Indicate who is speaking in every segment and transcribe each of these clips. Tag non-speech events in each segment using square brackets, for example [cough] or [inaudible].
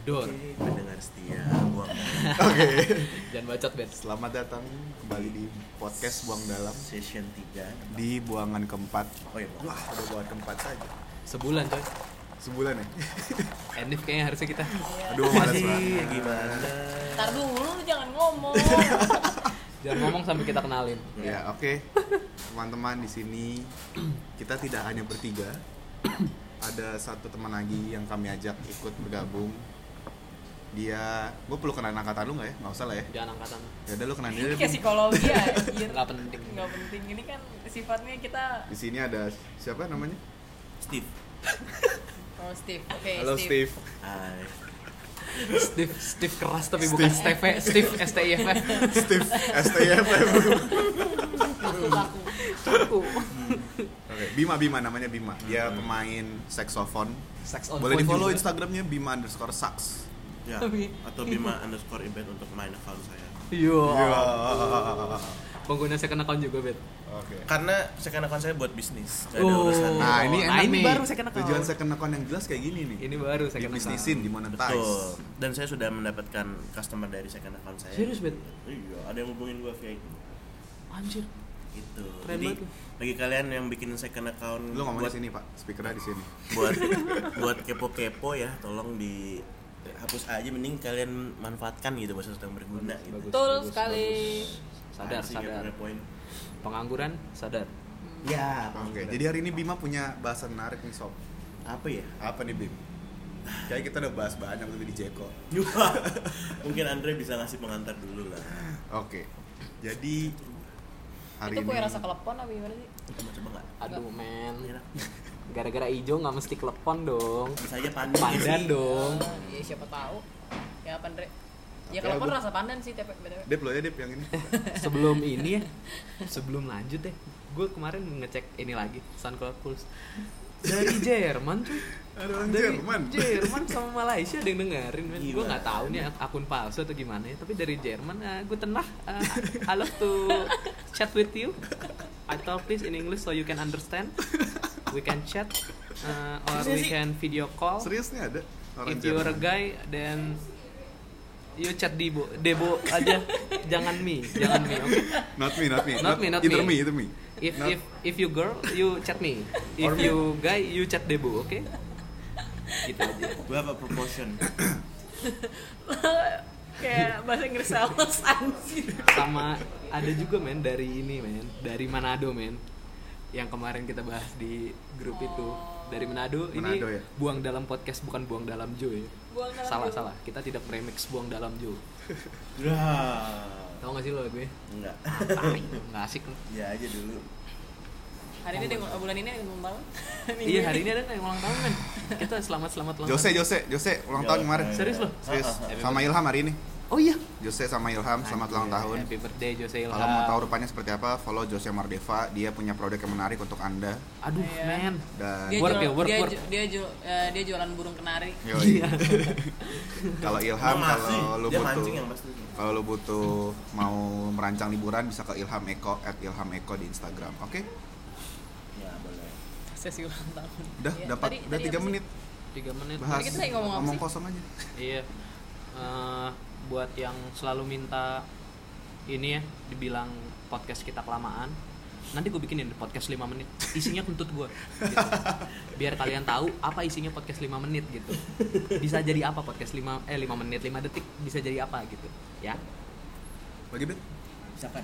Speaker 1: Dor.
Speaker 2: Oke, pendengar setia buang dalam.
Speaker 3: Oke.
Speaker 1: Jangan bacot, Ben.
Speaker 3: Selamat datang kembali di podcast Buang Dalam
Speaker 2: session 3.
Speaker 3: di buangan keempat.
Speaker 2: Oh iya, buang.
Speaker 3: Wah, udah buangan keempat saja.
Speaker 1: Sebulan, coy.
Speaker 3: Sebulan ya.
Speaker 1: Enif kayaknya harusnya kita.
Speaker 3: Aduh, malas
Speaker 2: Ih,
Speaker 3: banget.
Speaker 2: Iya, gimana? Ya,
Speaker 4: Ntar dulu lu jangan
Speaker 3: [laughs]
Speaker 4: ngomong.
Speaker 1: Jangan ngomong sampai kita kenalin.
Speaker 3: Ya, oke. Teman-teman di sini kita tidak hanya bertiga. Ada satu teman lagi yang kami ajak ikut bergabung. Dia, gue perlu kenalan angkatan lu nggak ya? Nggak usah lah ya.
Speaker 1: Jangan angkatan.
Speaker 3: Ya udah lu kenalin
Speaker 4: Ini
Speaker 3: dulu.
Speaker 4: kayak
Speaker 3: Bim.
Speaker 4: psikologi ya, anjir.
Speaker 1: Nggak penting.
Speaker 4: Nggak penting. Ini kan sifatnya kita
Speaker 3: Di sini ada siapa namanya?
Speaker 2: Steve.
Speaker 4: Oh, Steve. Oke,
Speaker 3: Halo Steve.
Speaker 2: Hai.
Speaker 1: Steve, Steve keras tapi bukan Steve, Steve S T I F F.
Speaker 3: Steve, E STFM.
Speaker 4: Maksud aku.
Speaker 3: Oke, Bima Bima namanya Bima. Dia pemain saxophone.
Speaker 1: Sax on
Speaker 3: Boleh di
Speaker 1: phone
Speaker 3: follow
Speaker 1: Hmm. juga.
Speaker 3: Instagramnya Bima underscore sax.
Speaker 2: Ya,
Speaker 1: Tapi-
Speaker 2: atau Bima underscore event untuk main account saya.
Speaker 1: Yo.
Speaker 3: Iya.
Speaker 1: Pengguna second account juga, Ben.
Speaker 3: Oke.
Speaker 2: Karena second account saya buat bisnis, gak ada
Speaker 1: Oh.
Speaker 2: urusan.
Speaker 3: Nah ini
Speaker 1: Nah,
Speaker 3: enak
Speaker 1: ini
Speaker 3: nih.
Speaker 1: baru second account.
Speaker 3: Tujuan second account yang jelas kayak gini nih.
Speaker 1: Ini baru
Speaker 3: di
Speaker 1: second account.
Speaker 3: bisnisin, di
Speaker 2: Betul.
Speaker 3: monetize.
Speaker 2: Dan saya sudah mendapatkan customer dari second account saya.
Speaker 1: Serius, Ben?
Speaker 2: Iya, ada yang hubungin gua via itu.
Speaker 1: Anjir.
Speaker 2: Gitu.
Speaker 1: Keren
Speaker 2: Jadi
Speaker 1: banget lu.
Speaker 2: bagi kalian yang bikin second account
Speaker 3: Lu ngomong
Speaker 2: buat
Speaker 3: di sini pak, speakernya di sini.
Speaker 2: buat buat kepo-kepo ya, tolong di hapus aja mending kalian manfaatkan gitu bahasa yang berguna gitu.
Speaker 4: Betul sekali.
Speaker 1: Sadar,
Speaker 2: Asik,
Speaker 1: sadar.
Speaker 2: kayak punya poin.
Speaker 1: Pengangguran, sadar.
Speaker 2: Ya,
Speaker 3: Oke, jadi hari ini Bima punya bahasan menarik nih sob.
Speaker 2: apa ya? [laughs]
Speaker 3: Apa nih Bim? Kayak kita udah bahas banyak lebih di Jeko.
Speaker 2: Mungkin Andre bisa ngasih pengantar dulu lah.
Speaker 3: Oke, jadi hari
Speaker 4: Itu
Speaker 3: ini.
Speaker 4: kue rasa kelepon apa gimana sih?
Speaker 2: Kita mau coba nggak?
Speaker 1: Aduh, men.
Speaker 2: Enak.
Speaker 1: Gara-gara ijo nggak mesti klepon dong.
Speaker 2: Bisa aja pandai.
Speaker 1: Pandan dong.
Speaker 4: Ah, Iya, siapa tahu. Ya, apa, Andre? Ya
Speaker 3: Oh. Oke,
Speaker 4: kelepon
Speaker 3: aku-
Speaker 4: rasa pandan sih, tepe BTW.
Speaker 3: Dep lo ya Dep yang ini.
Speaker 1: sebelum ini ya sebelum lanjut deh gue kemarin ngecek ini lagi SoundCloud Pulse dari Jerman cuy
Speaker 3: Ada orang
Speaker 1: dari
Speaker 3: Jerman.
Speaker 1: Jerman sama Malaysia ada yang dengerin men gue
Speaker 2: Gila.
Speaker 1: nggak tahu nih ak- akun palsu atau gimana ya tapi dari Jerman gue tenang eh, I love to chat with you I talk please in English so you can understand we can chat uh, or we can video
Speaker 4: Oh.
Speaker 1: call
Speaker 3: Seriusnya ada orang
Speaker 1: If you're a
Speaker 3: Jerman.
Speaker 1: guy, then you chat Debo, Debo aja, jangan me, jangan me, oke?
Speaker 3: Not me, not me.
Speaker 1: Not me, not
Speaker 3: either
Speaker 1: me.
Speaker 3: either me.
Speaker 1: If
Speaker 3: Not-
Speaker 1: if if you girl, you chat me. If
Speaker 3: Or me.
Speaker 1: you guy, you chat Debo, oke? Gitu aja.
Speaker 2: Gue apa
Speaker 3: [coughs]
Speaker 2: proportion?
Speaker 4: [laughs] Kayak bahasa Inggris sales anjir.
Speaker 1: Sama ada juga men dari ini men, dari Manado men, yang kemarin kita bahas di grup itu dari Manado, ini
Speaker 3: Manado, ya?
Speaker 1: buang dalam podcast bukan buang dalam Jo ya.
Speaker 4: Buang dalam
Speaker 1: salah
Speaker 4: Jo.
Speaker 1: salah, kita tidak remix buang dalam Jo.
Speaker 2: Ya.
Speaker 1: Tahu gak sih lo gue?
Speaker 2: Enggak.
Speaker 1: Tai, nggak asik lo.
Speaker 2: [laughs] Ya aja dulu.
Speaker 4: Hari ini ada yang- bulan ini ada yang ulang tahun. Minggu
Speaker 1: Iya hari ini ada yang ulang tahun kan. Kita selamat selamat ulang
Speaker 3: Jose,
Speaker 1: tahun.
Speaker 3: Jose, Jose, ulang tahun
Speaker 2: Jose. Ah,
Speaker 3: kemarin.
Speaker 1: Serius lo?
Speaker 3: Serius.
Speaker 1: Happy
Speaker 3: Sama Ilham hari ini.
Speaker 1: Oh iya.
Speaker 3: Jose sama Ilham, selamat ulang tahun.
Speaker 1: Happy birthday Jose Ilham.
Speaker 3: Kalau mau tahu rupanya seperti apa, follow Jose Mardeva. Dia punya produk yang menarik untuk Anda.
Speaker 1: Aduh
Speaker 4: Iya.
Speaker 1: men.
Speaker 3: Dan
Speaker 4: Dia
Speaker 1: Work
Speaker 4: jual-
Speaker 1: ya, work,
Speaker 4: dia
Speaker 1: work. Iya.
Speaker 4: ju- dia ju- eh, dia jualan burung kenari.
Speaker 3: Yoi. kalau Ilham,
Speaker 2: Emang asli.
Speaker 3: kalau lu
Speaker 2: Dia
Speaker 3: butuh
Speaker 2: mancing ya? yang pasti.
Speaker 3: kalau lu butuh mau merancang liburan bisa ke Ilham Eko at Ilham Eko di Instagram. Oke,
Speaker 2: Ya boleh.
Speaker 4: Sesi ulang tahun.
Speaker 3: udah
Speaker 4: Iya,
Speaker 3: dapat
Speaker 4: tadi-
Speaker 3: udah
Speaker 4: tadi
Speaker 3: tiga
Speaker 4: apa sih?
Speaker 3: menit
Speaker 1: Tiga menit.
Speaker 3: bahas
Speaker 4: kita lagi ngomong apa sih?
Speaker 3: kosong aja.
Speaker 1: Iya. Eh, buat yang selalu minta ini ya dibilang podcast kita kelamaan. Nanti gue bikinin podcast 5 menit. Isinya kentut gue. Gitu. Biar kalian tahu apa isinya podcast 5 menit gitu. Bisa jadi apa podcast 5 eh 5 menit 5 detik bisa jadi apa gitu. Ya.
Speaker 3: Bagi Bet.
Speaker 2: Siapa?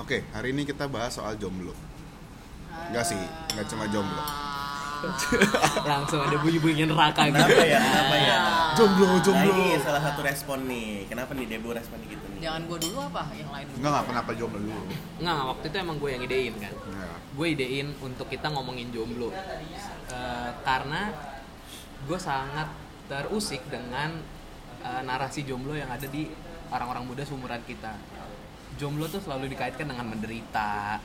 Speaker 3: Oke, hari ini kita bahas soal jomblo. Enggak sih, enggak cuma jomblo.
Speaker 4: Ah.
Speaker 1: Langsung ada bunyi-bunyi neraka gitu.
Speaker 2: Kenapa ya? Kenapa ya?
Speaker 1: Ah.
Speaker 3: Jomblo,
Speaker 2: Nah
Speaker 3: jomblo.
Speaker 2: ini salah satu respon nih. Kenapa nih Debo respon gitu
Speaker 1: Ya.
Speaker 2: nih?
Speaker 4: Jangan gua dulu apa yang lain dulu?
Speaker 3: Enggak, enggak kenapa jomblo dulu.
Speaker 1: Nggak, waktu itu emang gue yang idein kan.
Speaker 3: Ya.
Speaker 1: Gue idein untuk kita ngomongin jomblo. Eh, karena gue sangat terusik dengan eh, narasi jomblo yang ada di orang-orang muda seumuran kita. Jomblo tuh selalu dikaitkan dengan menderita,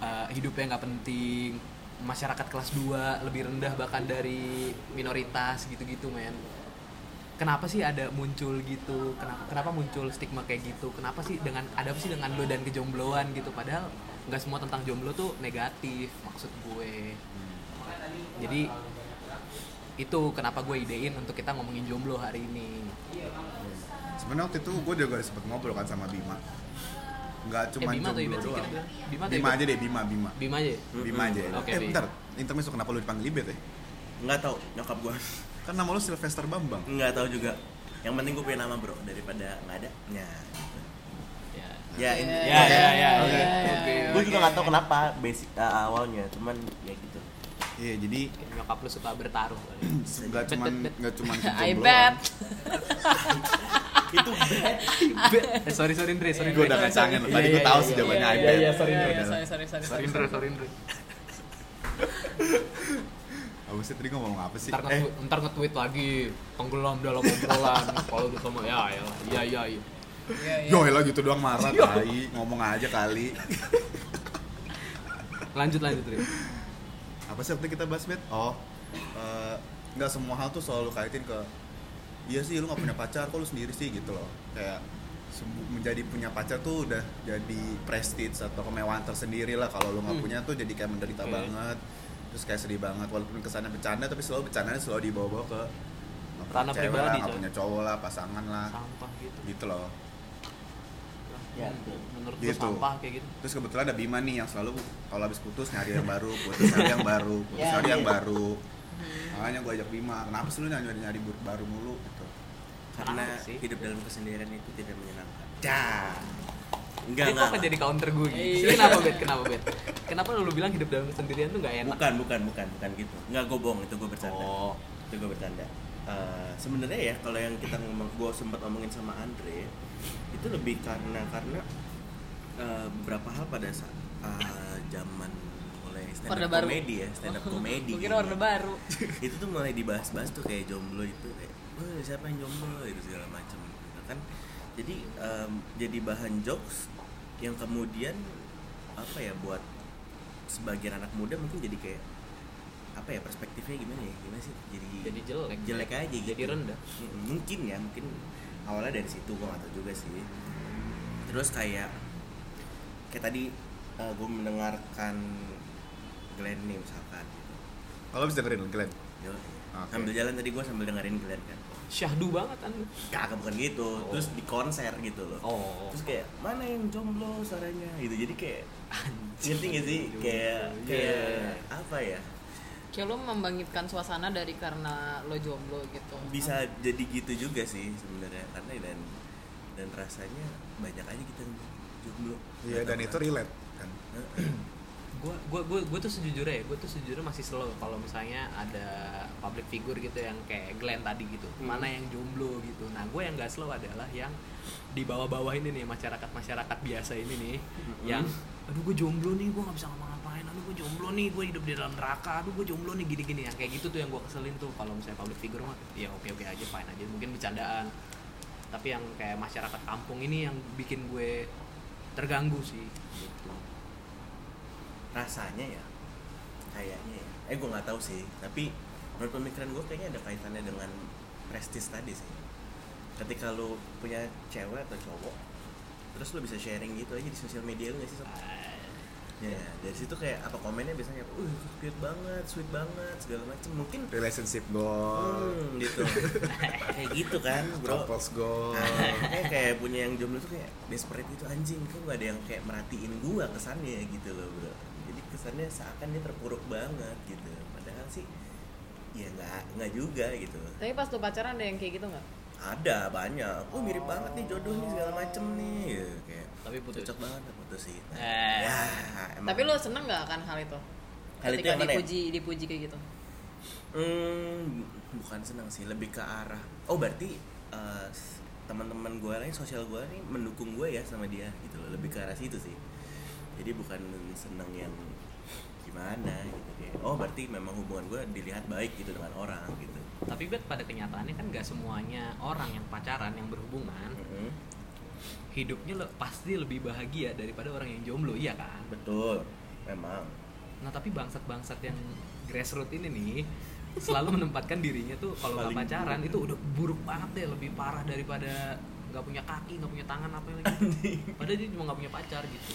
Speaker 1: eh, hidupnya nggak penting, masyarakat kelas 2 lebih rendah bahkan dari minoritas gitu-gitu men kenapa sih ada muncul gitu kenapa kenapa muncul stigma kayak gitu kenapa sih dengan ada apa sih dengan lo dan kejombloan gitu padahal nggak semua tentang jomblo tuh negatif maksud gue jadi itu kenapa gue idein untuk kita ngomongin jomblo hari ini Eh,
Speaker 3: Sebenarnya waktu itu gue juga sempet ngobrol kan sama Bima. Nggak cuma
Speaker 1: Eh, Bima atau
Speaker 3: jomblo
Speaker 1: Ibet sih
Speaker 3: doang.
Speaker 1: kita bilang? Bima
Speaker 3: Bima,
Speaker 1: atau Ibet?
Speaker 3: aja deh, Bima, Bima.
Speaker 1: Bima aja ya?
Speaker 3: Bima aja.
Speaker 1: Oke,
Speaker 3: eh,
Speaker 1: Bima.
Speaker 3: bentar. Intermezzo kenapa lu dipanggil Ibet ya?
Speaker 2: nggak tahu nyokap gua [laughs]
Speaker 3: Kan nama lu Sylvester Bambang.
Speaker 2: nggak tahu juga yang penting gua punya nama bro daripada nggak ada ya
Speaker 1: ya
Speaker 2: ya ini
Speaker 1: ya ya ya,
Speaker 2: Oke.
Speaker 1: ya, oke
Speaker 2: gua juga nggak tahu kenapa basic uh, awalnya cuman ya gitu
Speaker 3: Iya, jadi
Speaker 1: nyokap lu suka bertaruh
Speaker 3: [laughs]
Speaker 1: kali.
Speaker 3: nggak cuma nggak
Speaker 1: [laughs]
Speaker 3: cuma
Speaker 4: I bet.
Speaker 2: itu
Speaker 1: eh, sorry sorry Andre sorry
Speaker 3: Gue udah kacangin loh. Tadi gue tahu sih jawabannya I
Speaker 1: Iya,
Speaker 3: bet.
Speaker 1: iya, sorry,
Speaker 4: Iya, iya,
Speaker 3: Udah.
Speaker 4: sorry, sorry, sorry.
Speaker 1: sorry Andre sorry Andre
Speaker 3: Apa sih tadi gua ngomong apa sih?
Speaker 1: ntar
Speaker 3: Eh,
Speaker 1: nge-tweet, ntar nge-tweet lagi tenggelam dalam obrolan kalau udah sama ya ya ya ya, ya.
Speaker 4: Iya, iya.
Speaker 3: yo lah gitu doang marah kali, ngomong aja kali.
Speaker 1: lanjut lanjut Andre
Speaker 3: Nah. Apa sih waktu kita bahas bet? Oh, eh, nggak semua hal tuh selalu kaitin ke Iya sih, lu nggak punya pacar, kok lu sendiri sih gitu loh. Kayak sebu- menjadi punya pacar tuh udah jadi prestige atau kemewahan tersendiri lah kalau lu nggak punya tuh jadi kayak menderita
Speaker 1: Oke.
Speaker 3: banget terus kayak sedih banget walaupun kesannya bercanda tapi selalu bercandanya selalu dibawa-bawa ke nggak punya
Speaker 1: Ranah
Speaker 3: cewek lah,
Speaker 1: pribadi,
Speaker 3: nggak
Speaker 1: coy.
Speaker 3: punya cowok lah, pasangan lah
Speaker 1: sampah gitu
Speaker 3: gitu loh
Speaker 2: Ya,
Speaker 1: Hmm,
Speaker 2: betul.
Speaker 1: menurut gue
Speaker 3: Gitu.
Speaker 1: sampah kayak gitu
Speaker 3: Terus kebetulan ada Bima nih yang selalu kalau habis putus nyari yang
Speaker 2: [laughs]
Speaker 3: baru, putus nyari yang baru, putus
Speaker 2: Ya, Hmm.
Speaker 3: nyari yang
Speaker 2: iya.
Speaker 3: baru. Makanya gue ajak Bima, kenapa sih lu nyari nyari baru mulu gitu.
Speaker 2: karena
Speaker 1: Menarik sih.
Speaker 2: hidup dalam kesendirian itu tidak menyenangkan dah enggak
Speaker 1: Ini
Speaker 2: enggak
Speaker 1: kenapa jadi counter gue gitu?
Speaker 4: Iya.
Speaker 1: Kenapa bet? Kenapa bet? Kenapa lu bilang hidup dalam kesendirian tuh gak enak?
Speaker 2: bukan bukan bukan bukan gitu nggak gue bohong itu gue bercanda
Speaker 1: Oh.
Speaker 2: itu gue bercanda Eh, sebenarnya ya kalau yang kita ngomong gue sempat ngomongin sama Andre itu lebih karena karena eh, beberapa hal pada saat eh, zaman mulai stand
Speaker 4: Orde
Speaker 2: up
Speaker 4: baru.
Speaker 2: komedi ya stand up komedi
Speaker 4: [laughs] Gua kira orde baru.
Speaker 2: [laughs] itu tuh mulai dibahas-bahas tuh kayak jomblo itu kayak "Wah, siapa yang jomblo itu segala macam gitu kan jadi em, jadi bahan jokes yang kemudian apa ya buat sebagian anak muda mungkin jadi kayak apa ya perspektifnya gimana ya gimana sih jadi
Speaker 1: Jadi jelek.
Speaker 2: jelek aja gitu.
Speaker 1: Jadi rendah.
Speaker 2: Mm, mungkin ya mungkin awalnya dari situ gua nggak tahu juga sih terus kayak kayak tadi gue mendengarkan Glenn nih misalkan gitu
Speaker 3: Kalau bisa dengerin Glenn.
Speaker 2: Yo,
Speaker 3: Oke.
Speaker 2: sambil jalan tadi gue sambil dengerin Glenn kan
Speaker 1: Syahdu banget kan?
Speaker 2: kagak bukan gitu
Speaker 3: Oh.
Speaker 2: terus di konser gitu loh
Speaker 1: Oh.
Speaker 2: terus kayak mana yang jomblo suaranya gitu jadi kayak ngerti gak sih
Speaker 3: Iya,
Speaker 2: kayak kayak apa ya
Speaker 4: Kayak lo membangkitkan suasana dari karena lo jomblo gitu.
Speaker 2: bisa
Speaker 3: Iya.
Speaker 2: jadi gitu juga sih sebenarnya karena dan dan rasanya banyak aja kita yang jomblo
Speaker 3: Iya dan itu relate kan.
Speaker 1: Gue gua, gua, gua tuh sejujurnya ya, gue tuh sejujurnya masih slow kalau misalnya ada public figure gitu yang kayak Glenn tadi gitu. Mana yang jomblo gitu. Nah, gue yang gak slow adalah yang di bawah-bawah ini nih masyarakat-masyarakat biasa ini nih yang aduh gue jomblo nih gue nggak bisa ngapa-ngapain aduh gue jomblo nih gue hidup di dalam neraka aduh gue jomblo nih gini-gini yang kayak gitu tuh yang gue keselin tuh kalau misalnya public figure mah ya oke oke aja fine aja mungkin bercandaan tapi yang kayak masyarakat kampung ini yang bikin gue terganggu sih gitu.
Speaker 2: rasanya ya kayaknya ya eh gue nggak tahu sih tapi menurut pemikiran gue kayaknya ada kaitannya dengan prestis tadi sih ketika lu punya cewek atau cowok terus lu bisa sharing gitu aja di sosial media lu nggak sih
Speaker 1: Iya.
Speaker 2: Sob? ya dari situ kayak apa komennya biasanya uh cute banget sweet banget segala macem mungkin
Speaker 3: Relationship goal,
Speaker 2: hmm, gitu kayak gitu kan bro
Speaker 3: couples [laughs] goal.
Speaker 2: kayak Nah, kayak punya yang jomblo tuh kayak desperate itu anjing kan gak ada yang kayak merhatiin gua kesannya gitu loh bro jadi kesannya seakan dia terpuruk banget gitu padahal sih ya nggak nggak juga gitu
Speaker 4: Tapi pas lo pacaran ada yang kayak gitu nggak?
Speaker 2: ada banyak oh mirip banget nih jodohnya segala macem nih gitu. kayak
Speaker 1: Tapi putus.
Speaker 2: cocok banget lah putus sih Nah,
Speaker 1: Eh.
Speaker 2: ya emang.
Speaker 4: Tapi lo seneng nggak akan hal itu?
Speaker 2: Hal itu
Speaker 4: Ketika
Speaker 2: yang mana ya?
Speaker 4: dipuji, dipuji kayak gitu.
Speaker 2: Hmm, bukan senang sih, lebih ke arah. Oh, berarti eh, s- teman-teman gue lain, sosial gue nih mendukung gue ya sama dia gitu loh. Lebih ke arah situ sih. Jadi bukan senang yang gimana gitu kayak. Oh, berarti memang hubungan gue dilihat baik gitu dengan orang gitu.
Speaker 1: tapi bet pada kenyataannya kan nggak semuanya orang yang pacaran yang berhubungan
Speaker 2: Mm-mm.
Speaker 1: hidupnya le- pasti lebih bahagia daripada orang yang jomblo iya kan
Speaker 2: Betul, memang.
Speaker 1: nah tapi bangsat-bangsat yang grassroots ini nih selalu [laughs] menempatkan dirinya tuh kalau nggak
Speaker 2: Paling
Speaker 1: pacaran
Speaker 2: buruk.
Speaker 1: itu udah buruk banget deh lebih parah daripada nggak punya kaki nggak punya tangan apa gitu padahal dia cuma nggak punya pacar gitu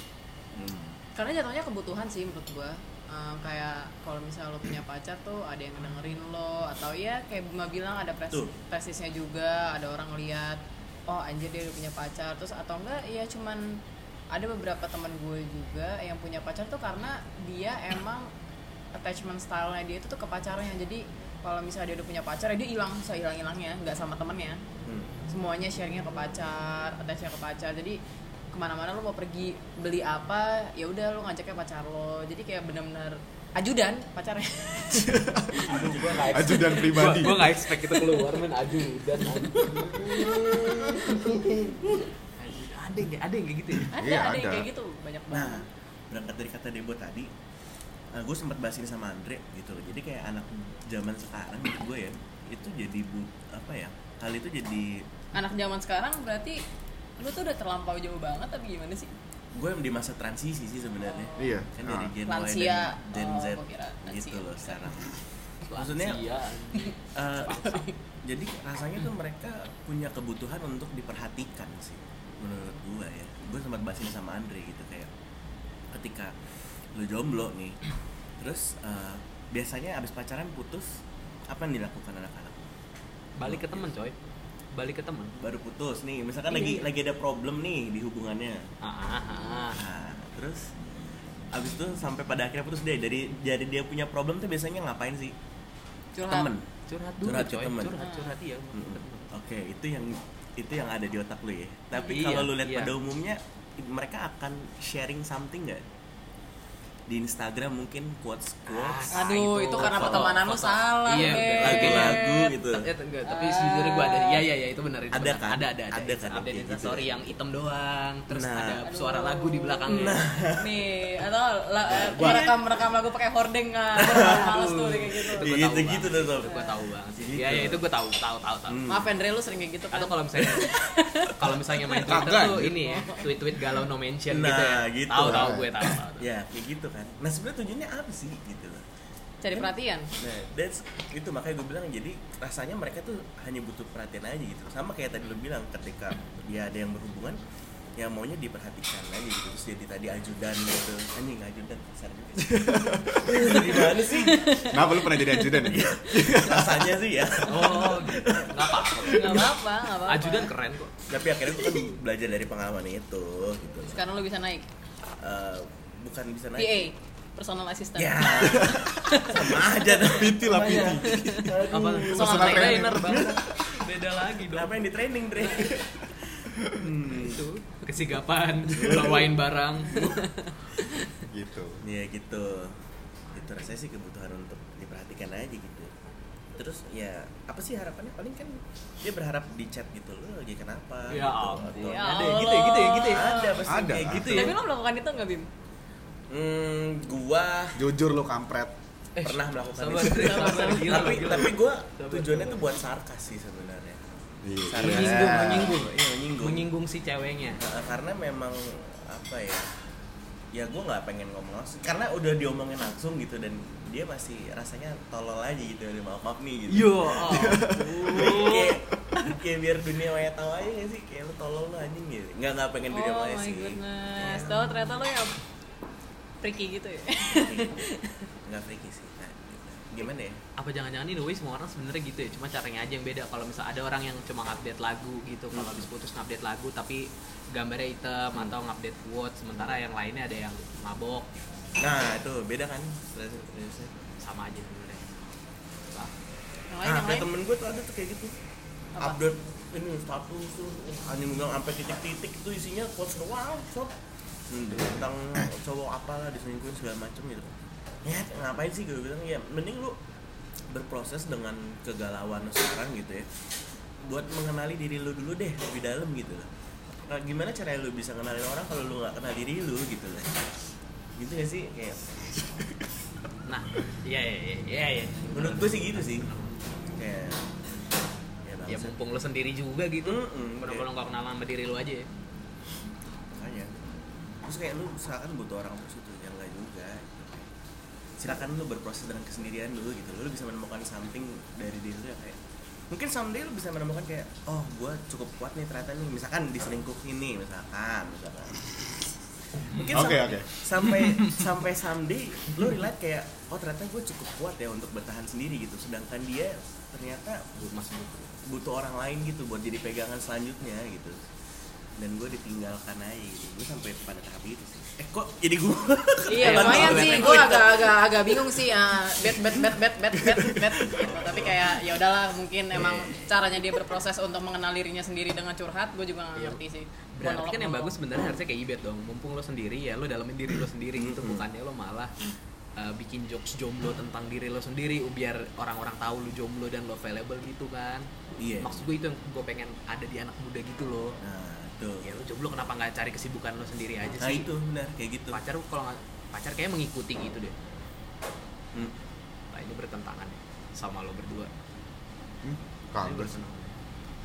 Speaker 2: Hmm.
Speaker 4: Karena jatuhnya kebutuhan sih menurut gua. eh, kayak kalau misalnya lo punya pacar tuh ada yang dengerin lo atau ya kayak Bima bilang ada pres
Speaker 2: Tuh.
Speaker 4: prestisnya juga ada orang lihat oh anjir dia udah punya pacar terus atau enggak ya cuman ada beberapa teman gue juga yang punya pacar tuh karena dia emang attachment style-nya dia itu tuh ke pacarnya jadi kalau misalnya dia udah punya pacar ya dia hilang sehilang hilangnya nggak sama temennya
Speaker 2: Hmm.
Speaker 4: semuanya sharingnya ke pacar, attachnya ke pacar. Jadi kemana-mana lo mau pergi beli apa, ya udah lo ngajaknya pacar lo. Jadi kayak benar-benar ajudan pacarnya.
Speaker 1: gue nggak
Speaker 3: Ajudan pribadi.
Speaker 1: gue nggak expect kita keluar men ajudan ada yang ada yang kayak gitu ya
Speaker 4: ada,
Speaker 3: Iya,
Speaker 4: ada yang
Speaker 3: ada.
Speaker 4: kayak gitu banyak banget.
Speaker 2: Nah, berangkat dari kata Debo tadi, eh, gue sempat bahas ini sama Andre gitu loh. Jadi kayak anak zaman sekarang gitu gue ya, itu jadi bu apa ya? Kali itu jadi
Speaker 4: Anak zaman sekarang berarti lu tuh udah terlampau jauh banget tapi gimana sih?
Speaker 2: gue di masa transisi sih sebenarnya.
Speaker 3: Iya.
Speaker 2: Kan dari
Speaker 3: Ah.
Speaker 2: Gen Y
Speaker 4: Lansia.
Speaker 2: dan Gen
Speaker 4: Oh,
Speaker 2: Z
Speaker 4: gua kira
Speaker 2: gitu
Speaker 4: lansia.
Speaker 2: loh
Speaker 4: [laughs]
Speaker 2: sekarang. Maksudnya,
Speaker 1: Lansia, anjing.
Speaker 2: Eh, [laughs] jadi rasanya tuh mereka punya kebutuhan untuk diperhatikan sih menurut gua ya gue sempat bahas ini sama Andre gitu kayak ketika lu jomblo nih terus eh, biasanya abis pacaran putus apa yang dilakukan anak-anak
Speaker 1: balik ke temen coy balik ke temen
Speaker 2: baru putus nih misalkan lagi lagi ada problem nih di hubungannya
Speaker 1: ah, ah, ah.
Speaker 2: nah, terus abis itu sampai pada akhirnya putus deh dari dari dia punya problem tuh biasanya ngapain sih
Speaker 4: Curhat.
Speaker 2: temen
Speaker 1: curhat dulu
Speaker 2: Curhat ke
Speaker 1: coy
Speaker 2: temen.
Speaker 1: curhat curhat iya
Speaker 2: Mm-mm. Oke, itu yang itu yang ada di otak lu ya. Tapi
Speaker 1: Iya,
Speaker 2: kalau lu lihat
Speaker 1: iya.
Speaker 2: pada umumnya i- mereka akan sharing something nggak? Di Instagram mungkin quotes quotes,
Speaker 1: Ah,
Speaker 4: Aduh,
Speaker 1: itu
Speaker 4: itu, karena
Speaker 2: foto-
Speaker 4: pertemanan lu
Speaker 1: foto.
Speaker 4: salah.
Speaker 1: Iya,
Speaker 4: Beb.
Speaker 1: bener.
Speaker 2: lagu-lagu gitu.
Speaker 1: Ya, enggak, tapi sejujurnya gue ada, iya iya iya itu benar itu
Speaker 2: Ada
Speaker 1: benar.
Speaker 2: kan?
Speaker 1: ada ada ada,
Speaker 2: Ada kan
Speaker 1: ada
Speaker 2: yang kayak gitu
Speaker 1: story
Speaker 2: ya?
Speaker 1: yang hitam doang, terus
Speaker 2: Nah.
Speaker 1: ada suara lagu di belakangnya.
Speaker 4: Nih, atau la,
Speaker 1: Nah. Gua-
Speaker 4: rekam rekam lagu pakai hordeng kan. Gua Males tuh
Speaker 2: [laughs]
Speaker 4: kayak gitu.
Speaker 1: Itu gua
Speaker 2: Iya,
Speaker 1: tahu
Speaker 2: gitu-gitu
Speaker 1: banget.
Speaker 2: tuh, Sob.
Speaker 1: Itu Gua tahu banget sih.
Speaker 2: Gitu.
Speaker 1: Iya iya itu gua tahu tahu tahu tahu.
Speaker 2: Hmm.
Speaker 4: Maaf Andre lu sering kayak gitu kan.
Speaker 1: Atau kalau misalnya
Speaker 2: [laughs]
Speaker 1: kalau misalnya main Twitter
Speaker 3: Kagak,
Speaker 1: tuh
Speaker 3: anjir.
Speaker 1: ini ya, tweet-tweet galau no mention
Speaker 2: gitu. Nah,
Speaker 1: gitu ya.
Speaker 2: gitu.
Speaker 1: Tahu tahu
Speaker 3: Nah.
Speaker 1: gue tahu tahu. tahu.
Speaker 2: Ya, kayak gitu kan. Nah, sebenarnya tujuannya apa sih gitu loh.
Speaker 4: Cari perhatian.
Speaker 2: Nah, that's itu makanya gue bilang jadi rasanya mereka tuh hanya butuh perhatian aja gitu. Sama kayak tadi lu bilang ketika dia ada yang berhubungan ya maunya diperhatikan aja gitu terus jadi tadi ajudan gitu anjing ajudan besar juga sih. Ya, gimana sih
Speaker 3: Kenapa lu pernah jadi ajudan? [laughs] ya?
Speaker 2: rasanya sih ya
Speaker 1: Oh, gitu. Enggak apa-apa.
Speaker 4: Enggak apa-apa, enggak apa-apa.
Speaker 1: Ajudan keren kok.
Speaker 2: tapi akhirnya gue kan belajar dari pengalaman itu gitu
Speaker 4: Sekarang lu bisa naik.
Speaker 2: Eh, bukan bisa naik
Speaker 4: PA, personal assistant. [laughs]
Speaker 2: ya sama aja dong
Speaker 3: Piti lah piti.
Speaker 1: Apa?
Speaker 4: Personal
Speaker 1: trainer, Bang. Beda lagi dong.
Speaker 2: kenapa yang di training Dre hmm.
Speaker 1: Itu kesigapan, bawain barang.
Speaker 3: Gitu.
Speaker 2: ya gitu itu rasanya sih kebutuhan untuk diperhatikan aja gitu terus ya apa sih harapannya paling kan dia berharap di chat gitu lo lagi kenapa
Speaker 1: Ya
Speaker 2: gitu,
Speaker 1: ampun.
Speaker 4: Ya
Speaker 1: Ada ya, gitu ya, gitu ya, gitu ya.
Speaker 2: ada pasti
Speaker 3: Ada.
Speaker 2: kayak gitu ya
Speaker 4: Tapi lo melakukan itu nggak Bim?
Speaker 2: hmm gua
Speaker 3: Jujur lu kampret.
Speaker 1: Eh,
Speaker 2: pernah melakukan
Speaker 1: sabar,
Speaker 2: itu.
Speaker 1: sabar, gila,
Speaker 2: tapi
Speaker 1: gila.
Speaker 2: tapi gue
Speaker 1: Sabar,
Speaker 2: tujuannya
Speaker 1: sabar.
Speaker 2: tuh buat sarkas sih sebenarnya.
Speaker 3: Iya.
Speaker 2: Sarkas.
Speaker 1: menyinggung, menyinggung,
Speaker 2: Iya, menyinggung.
Speaker 1: menyinggung si ceweknya.
Speaker 2: Nah, karena memang apa ya? Ya gue nggak pengen ngomong langsung. Karena udah diomongin langsung gitu dan dia masih rasanya tolol aja gitu. Maaf maaf nih gitu. [laughs]
Speaker 1: Yo, ampun.
Speaker 2: Kayak, [laughs] kayak biar dunia maya tahu aja gak sih kayak lu tolol lu anjing gitu nggak nggak pengen dunia
Speaker 4: oh
Speaker 2: maya
Speaker 4: my
Speaker 2: sih Iya.
Speaker 4: goodness. Tahu ternyata lo yang freaky gitu ya.
Speaker 2: nggak freaky sih Nah, gitu. gimana ya
Speaker 1: apa jangan-jangan ini way semua orang sebenarnya gitu ya cuma caranya aja yang beda kalau misal ada orang yang cuma update lagu gitu kalau
Speaker 2: Hmm.
Speaker 1: habis putus update lagu tapi gambarnya hitam atau update quote sementara yang lainnya ada yang mabok
Speaker 2: nah itu beda kan Terus-
Speaker 1: sama aja sebenarnya Lah, Nah,
Speaker 4: Yang lain,
Speaker 2: Ah,
Speaker 4: yang
Speaker 2: kayak
Speaker 4: lain.
Speaker 2: temen gue tuh ada tuh kayak gitu
Speaker 4: Apa?
Speaker 2: update ini status tuh eh, anjing bilang sampai titik-titik itu isinya quotes doang sob Hmm, tentang cowok apalah diselingkuhin segala macem gitu ya ngapain sih gue bilang ya mending lu berproses dengan kegalauan lu sekarang gitu ya buat mengenali diri lu dulu deh lebih dalam gitu loh nah, gimana caranya lu bisa kenalin orang kalau lu nggak kenal diri lu gitu loh gitu gak sih kayak
Speaker 1: nah iya iya iya iya iya
Speaker 2: menurut gue sih gitu sih kayak ya,
Speaker 1: ya
Speaker 2: bangsat.
Speaker 1: mumpung lo sendiri juga gitu
Speaker 2: Mm-mm,
Speaker 1: kenapa
Speaker 2: iya.
Speaker 1: lo nggak kenalan sama diri lo aja ya
Speaker 2: makanya terus kayak lu misalkan butuh orang terus itu yang enggak juga gitu. silakan lu berproses dengan kesendirian dulu gitu lu bisa menemukan something dari diri lu yang kayak mungkin someday lu bisa menemukan kayak oh gua cukup kuat nih ternyata nih misalkan diselingkuh ini misalkan misalkan mungkin
Speaker 3: Oke,
Speaker 2: sam-
Speaker 3: oke. [laughs]
Speaker 2: sampai sampai someday lo relate kayak oh ternyata gue cukup kuat ya untuk bertahan sendiri gitu sedangkan dia ternyata
Speaker 1: Mas
Speaker 2: gitu. butuh orang lain gitu buat jadi pegangan selanjutnya gitu dan gue ditinggalkan aja gitu gue sampai pada tahap itu sih eh kok jadi gue [laughs]
Speaker 4: Iya
Speaker 1: Emang
Speaker 4: lumayan
Speaker 1: tuh,
Speaker 4: sih,
Speaker 1: emang
Speaker 4: gue
Speaker 1: tuh.
Speaker 4: agak agak agak bingung sih, ah, bet bet bet bet bet bet bet. Gitu. Tapi kayak ya udahlah, mungkin emang caranya dia berproses untuk mengenal dirinya sendiri dengan curhat, gue juga nggak
Speaker 1: Iya.
Speaker 4: ngerti sih.
Speaker 1: Berarti
Speaker 4: Monolog-
Speaker 1: kan yang
Speaker 4: monolog.
Speaker 1: bagus sebenarnya harusnya kayak ibet dong. Mumpung lo sendiri ya lo dalamin diri lo sendiri gitu bukannya lo malah uh, bikin jokes jomblo tentang diri lo sendiri uh, biar orang-orang tahu lo jomblo dan lo available gitu kan.
Speaker 2: Iya.
Speaker 1: Maksud gue itu yang gue pengen ada di anak muda gitu loh.
Speaker 2: nah tuh
Speaker 1: Ya lo jomblo kenapa nggak cari kesibukan lo sendiri aja
Speaker 2: nah
Speaker 1: sih?
Speaker 2: itu benar kayak gitu
Speaker 1: Pacar kalau nggak pacar kayak mengikuti gitu deh.
Speaker 2: Hmm.
Speaker 1: Nah ini bertentangan ya sama lo berdua.
Speaker 3: Hmm?
Speaker 1: Ini
Speaker 3: Kagak sih.
Speaker 1: bertentangan.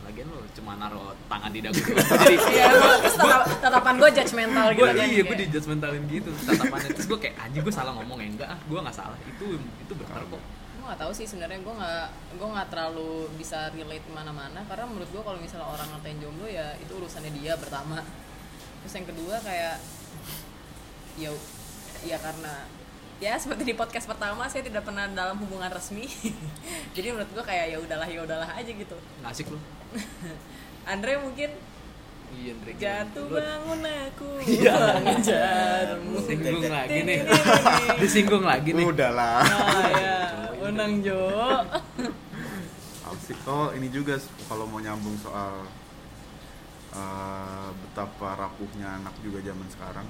Speaker 1: Lagian lo cuma naruh tangan di [laughs] dagu gue. Jadi
Speaker 4: Iya, gua- terus tatap- tatapan gue judgmental gitu
Speaker 1: gue
Speaker 4: kan.
Speaker 1: iya gue
Speaker 4: kayak.
Speaker 1: di judgmentalin gitu tatapannya terus gue kayak anjing gue salah ngomong ya enggak ah gue nggak salah itu itu benar kok
Speaker 4: gue nggak tahu sih sebenarnya gue nggak gue nggak terlalu bisa relate kemana-mana karena menurut gue kalau misalnya orang ngatain jomblo ya itu urusannya dia pertama terus yang kedua kayak ya ya karena ya seperti di podcast pertama saya tidak pernah dalam hubungan resmi [laughs] jadi menurut gue kayak ya udahlah ya udahlah aja gitu
Speaker 1: nggak asik lu
Speaker 4: Andre mungkin
Speaker 1: iya Andre
Speaker 4: jatuh bangun aku
Speaker 1: Iya.
Speaker 4: [laughs] mengejarmu
Speaker 1: disinggung lagi nih [laughs] disinggung lagi nih
Speaker 3: [laughs] Udahlah.
Speaker 4: Ah, ya, menang Jo.
Speaker 3: Asik. Oh ini juga s- kalau mau nyambung soal eh, betapa rapuhnya anak juga zaman sekarang.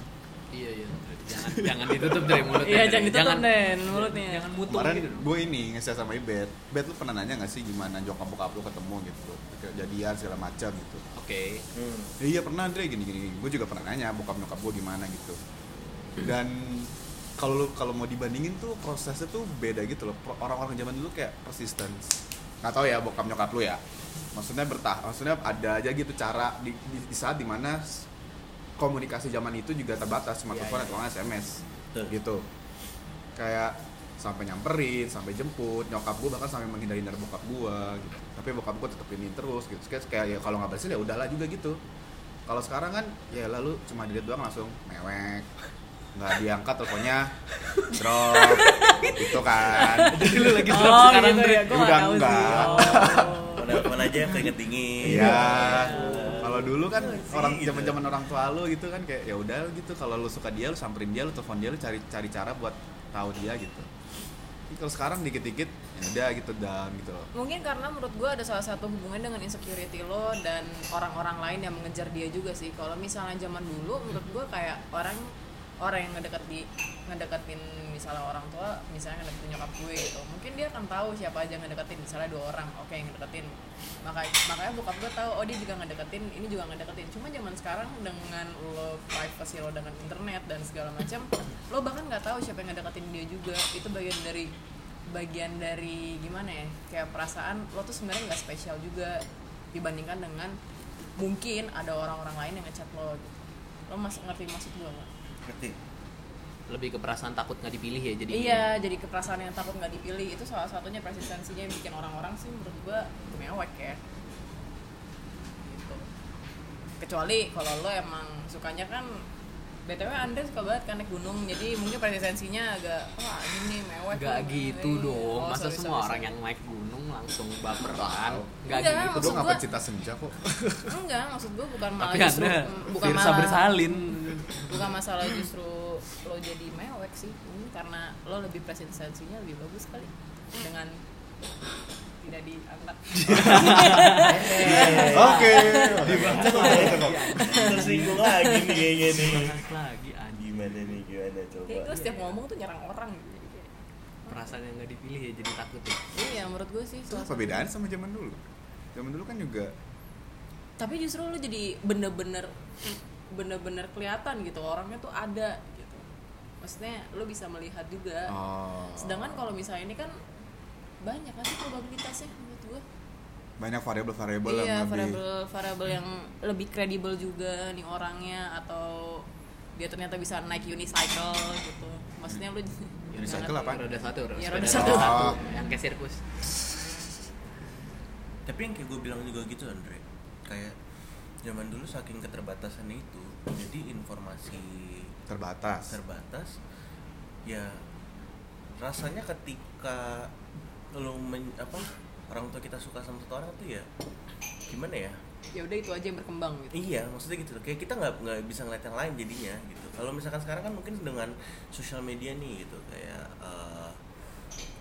Speaker 1: iya iya Andre. jangan jangan ditutup dari mulut ya.
Speaker 4: Iya, jangan ditutup Den, mulutnya.
Speaker 1: jangan mutung
Speaker 3: Kemarin
Speaker 1: gitu dong.
Speaker 3: gue ini nge sama Ibet. Bet lu pernah nanya gak sih gimana jokap bokap lu ketemu gitu, kejadian segala macam gitu.
Speaker 1: oke [laughs]
Speaker 2: Hmm.
Speaker 3: "Ya iya pernah Andre gini gini. gini." Gue juga pernah nanya bokap nyokap gue gimana gitu. Dan kalau lu- kalau mau dibandingin tuh prosesnya tuh beda gitu loh. Pro- Orang-orang zaman dulu kayak persistence. Nggak tahu ya bokap nyokap lu ya. Maksudnya bertah, maksudnya ada aja gitu cara di, di- di saat dimana s- komunikasi zaman itu juga terbatas, cuma
Speaker 1: Iya,
Speaker 3: telepon
Speaker 1: iya.
Speaker 3: atau nggak SMS
Speaker 2: Betul.
Speaker 3: gitu. Kayak sampai nyamperin, sampai jemput, nyokap gue bahkan sampai menghindari dari bokap gue gitu. Tapi bokap gue tetep ini terus gitu. Kayak, kayak ya kalau nggak berhasil ya udahlah juga gitu. Kalau sekarang kan ya lalu cuma dilihat doang langsung mewek, nggak diangkat teleponnya, drop, gitu kan.
Speaker 1: jadi lu lagi drop
Speaker 4: Oh,
Speaker 1: sekarang
Speaker 4: gitu
Speaker 1: Andre
Speaker 4: ya, gue nggak
Speaker 3: Udah
Speaker 4: tahu sih.
Speaker 3: enggak.
Speaker 4: Oh.
Speaker 2: Telepon aja keinget dingin.
Speaker 3: Iya. Kalau dulu kan
Speaker 2: Sih,
Speaker 3: orang
Speaker 2: gitu.
Speaker 3: zaman-zaman orang tua lu gitu kan kayak ya udah gitu kalau lu suka dia lu samperin dia lu telepon dia lu cari cari cara buat tahu dia gitu. Tapi kalau sekarang dikit-dikit ya udah gitu down gitu loh.
Speaker 4: Mungkin karena menurut gue ada salah satu hubungan dengan insecurity lo dan orang-orang lain yang mengejar dia juga sih. Kalau misalnya zaman dulu, menurut gue kayak orang orang yang ngedekat di ngedeketin misalnya orang tua, misalnya ngedeketin nyokap gue gitu. Mungkin dia akan tahu siapa aja yang ngedeketin, misalnya dua orang, oke yang ngedeketin. Maka makanya bokap gue tahu, oh dia juga ngedeketin, ini juga ngedeketin. Cuma zaman sekarang dengan lo privacy lo dengan internet dan segala macam, lo bahkan nggak tahu siapa yang ngedeketin dia juga. Itu bagian dari bagian dari gimana ya kayak perasaan lo tuh sebenarnya nggak spesial juga dibandingkan dengan mungkin ada orang-orang lain yang ngechat lo gitu lo masih ngerti maksud gue nggak?
Speaker 2: Ngerti?
Speaker 1: lebih ke perasaan takut nggak dipilih ya jadi
Speaker 4: iya jadi ke perasaan yang takut nggak dipilih itu salah satunya persistensinya yang bikin orang-orang sih menurut gue mewek ya gitu kecuali kalau lo emang sukanya kan btw Andre suka banget kan naik gunung jadi mungkin persistensinya agak wah ini nih mewek
Speaker 1: Gak
Speaker 4: nih."
Speaker 1: gitu dong,
Speaker 4: Oh,
Speaker 1: masa
Speaker 4: sorry,
Speaker 1: semua
Speaker 4: sorry,
Speaker 1: orang
Speaker 4: sorry. Iya.
Speaker 1: yang naik gunung langsung baperan Gak
Speaker 4: Enggak,
Speaker 1: gitu
Speaker 3: Lu
Speaker 4: Maksud
Speaker 3: nggak
Speaker 4: gua-
Speaker 3: pencinta senja
Speaker 4: [laughs]
Speaker 3: kok.
Speaker 4: enggak maksud gue bukan malah
Speaker 1: Tapi
Speaker 4: justru
Speaker 1: anda
Speaker 4: mm, bukan
Speaker 1: Firsa
Speaker 4: malah
Speaker 1: bersalin
Speaker 4: bukan masalah justru lo jadi mewek sih mungkin karena lo lebih presensinya lebih bagus kali dengan tidak
Speaker 1: [laughs]
Speaker 4: diangkat Iya,
Speaker 3: Oke.
Speaker 2: Tersinggung lagi nih kayaknya nih.
Speaker 1: Balik lagi anjing
Speaker 2: Gimana nih gimana coba?
Speaker 4: kayak gue setiap ngomong tuh nyerang orang gitu. Jadi kayak,
Speaker 1: Perasaan yang gak dipilih ya jadi takut ya
Speaker 4: iya menurut gue sih
Speaker 3: Itu
Speaker 4: suasana-
Speaker 3: apa bedanya sama zaman dulu? Zaman dulu kan juga
Speaker 4: tapi justru lo jadi bener-bener bener-bener kelihatan gitu orangnya tuh ada gitu maksudnya lo bisa melihat juga
Speaker 3: oh,
Speaker 4: sedangkan kalau misalnya ini kan banyak kan sih probabilitasnya menurut gue
Speaker 3: banyak variabel-variabel
Speaker 4: iya
Speaker 3: yang lebih.
Speaker 4: variabel variabel yang lebih kredibel juga nih orangnya atau dia ternyata bisa naik unicycle gitu maksudnya [laughs] lu
Speaker 3: Unicycle apa?
Speaker 1: Roda satu, roda
Speaker 4: Iya,
Speaker 1: sepeda
Speaker 4: roda
Speaker 1: roda
Speaker 4: satu.
Speaker 1: satu.
Speaker 3: Oh.
Speaker 1: Yang kayak sirkus
Speaker 2: Tapi yang kayak gue bilang juga gitu Andre, kayak zaman dulu saking keterbatasan itu, jadi informasi
Speaker 3: terbatas
Speaker 2: terbatas ya rasanya ketika lo men- apa orang tua kita suka sama satu orang tuh ya gimana ya
Speaker 4: ya udah itu aja yang berkembang gitu
Speaker 2: iya maksudnya gitu loh. kayak kita nggak nggak bisa ngeliat yang lain jadinya gitu kalau misalkan sekarang kan mungkin dengan sosial media nih gitu kayak eh,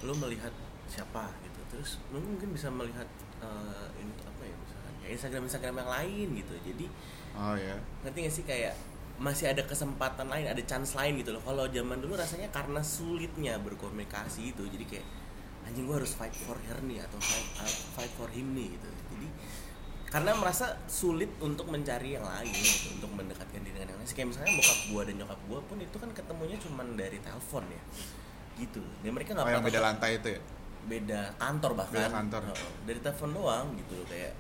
Speaker 2: lo melihat siapa gitu terus lo mungkin bisa melihat eh, ini apa ya misalkan ya Instagram Instagram yang lain gitu jadi
Speaker 3: oh ya
Speaker 2: ngerti gak sih kayak masih ada kesempatan lain, ada chance lain gitu loh. Kalau zaman dulu rasanya karena sulitnya berkomunikasi itu, jadi kayak anjing gue harus fight for her nih atau fight, uh, fight for him nih gitu. Jadi karena merasa sulit untuk mencari yang lain gitu, untuk mendekatkan diri dengan yang lain. Kayak misalnya bokap gue dan nyokap gue pun itu kan ketemunya cuman dari telepon ya, gitu. Dan mereka nggak
Speaker 3: oh yang
Speaker 2: pernah
Speaker 3: beda lantai itu ya
Speaker 2: beda kantor bahkan
Speaker 3: Beda kantor.
Speaker 2: Heeh. dari telepon doang gitu loh kayak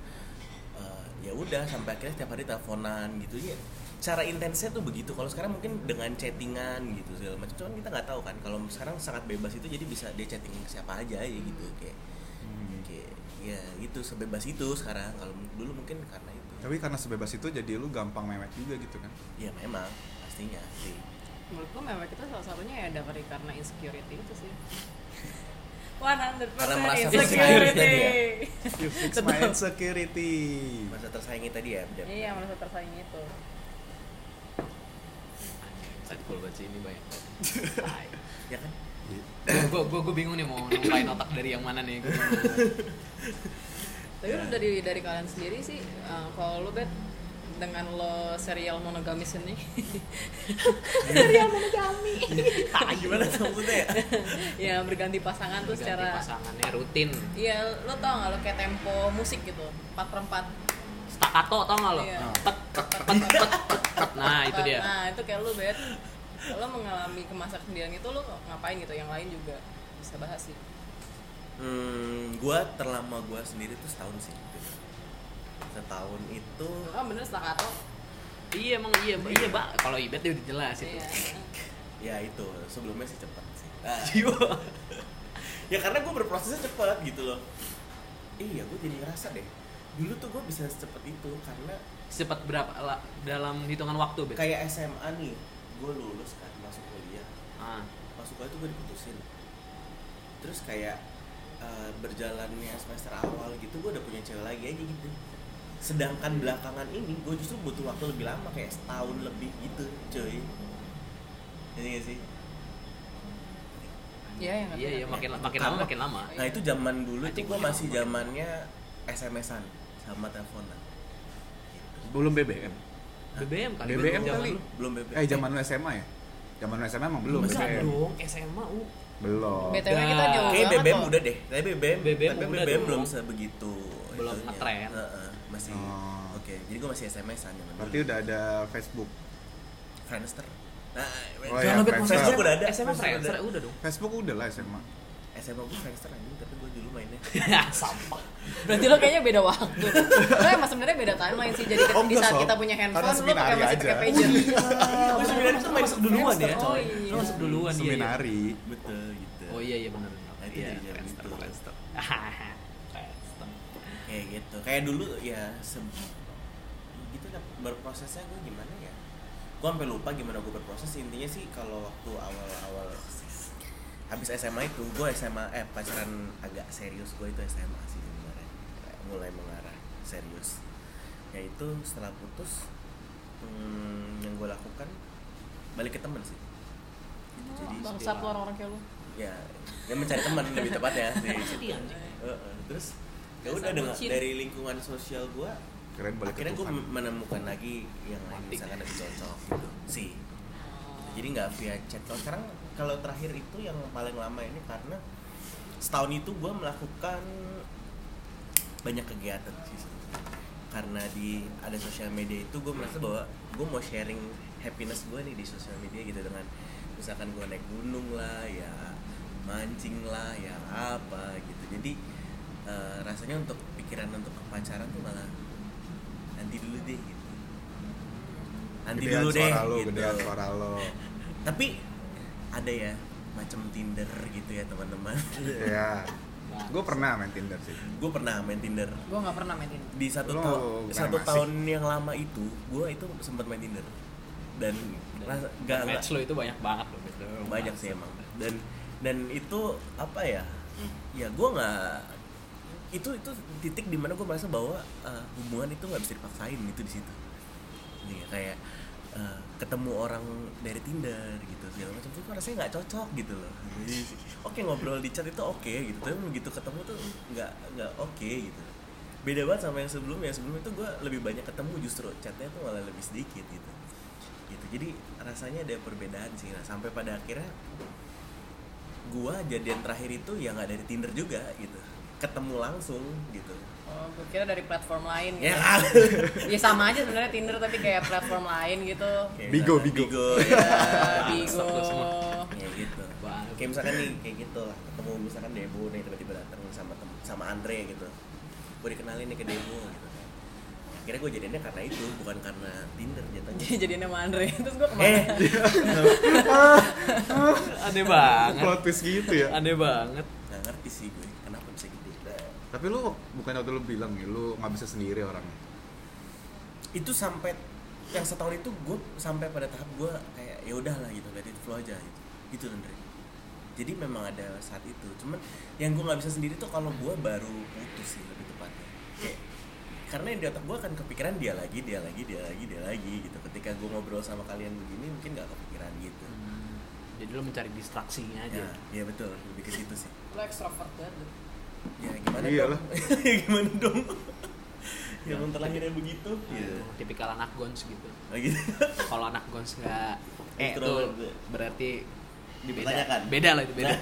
Speaker 2: eh, ya udah sampai akhirnya setiap hari teleponan gitu ya cara intensnya tuh begitu kalau sekarang mungkin dengan chattingan gitu segala macam cuman kita nggak tahu kan kalau sekarang sangat bebas itu jadi bisa dia chatting ke siapa aja ya gitu kayak
Speaker 3: Hmm.
Speaker 2: kayak ya gitu sebebas itu sekarang kalau dulu mungkin karena itu
Speaker 3: tapi karena sebebas itu jadi lu gampang mewek juga gitu kan
Speaker 2: ya memang pastinya sih
Speaker 4: menurut gue memang kita salah satunya ya dari karena insecurity itu sih 100%
Speaker 2: Karena merasa
Speaker 4: insecurity
Speaker 2: tersaingi
Speaker 3: you fix
Speaker 4: my Betul.
Speaker 3: insecurity Hmm.
Speaker 2: masa tersaingi tadi ya Bjorn?
Speaker 4: iya merasa tersaing itu
Speaker 1: Sakul banget sih ini
Speaker 4: [laughs]
Speaker 1: banyak.
Speaker 2: ya kan [laughs]
Speaker 1: gue gue gue bingung nih mau numpain otak dari yang mana nih. Gua bingung.
Speaker 4: tapi lu dari dari kalian sendiri sih eh, kalau lu bet dengan lo serial monogamis ini [laughs] serial monogami
Speaker 2: Ah, gimana tuh maksudnya ya?
Speaker 4: ya berganti pasangan tuh
Speaker 1: Ganti
Speaker 4: secara
Speaker 1: pasangannya rutin.
Speaker 4: iya lo tau gak lo kayak tempo musik gitu 4 per 4
Speaker 1: Staccato tau gak lo?
Speaker 4: Iya.
Speaker 1: Pet, pet, pet, pet, pet, pet. Nah itu dia.
Speaker 4: Nah, itu kayak lu, Bet. Lo mengalami kemasak sendirian itu lo ngapain gitu? Yang lain juga bisa bahas sih.
Speaker 2: Hmm, gua terlama gua sendiri tuh setahun sih. gitu. Setahun itu
Speaker 4: Kan bener staccato.
Speaker 1: Iya emang iya iya pak. Kalau ibet dia udah jelas itu.
Speaker 4: Iya.
Speaker 2: ya itu sebelumnya sih cepat sih. Ah. [laughs] ya karena gua berprosesnya cepat gitu loh. Iya, gua jadi ngerasa deh. Dulu tuh gua bisa secepat itu karena
Speaker 1: Secepat berapa la- dalam hitungan waktu bet?
Speaker 2: kayak SMA nih, gua lulus kan masuk kuliah.
Speaker 1: Ah.
Speaker 2: Masuk kuliah tuh gua diputusin. Terus kayak eh, berjalannya semester awal gitu gua udah punya cewek lagi aja gitu.
Speaker 1: Iya.
Speaker 2: sedangkan belakangan ini gue justru butuh waktu lebih lama kayak setahun lebih gitu cuy ini gak sih
Speaker 4: Iya, yang
Speaker 1: Iya iya makin makin lama
Speaker 2: Karena-
Speaker 1: makin lama.
Speaker 2: nah itu zaman dulu tuh
Speaker 1: Anjing,
Speaker 2: gue
Speaker 1: makin
Speaker 2: masih
Speaker 1: lama, makin
Speaker 2: zamannya SMS-an sama teleponan
Speaker 3: belum BBM
Speaker 1: BBM kali.
Speaker 3: BBM
Speaker 1: zaman
Speaker 3: kali.
Speaker 1: lu.
Speaker 2: belum BBM
Speaker 3: eh zaman lu SMA ya zaman lu SMA emang belum
Speaker 1: Masa
Speaker 3: BBM
Speaker 1: dong SMA u.
Speaker 3: belum
Speaker 4: BTW kita
Speaker 1: Udah.
Speaker 4: jauh
Speaker 2: Kayaknya
Speaker 4: banget
Speaker 2: BBM
Speaker 4: loh.
Speaker 2: udah deh, tapi BBM,
Speaker 1: BBM
Speaker 2: tapi
Speaker 1: udah
Speaker 2: BBM
Speaker 1: dong.
Speaker 2: belum sebegitu
Speaker 1: Belum
Speaker 2: itunya.
Speaker 1: ngetren.
Speaker 2: Heeh, masih
Speaker 3: Oh.
Speaker 2: oke. Jadi gue masih SMS-an zaman
Speaker 3: berarti udah ada Facebook
Speaker 2: Friendster. Nah,
Speaker 3: Oh iya,
Speaker 1: Jangan lebih
Speaker 3: Friendster.
Speaker 2: Facebook udah ada.
Speaker 1: SMA
Speaker 2: Friendster udah
Speaker 1: Friendster
Speaker 2: ada.
Speaker 1: udah dong.
Speaker 3: Facebook udah lah SMA
Speaker 2: SMA gue Friendster anjing, tapi gue dulu mainnya
Speaker 1: [laughs] Sampah.
Speaker 4: Berarti lo kayaknya beda waktu. lo emang sebenarnya beda timeline sih. Jadi
Speaker 3: Oh,
Speaker 4: di
Speaker 3: enggak,
Speaker 4: saat
Speaker 3: Sob.
Speaker 4: kita punya
Speaker 3: Karena
Speaker 4: handphone, lo
Speaker 3: seminari
Speaker 4: pakai masih
Speaker 3: aja.
Speaker 4: pakai pager.
Speaker 2: Gue sebenarnya tuh masuk duluan ya.
Speaker 4: Oh, iya.
Speaker 1: Lu masuk duluan dia. ya.
Speaker 3: seminari
Speaker 2: Betul gitu.
Speaker 1: Oh iya iya benar. benar.
Speaker 2: Nah, itu
Speaker 1: Iya,
Speaker 2: dari zaman
Speaker 1: Friendster, [laughs]
Speaker 2: itu.
Speaker 1: Friendster. Hahaha, Friendster.
Speaker 2: Kayak gitu. Kayak dulu ya se gitu lah berprosesnya gue gimana ya? Gue sampai lupa gimana gue berproses. Intinya sih kalau waktu awal-awal habis SMA itu gue SMA eh pacaran agak serius gue itu SMA sih sebenarnya Kayak mulai mengarah serius yaitu setelah putus hmm, yang gue lakukan balik ke temen sih Gitu, jadi
Speaker 4: Bangsat lo orang-orang kayak lo.
Speaker 2: ya dia mencari teman lebih tepatnya sih
Speaker 1: [laughs] Sedih, anjing.
Speaker 2: Heeh, terus ya
Speaker 4: Dasar
Speaker 2: udah dengan
Speaker 4: bucin.
Speaker 2: dari lingkungan sosial gua
Speaker 3: keren balik ke
Speaker 2: akhirnya gue
Speaker 3: Tuhan
Speaker 2: menemukan lagi yang lain
Speaker 1: Mati.
Speaker 2: misalkan lebih cocok gitu sih jadi nggak via chat kalau sekarang kalau terakhir itu yang paling lama ini karena setahun itu gua melakukan banyak kegiatan sih sebenarnya. karena di ada sosial media itu gue merasa bahwa gue mau sharing happiness gue nih di sosial media gitu dengan misalkan gue naik gunung lah ya mancing lah ya apa gitu jadi eh, rasanya untuk pikiran untuk pacaran tuh malah nanti dulu deh gitu nanti
Speaker 3: gedean
Speaker 2: dulu deh
Speaker 3: suara lo
Speaker 2: gitu
Speaker 3: gedean suara lo
Speaker 2: tapi ada ya macam Tinder gitu ya teman-teman [laughs]
Speaker 3: ya gue pernah main Tinder sih
Speaker 2: gue pernah main Tinder
Speaker 4: Gue gak pernah main ini.
Speaker 2: di satu
Speaker 3: Lo
Speaker 2: tahun
Speaker 3: bukan
Speaker 2: satu
Speaker 3: masih.
Speaker 2: tahun yang lama itu gue itu sempat main Tinder dan
Speaker 1: Hmm.
Speaker 2: ras- nggak-
Speaker 1: match lo itu banyak banget loh gitu.
Speaker 2: banyak sih emang dan dan itu apa ya ya gue nggak itu itu titik dimana gue merasa bahwa eh, hubungan itu nggak bisa dipaksain itu di situ Iya, kayak eh, ketemu orang dari Tinder gitu segala macam tuh kok rasanya nggak cocok gitu loh Jadi, oke ngobrol di chat itu oke gitu tapi begitu ketemu tuh nggak nggak oke gitu beda banget sama yang sebelumnya sebelumnya tuh gue lebih banyak ketemu justru chatnya tuh malah lebih sedikit gitu gitu jadi rasanya ada perbedaan sih nah sampai pada akhirnya gua jadian terakhir itu ya nggak dari Tinder juga gitu ketemu langsung gitu
Speaker 4: Oh, gue kira dari platform lain.
Speaker 2: ya
Speaker 4: gitu.
Speaker 2: kan?
Speaker 4: Ya sama aja sebenarnya Tinder tapi kayak platform lain gitu.
Speaker 2: Kayak
Speaker 3: Bigo,
Speaker 2: misalnya
Speaker 3: bigo.
Speaker 4: [laughs]
Speaker 2: ya.
Speaker 4: Ya,
Speaker 1: Bangsat lu semua.
Speaker 4: Bigo.
Speaker 2: ya gitu
Speaker 1: Banget.
Speaker 2: kayak misalkan nih kayak gitu lah ketemu misalkan Debo nih tiba-tiba datang sama tem- sama Andre gitu gue dikenalin nih ke Debo gitu kan akhirnya gue jadinya karena itu bukan karena Tinder jatuhnya
Speaker 4: [laughs] Dia jadinya sama Andre. Terus gue kemana?
Speaker 2: eh
Speaker 1: [laughs]
Speaker 3: Iya.
Speaker 1: aneh banget
Speaker 3: Plot twist gitu ya.
Speaker 1: aneh banget
Speaker 2: nggak ngerti sih gue kenapa bisa gitu
Speaker 3: Tapi lu bukan waktu lu bilang nih, lu nggak bisa sendiri orangnya.
Speaker 2: itu sampai yang setahun itu gue sampai pada tahap gue kayak ya udahlah gitu let it flow aja gitu gitu Andre jadi memang ada saat itu cuman yang gue nggak bisa sendiri tuh kalau gue baru putus sih lebih tepatnya kayak karena yang di otak gue akan kepikiran dia lagi dia lagi dia lagi dia lagi gitu ketika gue ngobrol sama kalian begini mungkin nggak kepikiran gitu
Speaker 1: jadi lo mencari distraksinya aja
Speaker 2: ya, ya betul lebih ke situ sih
Speaker 4: Lo extrovert banget. lu.
Speaker 2: ya gimana
Speaker 3: Iyalah.
Speaker 2: dong ya [laughs] gimana dong ya Oh, emang terlahirnya begitu
Speaker 3: Iya.
Speaker 2: gitu
Speaker 1: Itu, tipikal anak gons gitu
Speaker 2: Lagi
Speaker 1: kalau anak gons nggak eh itu
Speaker 2: Introvert gue.
Speaker 1: berarti beda
Speaker 2: Dipertanyakan.
Speaker 1: beda lah itu beda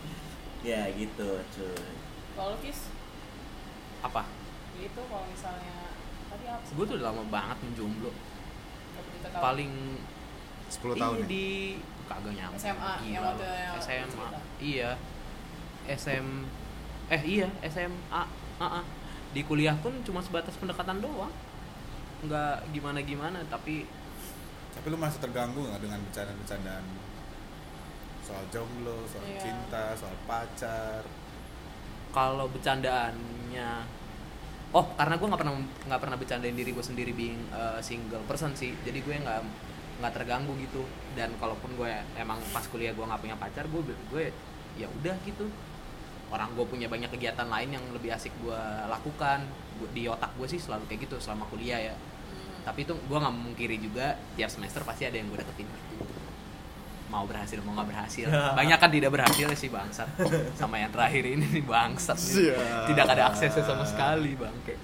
Speaker 2: [laughs] ya gitu cuy
Speaker 4: Kalau lu, Kis,
Speaker 1: apa
Speaker 4: gitu kalau misalnya tadi apa sih?
Speaker 1: gue tuh udah lama banget menjomblo
Speaker 4: Waktu kita tahu
Speaker 1: paling
Speaker 3: 10
Speaker 1: Iya,
Speaker 3: tahun ya.
Speaker 1: di kagak nyampe
Speaker 4: SMA,
Speaker 1: Gila
Speaker 4: yang waktu
Speaker 1: lu.
Speaker 4: yang waktu
Speaker 1: SMA
Speaker 4: cerita.
Speaker 1: iya SM eh iya SMA ah, ah. di kuliah pun cuma sebatas pendekatan doang nggak gimana gimana tapi
Speaker 3: Tapi lu merasa terganggu nggak dengan bercandaan-bercandaan soal jomblo, soal
Speaker 4: Iya.
Speaker 3: cinta, soal pacar?
Speaker 1: kalau bercandaannya oh karena gue nggak pernah nggak pernah bercandain diri gue sendiri being uh, single person sih jadi gue nggak nggak terganggu gitu dan kalaupun gue emang pas kuliah gue nggak punya pacar gue gue ya udah gitu orang gue punya banyak kegiatan lain yang lebih asik gue lakukan Gua- di otak gue sih selalu kayak gitu selama kuliah ya
Speaker 4: Hmm.
Speaker 1: tapi itu gue nggak memungkiri juga tiap semester pasti ada yang gue deketin mau berhasil mau nggak berhasil banyak kan tidak berhasil sih bangsat sama yang terakhir ini nih bangsat nih.
Speaker 3: Siap.
Speaker 1: tidak ada aksesnya sama sekali bangke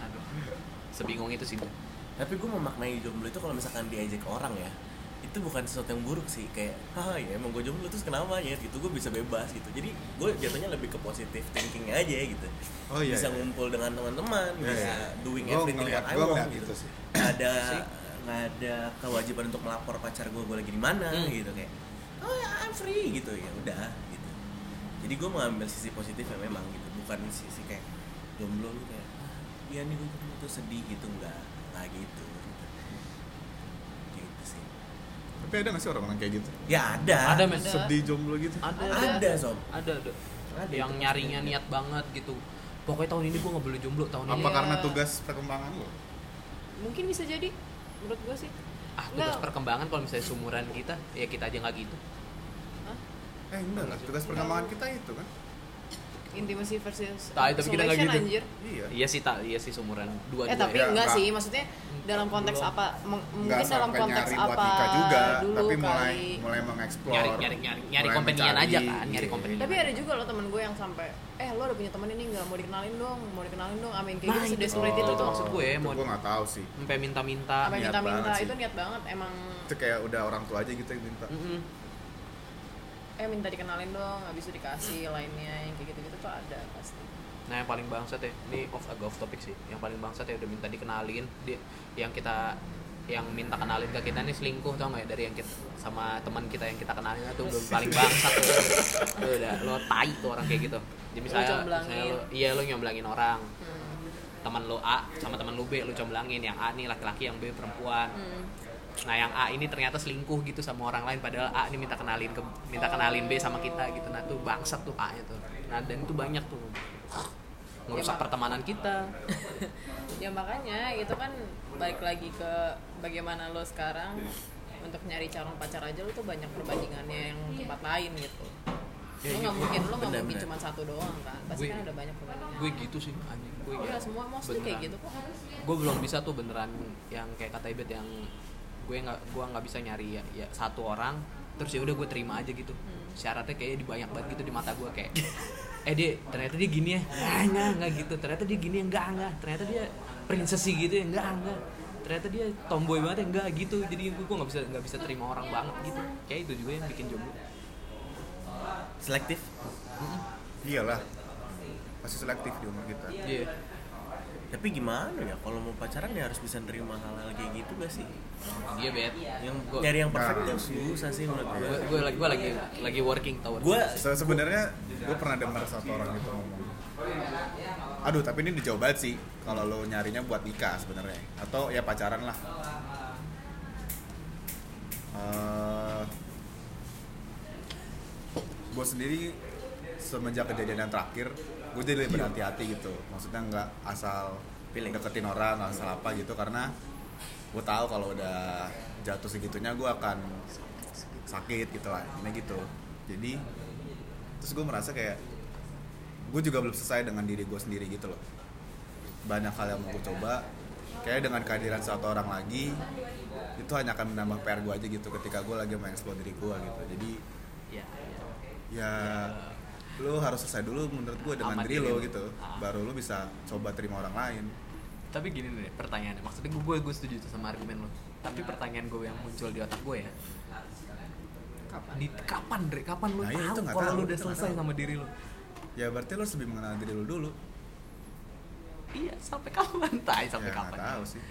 Speaker 1: aduh sebingung itu sih gue
Speaker 2: tapi gue memaknai jomblo itu kalau misalkan diajak ke orang ya itu bukan sesuatu yang buruk sih kayak ah ya emang gue jomblo terus kenapa ya gitu gue bisa bebas gitu jadi gue jatuhnya lebih ke positive thinking aja gitu
Speaker 3: Oh, iya,
Speaker 2: bisa
Speaker 3: iya.
Speaker 2: ngumpul dengan teman-teman
Speaker 3: Iya,
Speaker 2: bisa
Speaker 3: iya.
Speaker 2: doing
Speaker 3: Gua
Speaker 2: everything
Speaker 3: ngeliat-
Speaker 2: that I
Speaker 3: gua
Speaker 2: want,
Speaker 3: ngeliat
Speaker 2: gitu.
Speaker 3: itu sih.
Speaker 2: Nggak ada nggak ada kewajiban untuk melapor pacar gue gue lagi di mana
Speaker 1: Hmm.
Speaker 2: gitu kayak oh ya I'm free gitu ya udah gitu jadi gue mengambil sisi positifnya memang gitu bukan sisi kayak jomblo lu kayak "Ah, iya nih gue jomblo tuh sedih gitu nggak nggak gitu gitu, gitu sih
Speaker 3: Tapi ada nggak sih orang-orang kayak gitu?
Speaker 2: ya ada
Speaker 1: Ada,
Speaker 4: Ada.
Speaker 3: Sedih jomblo gitu.
Speaker 1: ada
Speaker 2: ada sob
Speaker 1: ada ada
Speaker 2: Ada
Speaker 1: yang
Speaker 2: itu.
Speaker 1: nyarinya niat banget gitu pokoknya tahun ini gue nggak boleh jomblo tahun ini
Speaker 3: Apa
Speaker 4: Iya.
Speaker 3: karena tugas perkembangan lo?
Speaker 4: Mungkin bisa jadi menurut gue sih.
Speaker 1: ah tugas
Speaker 4: Nggak.
Speaker 1: perkembangan kalau misalnya sumuran kita ya kita aja nggak gitu
Speaker 4: Hah?
Speaker 3: Eh enggak lah, tugas perkembangan kita itu kan.
Speaker 4: Intimacy versus
Speaker 1: Tai, tapi kita nggak
Speaker 4: isolation,
Speaker 1: gitu.
Speaker 4: anjir.
Speaker 3: Iya.
Speaker 1: iya sih tak iya sih sumuran dua
Speaker 4: Eh tapi
Speaker 3: Ya, enggak.
Speaker 4: enggak, sih, maksudnya dalam konteks
Speaker 1: Belum.
Speaker 4: apa? meng-
Speaker 3: Nggak
Speaker 4: mungkin dalam
Speaker 3: sampai
Speaker 4: konteks
Speaker 3: nyari
Speaker 4: apa
Speaker 3: buat nikah juga,
Speaker 4: dulu
Speaker 3: tapi mulai
Speaker 4: kali.
Speaker 3: mulai mengeksplor.
Speaker 1: nyari nyari nyari nyari
Speaker 3: mulai
Speaker 1: kompenian
Speaker 3: mencari,
Speaker 1: aja kan nyari
Speaker 3: iya.
Speaker 1: kompenian
Speaker 4: Tapi
Speaker 1: aja.
Speaker 4: ada juga loh temen gue yang sampai eh lo udah punya temen ini nggak mau dikenalin dong, mau dikenalin dong, amin kayak
Speaker 1: Nah,
Speaker 4: gitu
Speaker 1: itu.
Speaker 4: sedih seperti itu
Speaker 1: Oh.
Speaker 4: tuh
Speaker 1: maksud gue,
Speaker 3: itu
Speaker 1: mau-
Speaker 3: gue nggak tahu sih.
Speaker 1: sampai minta-minta
Speaker 4: Sampai
Speaker 3: Niat
Speaker 4: minta-minta
Speaker 3: banget sih.
Speaker 4: itu niat banget emang
Speaker 3: Itu kayak udah orang tua aja gitu yang minta.
Speaker 1: Mm-mm.
Speaker 4: eh minta dikenalin dong, habis itu dikasih lainnya yang kayak gitu-gitu tuh ada pasti.
Speaker 1: Nah yang paling bangsat ya, ini off agak off topic sih. Yang paling bangsat ya udah minta dikenalin, dia yang kita yang minta kenalin ke kita nih selingkuh tau nggak ya dari yang kita sama teman kita yang kita kenalin itu
Speaker 4: [laughs]
Speaker 1: udah paling bangsat tuh. Itu udah lo tai tuh orang kayak gitu. Jadi misalnya,
Speaker 4: comblangin.
Speaker 1: misalnya lo, iya lo nyomblangin orang
Speaker 4: Hmm. [laughs]
Speaker 1: teman lo A sama teman lo B lo comblangin yang A nih laki-laki yang B perempuan
Speaker 4: Hmm.
Speaker 1: nah yang A ini ternyata selingkuh gitu sama orang lain padahal A ini minta kenalin ke minta kenalin B sama kita gitu nah tuh bangsat tuh A nya tuh nah dan itu banyak tuh merusak
Speaker 4: Mak.
Speaker 1: pertemanan kita
Speaker 4: Ya ya makanya itu kan balik lagi ke bagaimana lo sekarang untuk nyari calon pacar aja lo tuh banyak perbandingannya yang tempat lain gitu
Speaker 2: Ya,
Speaker 4: lo
Speaker 2: iya.
Speaker 4: nggak mungkin lo nggak mungkin
Speaker 2: Benar-benar.
Speaker 4: cuma satu doang kan pasti
Speaker 1: Gue-
Speaker 4: kan ada banyak perbandingan
Speaker 1: gue gitu sih anjing gue
Speaker 4: Iya, semua mostly kayak gitu kok.
Speaker 1: gue belum bisa tuh beneran yang kayak kata ibet yang gue nggak gue nggak bisa nyari ya, ya satu orang terus ya udah gue terima aja gitu syaratnya kayaknya di banyak banget gitu di mata gue kayak [laughs] eh dia ternyata dia gini ya Ah, enggak enggak gitu ternyata dia gini ya enggak enggak ternyata dia prinsesi gitu ya enggak enggak ternyata dia tomboy banget ya enggak gitu jadi gue gue nggak bisa nggak bisa terima orang banget gitu kayak itu juga yang bikin jomblo
Speaker 2: selektif
Speaker 3: Iyalah. Masih selektif di umur kita.
Speaker 1: iya
Speaker 2: tapi gimana ya kalau mau pacaran ya harus bisa nerima hal-hal kayak gitu gak sih
Speaker 1: iya bet
Speaker 2: yang
Speaker 1: Gua-
Speaker 2: nyari yang perfect
Speaker 3: Nah.
Speaker 2: tuh susah sih menurut
Speaker 1: gue
Speaker 2: gue
Speaker 1: gue lagi gue lagi lagi working tau
Speaker 2: gue
Speaker 3: Se- sebenarnya gue pernah dengar satu orang gitu ngomong. Aduh, tapi ini di Jawa Barat sih. Kalau lo nyarinya buat nikah sebenarnya atau ya pacaran lah. Eh, gue sendiri semenjak kejadian yang terakhir, gue jadi lebih berhati-hati gitu. Maksudnya nggak asal
Speaker 2: Pilih.
Speaker 3: deketin orang, nggak asal apa gitu karena gue tahu kalau udah jatuh segitunya gue akan sakit gitu lah ini gitu jadi terus gue merasa kayak gue juga belum selesai dengan diri gue sendiri gitu loh banyak hal yang mau gue coba kayak dengan kehadiran satu orang lagi itu hanya akan menambah PR gue aja gitu ketika gue lagi mengeksplor diri gue gitu jadi
Speaker 1: ya, ya.
Speaker 3: ya lo harus selesai dulu menurut gue dengan
Speaker 1: Amat
Speaker 3: diri
Speaker 1: diri
Speaker 3: lo
Speaker 1: lo.
Speaker 3: gitu
Speaker 1: Ah.
Speaker 3: baru lo bisa coba terima orang lain
Speaker 1: tapi gini nih pertanyaannya maksudnya gue gue setuju tuh sama argumen lo tapi pertanyaan gue yang muncul di otak gue ya
Speaker 4: Kapan?
Speaker 1: di kapan Dre kapan lo
Speaker 3: Nah, iya,
Speaker 1: tahu
Speaker 3: itu nggak
Speaker 1: kalau
Speaker 3: tahu,
Speaker 1: lo udah
Speaker 3: itu nggak
Speaker 1: selesai
Speaker 3: tahu.
Speaker 1: sama diri lo
Speaker 3: ya berarti lo harus lebih mengenal diri lo dulu
Speaker 1: iya sampai kapan [laughs] tay sampai
Speaker 3: ya nggak
Speaker 1: kapan
Speaker 3: tahu sih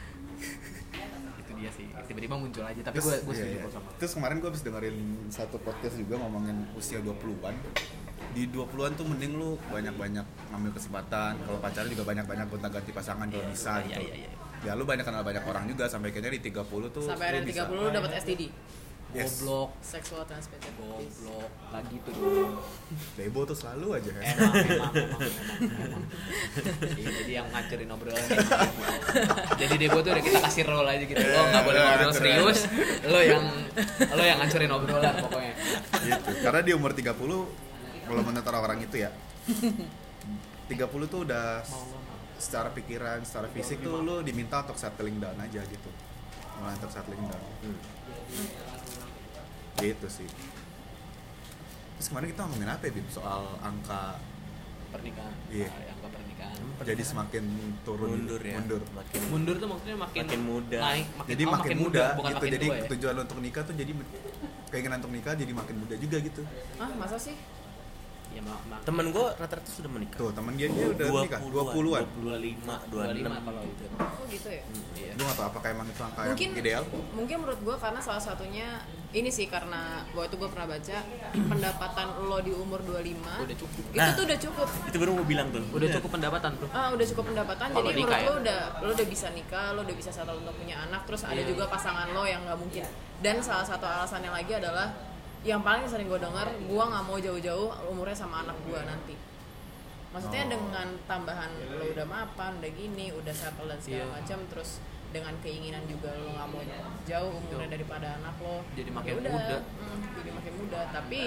Speaker 1: itu dia sih tiba-tiba muncul aja tapi gue gue
Speaker 3: iya,
Speaker 1: setuju
Speaker 3: iya.
Speaker 1: kok sama lo.
Speaker 3: Terus kemarin gue habis dengerin satu podcast juga ngomongin usia 20-an. Di 20-an tuh mending lu banyak-banyak ngambil kesempatan. Kalau pacaran juga banyak-banyak gonta-ganti pasangan kalau bisa
Speaker 1: iya,
Speaker 3: gitu.
Speaker 1: iya, iya.
Speaker 3: Ya lu banyak kenal banyak orang juga sampai kayaknya di 30 tuh lu
Speaker 4: sampai ada
Speaker 3: bisa.
Speaker 4: 30 lu dapat STD
Speaker 3: Yes.
Speaker 1: goblok
Speaker 4: sexual transmitted disease
Speaker 1: goblok lagi tuh dong
Speaker 3: Lebo tuh selalu aja kan.
Speaker 1: emang emang emang emang, emang. Iya, jadi yang ngancurin obrolan emang, emang. jadi deh gue tuh udah kita kasih role aja gitu lo nggak boleh
Speaker 3: Iya,
Speaker 1: ngobrol
Speaker 3: ngatur
Speaker 1: serius lo yang lo yang ngancurin obrolan pokoknya
Speaker 3: gitu. Karena di umur 30 belum menentu orang itu
Speaker 4: [laughs]
Speaker 3: ya. 30 tuh udah secara pikiran, secara fisik tuh lu diminta untuk settling down aja gitu. Mulai untuk settling down.
Speaker 1: Hmm.
Speaker 3: Gitu sih. Terus kemarin kita ngomongin apa ya, Bim? Soal angka
Speaker 1: pernikahan
Speaker 3: Iya.
Speaker 1: Ah, angka pernikahan
Speaker 3: jadi semakin turun
Speaker 2: mundur ya
Speaker 3: mundur.
Speaker 2: makin
Speaker 1: mundur tuh maksudnya kan? makin
Speaker 2: Makin muda.
Speaker 1: naik, makin,
Speaker 3: jadi
Speaker 1: oh,
Speaker 3: makin, muda,
Speaker 1: bukan
Speaker 3: gitu.
Speaker 1: makin
Speaker 3: jadi
Speaker 1: tua ya
Speaker 3: tujuan lu untuk nikah tuh jadi keinginan untuk nikah jadi makin muda juga gitu.
Speaker 4: ah masa sih
Speaker 1: ya mak mak
Speaker 2: temen gue rata-rata sudah menikah
Speaker 3: Tuh, teman dia dia udah nikah 20-an.
Speaker 1: 25
Speaker 2: 25 26
Speaker 1: kalau itu
Speaker 4: oh gitu ya
Speaker 1: iya
Speaker 3: Gue gak tau apakah emang itu angka
Speaker 4: mungkin
Speaker 3: yang ideal
Speaker 4: mungkin menurut gue karena salah satunya ini sih karena gue itu gue pernah baca [clears throat] pendapatan lo di umur 25
Speaker 1: Udah cukup.
Speaker 4: itu
Speaker 2: Nah.
Speaker 4: tuh udah cukup
Speaker 2: itu baru mau bilang
Speaker 3: Iya.
Speaker 2: tuh Iya.
Speaker 1: udah cukup pendapatan bro
Speaker 4: ah udah cukup pendapatan
Speaker 1: gitu. Kalau
Speaker 4: jadi
Speaker 1: nikah ya?
Speaker 4: menurut lo udah lo udah bisa nikah lo udah bisa settle untuk punya anak terus ada
Speaker 1: Iya.
Speaker 4: juga pasangan lo yang nggak mungkin dan salah satu alasannya lagi adalah yang paling sering gue dengar gue nggak mau jauh-jauh umurnya sama anak gue nanti maksudnya
Speaker 1: Oh.
Speaker 4: dengan tambahan lo udah mapan udah gini udah settle dan
Speaker 1: Iya.
Speaker 4: segala macam terus dengan keinginan juga lo nggak mau jauh umurnya daripada anak lo
Speaker 1: Gitu. Jadi makin
Speaker 4: Ya udah,
Speaker 1: muda.
Speaker 4: mm, jadi makin muda tapi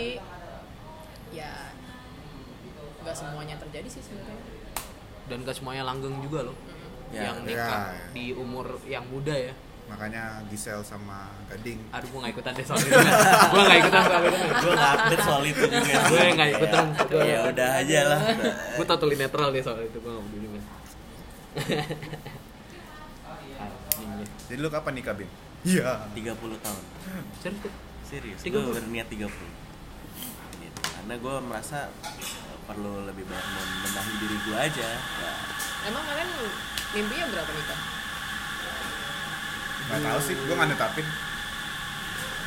Speaker 4: ya nggak semuanya terjadi sih sebenarnya
Speaker 1: dan gak semuanya langgeng juga loh
Speaker 2: Ya,
Speaker 1: yang
Speaker 3: ya,
Speaker 1: nikah
Speaker 3: ya.
Speaker 1: di umur yang muda ya
Speaker 3: Makanya Gisel sama Gading
Speaker 1: aduh gue gak ikutan deh soal [laughs] itu gue gak ikutan soal itu
Speaker 2: gue nggak update soal itu juga
Speaker 1: Gue nggak ikutan. Gue-
Speaker 2: ya udah aja lah
Speaker 1: gue totally netral deh soal itu gue gak peduli [laughs] man Anjing deh.
Speaker 3: Jadi lu kapan nikah, Bim? Iya.
Speaker 2: 30 tahun
Speaker 1: serius deh.
Speaker 2: serius gue
Speaker 1: 30.
Speaker 2: berniat 30 Gitu. karena gue merasa eh, perlu lebih banyak membenahi diri gue aja ya,
Speaker 4: Emang kalian mimpinya berapa nikah?
Speaker 3: Gak tau sih, gue gak netapin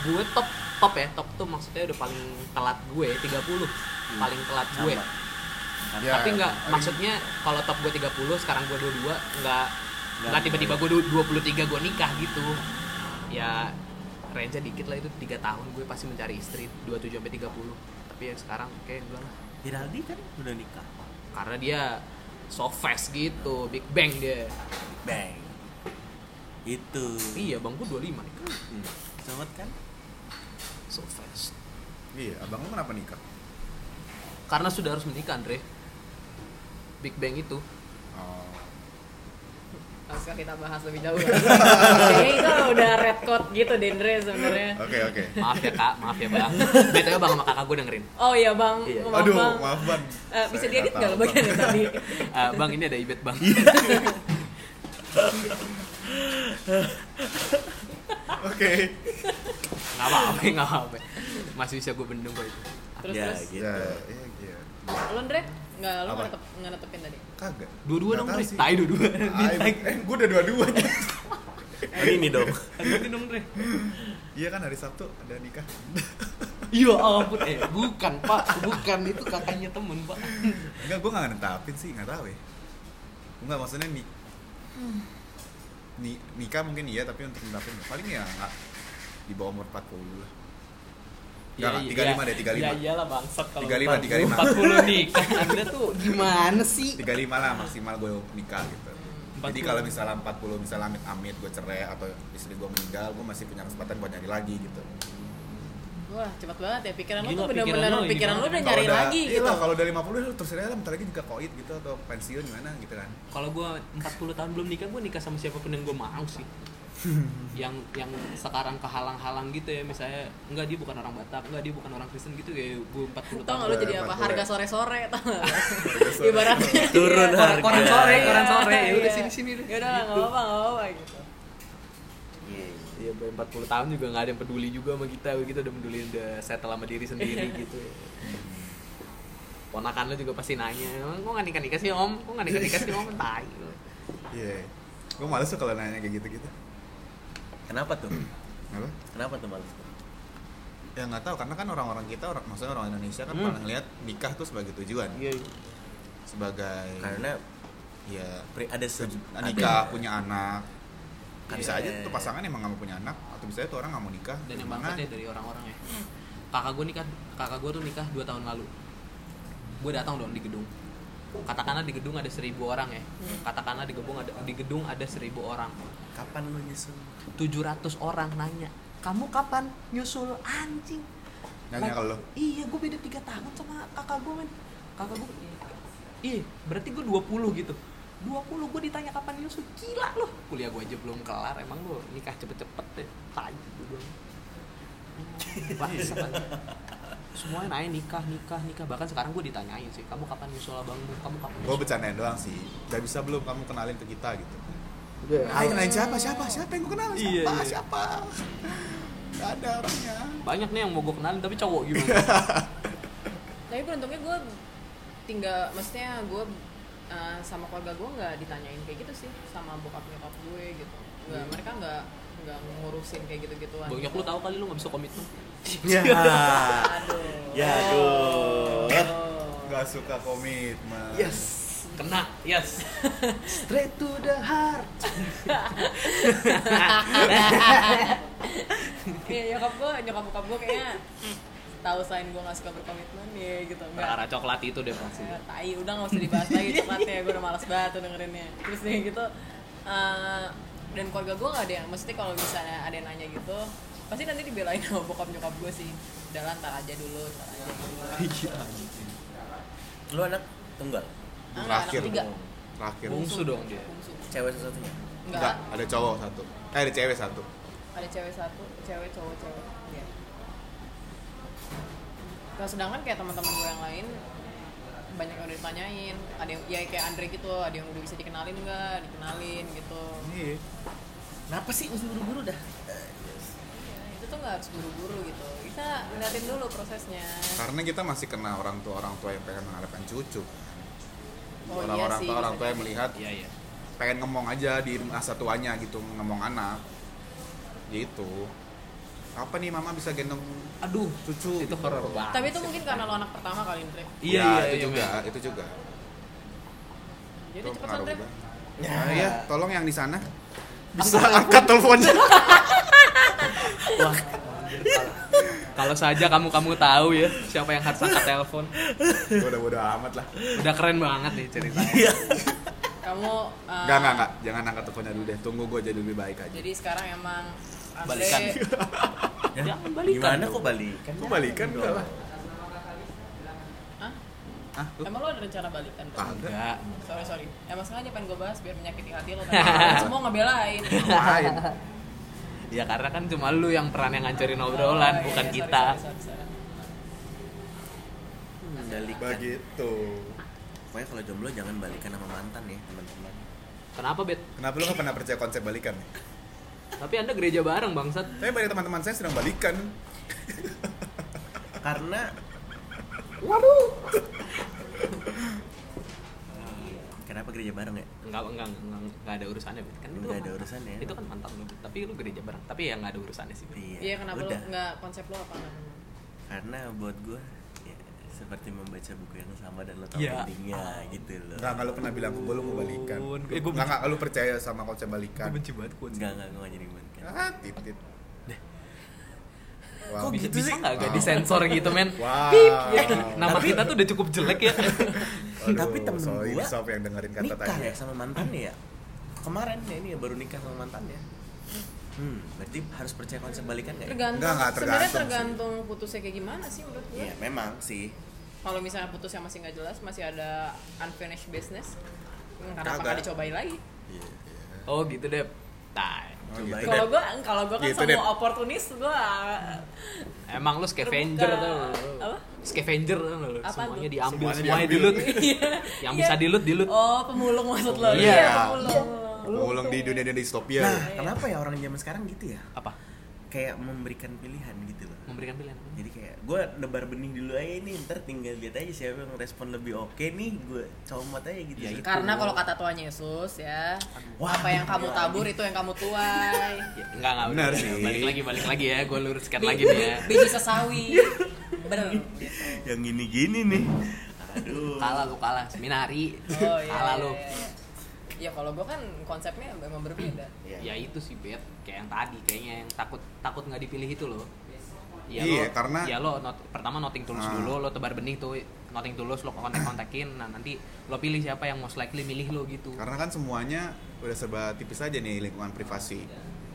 Speaker 1: gue top top ya top tuh maksudnya udah paling telat gue 30 paling telat gue
Speaker 2: sama. Karena-
Speaker 3: Ya,
Speaker 1: tapi nggak
Speaker 3: paling-
Speaker 1: maksudnya kalau top gue 30 sekarang gue 22 Iya. nggak nggak tiba-tiba gue 23 gue nikah gitu ya range dikit lah itu 3 tahun gue pasti mencari istri 27 sampai 30 tapi ya sekarang kayak enggak lah
Speaker 2: Hiraldi kan udah nikah
Speaker 1: karena dia soft fast gitu big bang dia
Speaker 2: Bang. Itu.
Speaker 1: iya bangku 25 nih
Speaker 2: Hmm. Selamat kan?
Speaker 1: soft fast
Speaker 3: Iya, abang lu kenapa nikah?
Speaker 1: karena sudah harus menikah Andre big bang itu
Speaker 3: Oh.
Speaker 4: Harus kita bahas lebih
Speaker 3: [laughs]
Speaker 4: jauh. Kayaknya itu udah red code gitu Dendre sebenarnya.
Speaker 3: Oke, oke.
Speaker 1: maaf ya kak maaf ya bang btw bang sama kakak gue dengerin
Speaker 4: Oh iya bang,
Speaker 1: Iya.
Speaker 4: Maaf,
Speaker 3: Aduh,
Speaker 4: Bang.
Speaker 3: maaf Ban.
Speaker 4: Eh, bisa
Speaker 3: Saya
Speaker 4: diedit nggak lo
Speaker 3: tahu,
Speaker 4: bagian yang
Speaker 3: Bang. [laughs]
Speaker 4: tadi?
Speaker 1: Eh, bang ini ada ibet bang
Speaker 3: Oke.
Speaker 1: nggak apa-apa nggak apa-apa masih bisa gue bendung kok itu
Speaker 4: Terus
Speaker 2: ya,
Speaker 4: terus.
Speaker 2: gitu.
Speaker 3: Ya, iya, iya.
Speaker 4: Lo Dre, nggak lo
Speaker 3: Apa?
Speaker 4: nggak netep- nggak netepin tadi?
Speaker 3: Kagak.
Speaker 1: dua-dua
Speaker 3: Nggak
Speaker 1: dong
Speaker 3: tahu
Speaker 1: Dre
Speaker 3: sih.
Speaker 1: tai dua-dua
Speaker 3: Ay, eh, gue udah dua-duanya.
Speaker 2: Oh, ini dong.
Speaker 1: Aduh, dong Dre
Speaker 3: Iya kan hari Sabtu ada nikah.
Speaker 1: Iya ampun eh bukan pak bukan itu kakaknya temen pak
Speaker 3: Enggak, gue nggak netapin sih, nggak tahu ya. Enggak, maksudnya nik Hmm. Ni- nikah mungkin iya, tapi untuk netapin paling ya nggak di bawah umur 40 lah. Enggak lah, 35 deh, 35.
Speaker 1: Ya Iya, iyalah bangsat kalau
Speaker 3: 35, 35.
Speaker 1: 40 nikah Anda Kan tuh gimana sih?
Speaker 3: 35 lah maksimal gue nikah gitu. Jadi
Speaker 1: 40.
Speaker 3: kalau misalnya 40 misalnya amit amit gue cerai atau istri gue meninggal, gue masih punya kesempatan buat nyari lagi gitu.
Speaker 4: Wah cepat banget ya pikiran lo
Speaker 1: Gila,
Speaker 4: tuh
Speaker 1: pikiran
Speaker 4: bener-bener
Speaker 1: lo
Speaker 4: pikiran,
Speaker 1: gimana?
Speaker 4: lo udah
Speaker 3: Kalau
Speaker 4: nyari
Speaker 3: udah-
Speaker 4: lagi
Speaker 3: iya
Speaker 4: gitu.
Speaker 3: lah, kalau udah 50 lu terus aja lah, bentar lagi nikah koit gitu atau pensiun gimana gitu kan.
Speaker 1: Kalau gua 40 tahun belum nikah, gua nikah sama siapapun yang gua mau [laughs] sih. yang yang sekarang kehalang-halang gitu ya misalnya enggak dia bukan orang Batak, enggak dia bukan orang Kristen gitu ya gua 40
Speaker 4: Tau
Speaker 1: tahun.
Speaker 4: nggak lo
Speaker 3: Gua
Speaker 4: jadi
Speaker 3: dapat
Speaker 4: apa?
Speaker 3: gue.
Speaker 4: Harga sore-sore tau nggak? Ibaratnya
Speaker 2: Turun
Speaker 4: Iya.
Speaker 2: harga.
Speaker 1: Koran sore,
Speaker 4: Iya,
Speaker 1: koran sore. Ya udah
Speaker 4: iya.
Speaker 1: sini-sini deh.
Speaker 4: Ya udah nggak apa-apa nggak apa-apa gitu.
Speaker 1: Iya, boy, 40 tahun juga nggak ada yang peduli juga sama kita. Kita udah peduli udah settle sama diri
Speaker 4: [laughs]
Speaker 1: sendiri gitu. Ponakan lu juga pasti nanya, kok nggak nikah nikah sih om? Kok nggak nikah nikah sih om? Tai lu.
Speaker 3: Iya. Gue males tuh kalau nanya kayak gitu-gitu.
Speaker 2: Kenapa tuh?
Speaker 3: Apa?
Speaker 2: Kenapa tuh malas?
Speaker 3: Ya nggak tahu karena kan orang-orang kita orang maksudnya orang Indonesia kan
Speaker 1: Hmm.
Speaker 3: paling lihat nikah tuh sebagai tujuan.
Speaker 1: Iya, iya.
Speaker 3: Sebagai
Speaker 2: Karena
Speaker 3: ya
Speaker 2: pri- ada se- ada-
Speaker 3: nikah punya anak kan
Speaker 1: Iya.
Speaker 3: bisa aja tuh pasangan emang nggak mau punya anak atau bisa aja tuh orang nggak mau nikah
Speaker 1: Dan yang
Speaker 3: Gimana?
Speaker 1: bangsat ya dari orang-orang ya. Kakak gue nikah, kakak gue tuh nikah 2 tahun lalu. Gue datang dong di gedung. Katakanlah di gedung ada seribu orang ya. Katakanlah di gedung ada di gedung ada seribu orang.
Speaker 2: kapan lu nyusul?
Speaker 1: 700 orang nanya, kamu kapan nyusul anjing?
Speaker 3: nanya
Speaker 1: Lah,
Speaker 3: kalau lo
Speaker 1: Iya, gue beda 3 tahun sama kakak gue, men. Kakak gue. Iya, berarti gue 20 gitu. 20 gue ditanya kapan nyusul, gila loh. Kuliah gue aja belum kelar, emang lo nikah cepet-cepet deh. Tai gue bilang. Bangsat aja. Semuanya nanya nikah, nikah, nikah. Bahkan sekarang gue ditanyain sih, kamu kapan nyusul abangmu? Kamu kapan
Speaker 3: gue
Speaker 1: nyusul?
Speaker 3: bercandain doang sih udah bisa belum kamu kenalin ke kita gitu
Speaker 1: Udah.
Speaker 3: ah kenalin siapa siapa siapa yang gue kenal siapa
Speaker 1: Iya, iya.
Speaker 3: siapa nggak ada orangnya
Speaker 1: Banyak nih yang mau gue kenalin, tapi cowok gimana?
Speaker 4: Tapi beruntungnya gue tinggal, maksudnya gue eh, sama keluarga gue nggak ditanyain kayak gitu sih sama bokap nyokap gue gitu. Nggak, mereka nggak nggak ngurusin kayak gitu-gituan.
Speaker 1: Banyak lu tahu kali lu gak bisa komitmen.
Speaker 2: [laughs] Ya.
Speaker 4: Aduh.
Speaker 2: Ya, aduh.
Speaker 3: nggak suka komitmen
Speaker 1: Kena, yes. Straight to the heart.
Speaker 4: [laughs] Iya nyokap gue, nyokap bokap gue kayaknya tahu selain gue nggak suka berkomitmen ya gitu. Nggak.
Speaker 1: Perkara coklat itu deh pasti.
Speaker 4: Ya, tai udah nggak usah dibahas lagi coklatnya gue udah malas banget tuh dengerinnya terus nih gitu eh, dan keluarga gue nggak ada yang mesti kalau misalnya ada yang nanya gitu pasti nanti dibelain sama bokap nyokap gue sih udah lah ntar aja dulu ntar aja dulu
Speaker 2: Lu anak tunggal,
Speaker 4: Ah, nggak,
Speaker 3: terakhir
Speaker 4: anak ketiga.
Speaker 3: terakhir
Speaker 1: Bungsu dong dia.
Speaker 4: Bungsu.
Speaker 2: cewek satu-satunya.
Speaker 4: nggak
Speaker 3: enggak ada cowok satu eh ada cewek satu
Speaker 4: ada cewek satu cewek cowok cewek Iya. Nah, sedangkan kayak teman-teman gue yang lain banyak yang udah ditanyain ada yang ya kayak Andre gitu ada yang udah bisa dikenalin nggak dikenalin gitu
Speaker 3: iya
Speaker 2: Kenapa sih mesti buru-buru dah?
Speaker 4: Ya, itu tuh nggak harus buru-buru gitu kita ngeliatin dulu prosesnya
Speaker 3: karena kita masih kena orang tua orang tua yang pengen mengharapkan cucu
Speaker 4: Oh, iya
Speaker 3: orang-orang
Speaker 4: sih,
Speaker 3: tua orang
Speaker 4: bisa
Speaker 3: tua yang
Speaker 4: jadi.
Speaker 3: melihat
Speaker 1: Iya iya.
Speaker 3: pengen ngomong aja di masa tuanya gitu ngomong anak gitu apa nih mama bisa gendong
Speaker 1: Aduh,
Speaker 3: cucu Gitu.
Speaker 1: itu horor banget.
Speaker 4: tapi itu mungkin karena lo anak pertama kali Andre
Speaker 1: Iya
Speaker 3: Ya,
Speaker 1: iya
Speaker 3: itu
Speaker 1: iya.
Speaker 3: juga itu juga
Speaker 4: jadi
Speaker 3: itu
Speaker 4: cepetan
Speaker 3: pengaruh
Speaker 4: Andre
Speaker 3: juga
Speaker 1: Ya,
Speaker 3: Ah, iya tolong yang di sana
Speaker 1: [laughs]
Speaker 3: bisa angkat teleponnya
Speaker 1: Wah. Kalau saja kamu kamu tahu ya siapa yang harus angkat telepon.
Speaker 3: Gua udah bodo amat lah
Speaker 1: Udah keren banget nih ceritanya.
Speaker 4: Kamu eh,
Speaker 3: Enggak, enggak, enggak. Jangan angkat teleponnya dulu deh. Tunggu gue jadi lebih baik aja.
Speaker 4: Jadi sekarang emang Andre
Speaker 1: Balikan.
Speaker 2: Ya,
Speaker 1: Jangan balikan
Speaker 2: Gimana
Speaker 1: dong.
Speaker 2: kok balikan?
Speaker 3: Kok balikan enggak lah?
Speaker 4: [laughs] Hah?
Speaker 3: Hah? Lu?
Speaker 4: Emang lo ada rencana balikan? Bro?
Speaker 3: Kagak.
Speaker 1: Enggak.
Speaker 4: Sorry sorry. Emang sengaja pengen gue bahas biar menyakiti hati
Speaker 1: [laughs]
Speaker 4: lo. tapi Semua ngebelain.
Speaker 3: Lain.
Speaker 1: Ya karena kan cuma lu yang peran yang ngancurin obrolan,
Speaker 4: Oh, iya,
Speaker 1: bukan
Speaker 4: sorry,
Speaker 1: kita.
Speaker 4: sorry, sorry, sorry.
Speaker 2: Kan Balikan.
Speaker 3: [laughs] Begitu.
Speaker 2: Pokoknya kalau jomblo jangan balikan sama mantan ya, teman-teman.
Speaker 1: Kenapa bet?
Speaker 3: Kenapa lu gak pernah percaya konsep balikan? ya?
Speaker 1: Tapi anda gereja bareng bangsat.
Speaker 3: Tapi banyak teman-teman saya sedang balikan.
Speaker 2: Karena waduh. Kenapa gereja bareng ya?
Speaker 1: Enggak enggak enggak, enggak ada urusannya bet. Kan itu kan
Speaker 2: Enggak ada
Speaker 1: mantan.
Speaker 2: urusannya.
Speaker 1: Itu kan mantap lu Bet. Tapi lu gereja bareng. Tapi ya enggak ada urusannya sih. Bet.
Speaker 4: Iya kenapa lo
Speaker 2: udah.
Speaker 4: nggak konsep lo apa?
Speaker 2: Karena buat gue ya, seperti membaca buku yang sama dan lo tahu
Speaker 1: Ya.
Speaker 2: endingnya gitu loh.
Speaker 3: Enggak, kalau pernah bilang ke gue lu mau balikan.
Speaker 1: Eh, gua-
Speaker 3: Enggak, enggak, lu percaya sama konsep
Speaker 1: Gue
Speaker 3: balikan.
Speaker 1: benci banget kuat.
Speaker 2: Enggak enggak gue jadi mantan.
Speaker 3: Ah, titit.
Speaker 1: Kok
Speaker 3: Wow.
Speaker 1: bisa,
Speaker 2: gitu
Speaker 1: bisa
Speaker 2: sih?
Speaker 1: nggak gak
Speaker 3: Wow.
Speaker 1: disensor gitu men?
Speaker 3: [laughs]
Speaker 1: ya.
Speaker 3: Wow.
Speaker 1: Nama kita tuh udah cukup jelek
Speaker 3: [laughs]
Speaker 1: ya.
Speaker 3: Aduh,
Speaker 2: Tapi temen
Speaker 3: sorry
Speaker 2: gua
Speaker 3: nih, Sob yang dengerin kata
Speaker 2: nikah
Speaker 3: tadi.
Speaker 2: ya sama mantannya ya kemarin ya ini ya baru nikah sama mantannya hmm berarti harus percaya konsep balikan nggak ya?
Speaker 4: Tergantung.
Speaker 3: Enggak, enggak,
Speaker 4: Sebenarnya
Speaker 3: tergantung
Speaker 4: tergantung putusnya kayak gimana sih menurut gue.
Speaker 2: Iya memang sih
Speaker 4: Kalau misalnya putusnya masih nggak jelas, masih ada unfinished business, hmm, kenapa
Speaker 3: Kagak.
Speaker 4: nggak dicobain lagi?
Speaker 1: Oh gitu deh. Nah,
Speaker 3: Oh,
Speaker 2: Coba
Speaker 3: gitu.
Speaker 2: ya.
Speaker 4: Kalau gue, kalau gue kan
Speaker 3: Gitu,
Speaker 4: semua
Speaker 3: Dep.
Speaker 4: oportunis gue
Speaker 1: emang lu scavenger
Speaker 4: Terbuka.
Speaker 1: tau nggak lu?
Speaker 4: Apa?
Speaker 1: Scavenger tau nggak lu?
Speaker 4: Apa
Speaker 1: Semuanya
Speaker 4: tuh? Iya.
Speaker 1: diambil,
Speaker 3: Semuanya
Speaker 1: semuanya
Speaker 3: diambil.
Speaker 4: [laughs]
Speaker 1: dilut. Yang bisa dilut dilut. Iya.
Speaker 4: Oh, pemulung maksud lo?
Speaker 3: Iya.
Speaker 1: Ya
Speaker 4: pemulung.
Speaker 3: Pulang di dunia dunia distopia.
Speaker 2: nah
Speaker 3: lu.
Speaker 2: kenapa ya orang zaman sekarang gitu ya
Speaker 1: Apa?
Speaker 2: kayak memberikan pilihan gitu loh
Speaker 1: Memberikan pilihan.
Speaker 2: jadi kayak gue nebar benih dulu aja nih ntar tinggal lihat aja siapa yang respon lebih oke nih gue comot aja gitu
Speaker 1: Ya,
Speaker 2: sih.
Speaker 1: itu.
Speaker 4: Karena kalau kata Tuhan Yesus ya,
Speaker 2: Wah,
Speaker 4: apa yang kamu tabur itu yang kamu tuai.
Speaker 1: Ya, enggak enggak
Speaker 3: Benar
Speaker 1: udah,
Speaker 3: sih.
Speaker 1: Balik lagi balik lagi ya, gue luruskan
Speaker 4: Bi-
Speaker 1: lagi nih
Speaker 4: [laughs]
Speaker 1: ya.
Speaker 4: Biji sesawi.
Speaker 1: [laughs]
Speaker 4: Bener.
Speaker 2: yang gini gini nih aduh
Speaker 1: Kalah lu kalah, seminari.
Speaker 4: Oh iya.
Speaker 1: Kalah
Speaker 4: iya,
Speaker 1: lu.
Speaker 4: iya. Ya kalau gue kan konsepnya memang berbeda.
Speaker 3: Iya.
Speaker 1: Ya itu sih bet, kayak yang tadi kayaknya yang takut takut nggak dipilih itu loh.
Speaker 3: Iya,
Speaker 1: lo-
Speaker 3: karena-
Speaker 1: ya lo not- pertama noting tulus
Speaker 3: Ah.
Speaker 1: dulu, lo tebar benih tuh, noting tulus lo kontak-kontakin, nah nanti lo pilih siapa yang most likely milih lo gitu.
Speaker 3: Karena kan semuanya udah serba tipis aja nih lingkungan privasi.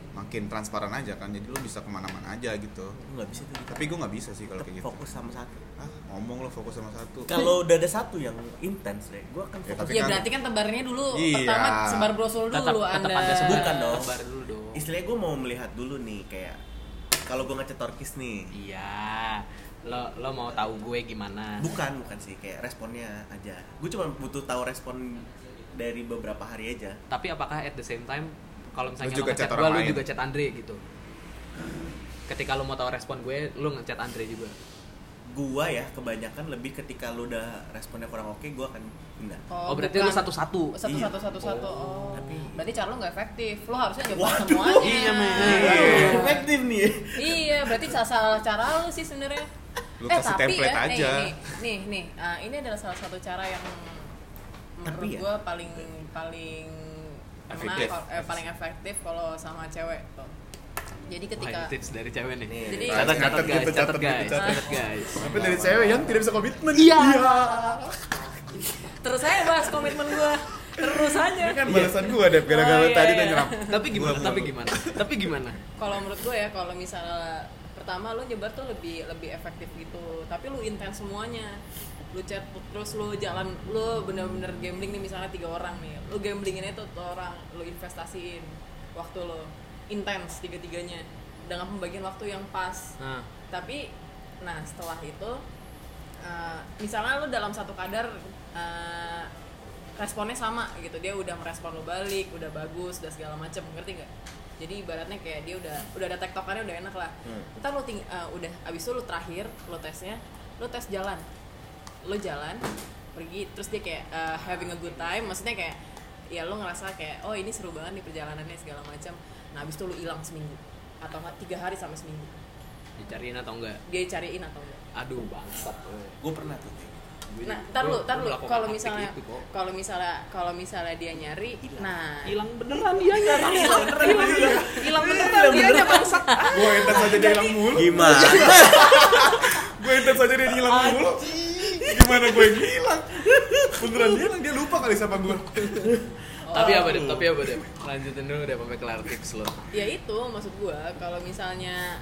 Speaker 3: Makin transparan aja kan, jadi lu bisa kemana-mana aja gitu.
Speaker 2: Gua nggak bisa tuh gitu.
Speaker 3: Tapi gue nggak bisa sih kalau kayak gitu.
Speaker 2: fokus sama satu
Speaker 3: Ah, ngomong lo fokus sama satu.
Speaker 2: kalau udah ada satu yang intens deh gue akan
Speaker 3: Ya,
Speaker 2: fokus
Speaker 3: Tapi
Speaker 4: ya
Speaker 3: kan-
Speaker 4: berarti kan tebarnya dulu
Speaker 3: Iya.
Speaker 4: pertama sebar brosur dulu
Speaker 1: tetap
Speaker 4: Anda.
Speaker 1: tetap ada sebuah
Speaker 2: Bukan dong.
Speaker 1: Tebar dulu dong.
Speaker 2: istilahnya gue mau melihat dulu nih kayak kalau gue ngecat Torkis nih
Speaker 1: Iya. Lo lo mau tahu gue gimana?
Speaker 2: bukan bukan sih kayak responnya aja gue cuma butuh tahu respon dari beberapa hari aja
Speaker 1: Tapi apakah at the same time kalau misalnya
Speaker 3: Lu
Speaker 1: lo
Speaker 3: juga
Speaker 1: ngechat
Speaker 3: chat
Speaker 1: gue,
Speaker 3: orang
Speaker 1: lo
Speaker 3: lain.
Speaker 1: juga chat Andre gitu. Ketika lo mau tahu respon gue, lo ngechat Andre juga.
Speaker 2: gua ya kebanyakan lebih ketika lu udah responnya kurang oke gua akan pindah
Speaker 1: Oh, berarti lo
Speaker 4: bukan.
Speaker 1: satu-satu.
Speaker 4: satu
Speaker 2: Iya.
Speaker 4: satu satu satu
Speaker 1: Oh,
Speaker 4: oh
Speaker 2: tapi-
Speaker 4: berarti cara lo nggak efektif lo harusnya nyoba
Speaker 2: Waduh,
Speaker 4: semuanya
Speaker 1: iya, men.
Speaker 2: Waduh, efektif nih ya.
Speaker 4: iya berarti salah salah cara lo sih sebenarnya
Speaker 3: Lu kasih template
Speaker 4: ya,
Speaker 3: aja.
Speaker 4: nih nih nih ah, ini adalah salah satu cara yang menurut
Speaker 2: Tapi ya.
Speaker 4: gua paling paling emang
Speaker 3: Efektif.
Speaker 4: kal- eh, paling efektif kalau sama cewek tuh jadi
Speaker 1: Wah,
Speaker 4: ketika
Speaker 1: ini tips dari cewek nih.
Speaker 2: Nih.
Speaker 4: jadi
Speaker 1: Catat, catat
Speaker 3: Catat
Speaker 1: guys,
Speaker 3: gitu,
Speaker 1: catat
Speaker 3: catat
Speaker 1: guys,
Speaker 3: gitu, catat.
Speaker 1: catat guys.
Speaker 3: Tapi dari cewek ya? yang tidak bisa komitmen.
Speaker 4: terus saya bahas komitmen gua terus aja
Speaker 3: Kan balasan gue deh gara-gara
Speaker 4: Oh,
Speaker 3: lu
Speaker 4: iya,
Speaker 3: tadi
Speaker 4: iya.
Speaker 3: udah nyerang.
Speaker 1: Tapi gimana?
Speaker 3: Gua-
Speaker 1: Tapi gimana? Tapi gimana?
Speaker 4: kalau menurut gue ya kalau misalnya pertama lu nyebar tuh lebih lebih efektif gitu tapi lu intens semuanya lu chat terus lu jalan lu bener-bener gambling nih misalnya tiga orang nih lu gamblingin itu tuh orang lu investasiin waktu lu intens tiga-tiganya dengan pembagian waktu yang pas
Speaker 1: Nah,
Speaker 4: tapi nah setelah itu eh, misalnya lu dalam satu kadar eh, responnya sama gitu dia udah merespon lu balik udah bagus udah segala macem ngerti nggak jadi ibaratnya kayak dia udah udah ada tektokannya udah enak lah
Speaker 2: Hmm.
Speaker 4: ntar lu ting eh, udah abis itu lu terakhir lu tesnya lu tes jalan lu jalan pergi terus dia kayak eh, having a good time maksudnya kayak ya lu ngerasa kayak oh ini seru banget nih perjalanannya segala macam nah abis itu lu hilang seminggu atau nggak tiga hari sampai seminggu
Speaker 1: dicariin atau enggak?
Speaker 4: dia cariin atau enggak
Speaker 1: Aduh, bangsat.
Speaker 2: gua pernah tuh kayak gitu.
Speaker 1: Gua
Speaker 4: Nah,
Speaker 1: juga-
Speaker 4: tar lu,
Speaker 1: gua-
Speaker 4: tar
Speaker 1: gua
Speaker 4: lu.
Speaker 1: melakukan
Speaker 4: Kalau
Speaker 1: taktik
Speaker 4: misalnya, Nah.
Speaker 1: itu kok.
Speaker 4: kalau misalnya, kalau misalnya dia nyari, nah,
Speaker 1: hilang beneran dia
Speaker 4: [laughs]
Speaker 1: nyari hilang
Speaker 4: iya. hilang beneran iya, dia nya bangsat.
Speaker 3: gue entes aja dia hilang mulu
Speaker 2: Gimana?
Speaker 3: gue entes aja dia hilang mulu gimana gue yang hilang beneran dia hilang dia lupa kali sama gue
Speaker 1: tapi apa
Speaker 3: Oh.
Speaker 1: deh tapi apa deh lanjutin dulu deh sampai kelar tips lo
Speaker 4: ya itu maksud gue kalau misalnya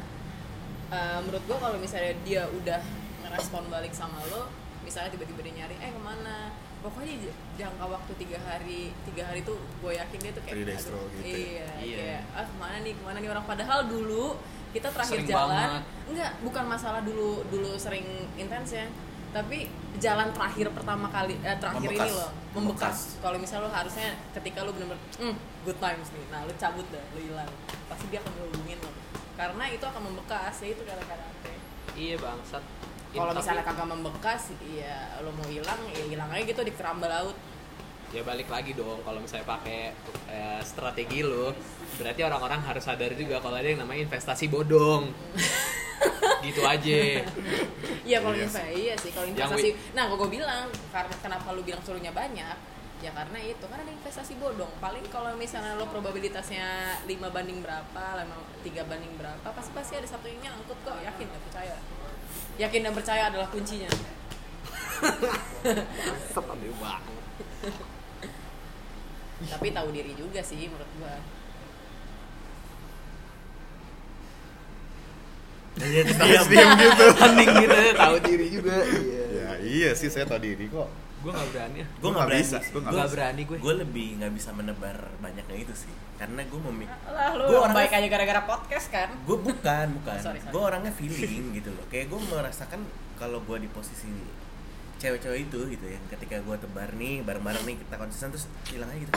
Speaker 4: eh, menurut gue kalau misalnya dia udah ngerespon balik sama lo misalnya tiba-tiba dia nyari eh kemana pokoknya j- jangka waktu tiga hari tiga hari tuh gue yakin dia tuh kayak
Speaker 3: Three days
Speaker 4: aduh,
Speaker 3: roll gitu
Speaker 4: iya,
Speaker 1: Iya.
Speaker 4: kayak, ah kemana nih kemana nih orang padahal dulu kita
Speaker 1: Sering
Speaker 4: terakhir jalan
Speaker 1: banget.
Speaker 4: enggak bukan masalah dulu dulu sering intens ya tapi jalan terakhir pertama kali eh, terakhir ini
Speaker 2: Membekas.
Speaker 4: loh
Speaker 2: Membekas.
Speaker 4: membekas kalau misalnya lo harusnya ketika lo bener-bener "Mm, good times nih nah lo cabut dah lo hilang pasti dia akan ngehubungin lo karena itu akan membekas ya itu kadang-kadang teh.
Speaker 1: iya bangsat
Speaker 4: kalau
Speaker 1: Iya, Tapi-
Speaker 4: misalnya kagak membekas ya lo mau hilang ya hilang aja gitu di keramba laut
Speaker 1: ya balik lagi dong kalau misalnya pakai eh, strategi lu berarti orang-orang harus sadar juga kalau ada yang namanya investasi [laughs] bodong gitu aja
Speaker 4: iya kalau
Speaker 3: Iya
Speaker 4: investasi iya sih kalau
Speaker 1: Yang
Speaker 4: investasi nah gue bilang karena kenapa lo bilang suruhnya banyak ya karena itu karena ada investasi bodong paling kalau misalnya lo probabilitasnya 5 banding berapa 3 banding berapa pasti pasti ada satu yang nyangkut kok yakin dan percaya yakin dan percaya adalah kuncinya
Speaker 1: sedih banget
Speaker 4: tapi tahu diri juga sih menurut gua
Speaker 2: Iya,
Speaker 3: dia diam gitu
Speaker 1: hening gitu ya, tahu diri juga iya
Speaker 3: ya iya sih saya tahu diri kok
Speaker 1: gue nggak berani ya.
Speaker 2: Gue
Speaker 3: Gua
Speaker 2: nggak
Speaker 3: nggak
Speaker 2: berani.
Speaker 3: bisa, gua nggak
Speaker 1: bisa. berani gue.
Speaker 2: Gue lebih nggak bisa menebar banyaknya itu sih, karena gue memik.
Speaker 4: lah lu
Speaker 2: Gua
Speaker 4: orang
Speaker 2: orangnya-
Speaker 4: baik aja gara-gara podcast kan
Speaker 2: Gue bukan, bukan.
Speaker 4: Sorry, sorry.
Speaker 2: Gue orangnya feeling gitu loh. Kayak gue merasakan kalau gue di posisi cewek-cewek itu gitu ya. Ketika gue tebar nih, bareng-bareng nih kita konsisten terus hilang aja gitu.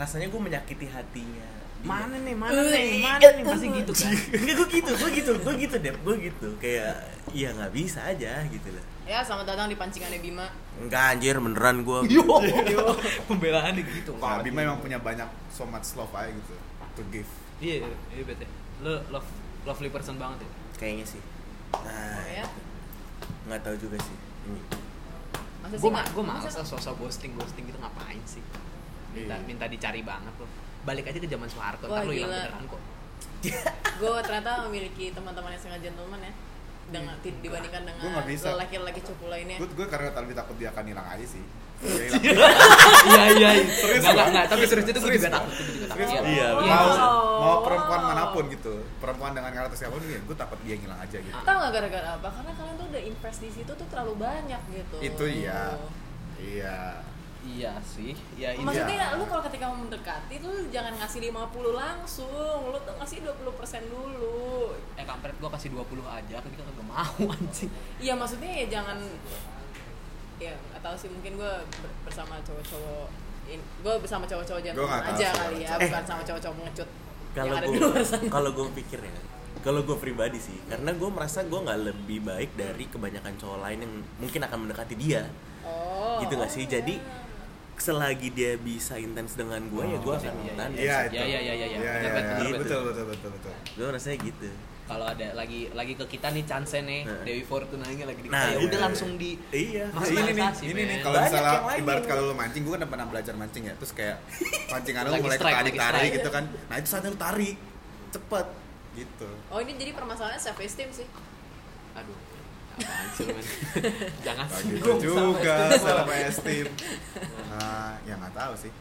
Speaker 2: Rasanya gue menyakiti hatinya. dia.
Speaker 1: mana nih mana nih
Speaker 4: Ih,
Speaker 1: mana nih pasti gitu [laughs] kan
Speaker 2: Enggak gue gitu, gue gitu, gue gitu deh, gue gitu. Kayak ya nggak bisa aja gitu loh.
Speaker 4: ya selamat datang di pancingannya
Speaker 2: Nah.
Speaker 4: Bima
Speaker 2: Enggak anjir beneran gue.
Speaker 1: pembelaan gitu
Speaker 3: Pak Bima memang punya banyak so much love aja gitu to give
Speaker 1: iya iya bete lo love lovely person banget ya
Speaker 2: Kayaknya sih. Nah,
Speaker 4: ya
Speaker 2: nggak tahu juga sih. Ini.
Speaker 4: masa sih
Speaker 1: gue
Speaker 4: Mak?
Speaker 1: gue males lah
Speaker 4: Masa-
Speaker 1: sosok ghosting ghosting gitu ngapain sih minta
Speaker 3: Iya.
Speaker 1: minta dicari banget lo balik aja ke zaman Soeharto ntar
Speaker 4: Wah,
Speaker 1: lo hilang
Speaker 4: gila.
Speaker 1: beneran kok
Speaker 4: gue ternyata memiliki teman-teman yang sangat gentleman ya dengan tid-
Speaker 3: Iya.
Speaker 4: dibandingkan
Speaker 3: Gua
Speaker 4: dengan
Speaker 3: nggak bisa.
Speaker 4: lelaki-lelaki cupu lainnya
Speaker 3: gue gue karena terlalu takut dia akan hilang aja sih Dia hilang.
Speaker 1: iya iya iya.
Speaker 3: Serius,
Speaker 1: Nggak,
Speaker 3: Pak?
Speaker 1: nggak, nggak, tapi serius itu gue
Speaker 3: Serius,
Speaker 1: juga
Speaker 3: Pak?
Speaker 1: takut gue juga takut
Speaker 4: Serius,
Speaker 1: [laughs] iya
Speaker 2: Iya,
Speaker 4: Wow.
Speaker 3: mau
Speaker 4: Iya.
Speaker 3: mau perempuan manapun gitu perempuan dengan karakter siapapun ya gue takut dia ngilang aja gitu
Speaker 4: tau nggak gara-gara apa karena kalian tuh udah invest di situ tuh terlalu banyak gitu
Speaker 3: itu iya iya
Speaker 1: iya sih ya ini
Speaker 4: Nah, Maksudnya lu kalau ketika mau mendekati tuh jangan ngasih 50 langsung, lu tuh ngasih 20% dulu.
Speaker 1: eh kampret gue kasih 20 aja ketika gak mau [laughs] anjing
Speaker 4: Iya maksudnya ya jangan ya atau sih mungkin gue bersama cowok-cowok gue bersama cowok-cowok
Speaker 3: nggak tahu
Speaker 4: jantan aja
Speaker 3: sama
Speaker 4: kali ya
Speaker 3: cowok.
Speaker 4: bukan sama cowok-cowok pengecut yang
Speaker 2: kalau
Speaker 4: ada
Speaker 2: gue
Speaker 4: di luar
Speaker 3: Gitu
Speaker 4: sana.
Speaker 2: kalau gue pikir ya kalau gue pribadi sih karena gue merasa gue nggak lebih baik dari kebanyakan cowok lain yang mungkin akan mendekati dia
Speaker 4: Oh.
Speaker 2: gitu nggak sih jadi selagi dia bisa intens dengan gue ya gue akan
Speaker 1: iya,
Speaker 2: tahan
Speaker 3: iya
Speaker 2: dia.
Speaker 3: itu
Speaker 1: Iya, iya, iya, iya, iya. Betul,
Speaker 3: Iya, iya,
Speaker 1: betul,
Speaker 3: iya.
Speaker 2: betul.
Speaker 3: betul betul betul betul
Speaker 2: gue rasanya gitu
Speaker 1: kalau ada lagi lagi ke kita nih chance nih
Speaker 2: Nah.
Speaker 1: Dewi Fortuna nya lagi di
Speaker 2: Nah,
Speaker 1: ya
Speaker 2: iya,
Speaker 1: udah
Speaker 2: iya.
Speaker 1: langsung di
Speaker 2: iya
Speaker 1: Mas-
Speaker 3: Nah, ini nih,
Speaker 1: Makasih,
Speaker 3: ini nih
Speaker 1: men.
Speaker 3: kalau
Speaker 2: Banyak
Speaker 3: misalnya
Speaker 2: yang lain
Speaker 3: ibarat
Speaker 2: yang-
Speaker 3: kalau lu mancing, gue kan pernah belajar mancing ya, terus
Speaker 1: [laughs]
Speaker 3: kayak pancingan lu
Speaker 1: Lagi
Speaker 3: mulai
Speaker 1: strike, lagi
Speaker 3: tarik-tarik
Speaker 1: strike.
Speaker 3: gitu kan, nah itu saatnya lu tarik, cepet gitu.
Speaker 4: Oh ini jadi permasalahannya self esteem sih.
Speaker 1: aduh apaan sih lu,
Speaker 3: [laughs]
Speaker 1: men jangan
Speaker 3: Nah, gitu
Speaker 1: singgung sama
Speaker 3: juga
Speaker 1: istri gua.
Speaker 3: selama esteem. Nah, ya nggak tahu sih.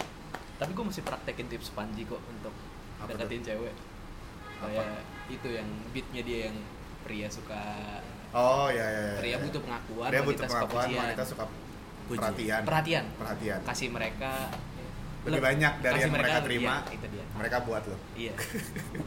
Speaker 1: tapi gue mesti praktekin tips Panji kok untuk
Speaker 3: Apa
Speaker 1: deketin cewek
Speaker 3: Apa?
Speaker 1: kayak itu yang beatnya dia yang pria suka
Speaker 3: Oh ya ya. ya,
Speaker 1: pria
Speaker 3: ya.
Speaker 1: butuh pengakuan
Speaker 3: Pria
Speaker 1: wanita
Speaker 3: butuh
Speaker 1: suka
Speaker 3: pengakuan,
Speaker 1: pujian.
Speaker 3: wanita suka
Speaker 2: Puji.
Speaker 3: perhatian.
Speaker 1: perhatian
Speaker 3: Perhatian.
Speaker 1: kasih mereka
Speaker 3: Lebih
Speaker 1: Leb-
Speaker 3: banyak dari
Speaker 1: kasih
Speaker 3: yang mereka terima.
Speaker 1: iya, itu dia
Speaker 3: Mereka buat lo. [laughs]
Speaker 1: iya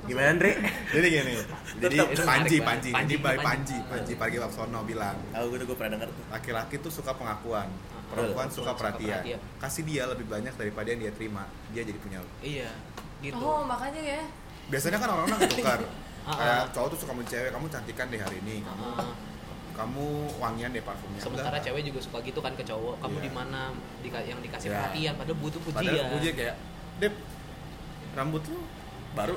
Speaker 2: gimana Andre
Speaker 3: Jadi
Speaker 1: [laughs]
Speaker 3: gini, jadi
Speaker 1: itu menarik
Speaker 3: Panji,
Speaker 1: banget.
Speaker 3: Panji,
Speaker 1: Panji,
Speaker 3: Panji, by
Speaker 1: Panji.
Speaker 3: Panji, Panji Pagi Waksono bilang,
Speaker 2: tahu gue tuh gue pernah denger tuh
Speaker 3: laki-laki tuh suka pengakuan,
Speaker 1: Ah,
Speaker 3: perempuan
Speaker 1: betul.
Speaker 3: suka
Speaker 1: Suka
Speaker 3: perhatian.
Speaker 1: perhatian.
Speaker 3: Kasih dia lebih banyak daripada yang dia terima, dia jadi punya lo.
Speaker 1: iya gitu
Speaker 4: Oh makanya ya.
Speaker 3: Biasanya kan
Speaker 1: [laughs]
Speaker 3: orang-orang ketukar.
Speaker 1: Ah,
Speaker 3: Kayak
Speaker 1: ah.
Speaker 3: cowok tuh suka sama cewek, kamu cantikan deh hari ini, kamu
Speaker 1: Heeh.
Speaker 3: kamu wangian deh parfumnya.
Speaker 1: Nah, sementara
Speaker 3: Enggak.
Speaker 1: cewek juga suka gitu kan ke cowok kamu
Speaker 3: Iya.
Speaker 1: di mana Dika- yang dikasih
Speaker 3: Iya.
Speaker 1: perhatian padahal butuh pujian
Speaker 3: Padahal pujian kayak, Dep, rambut lu baru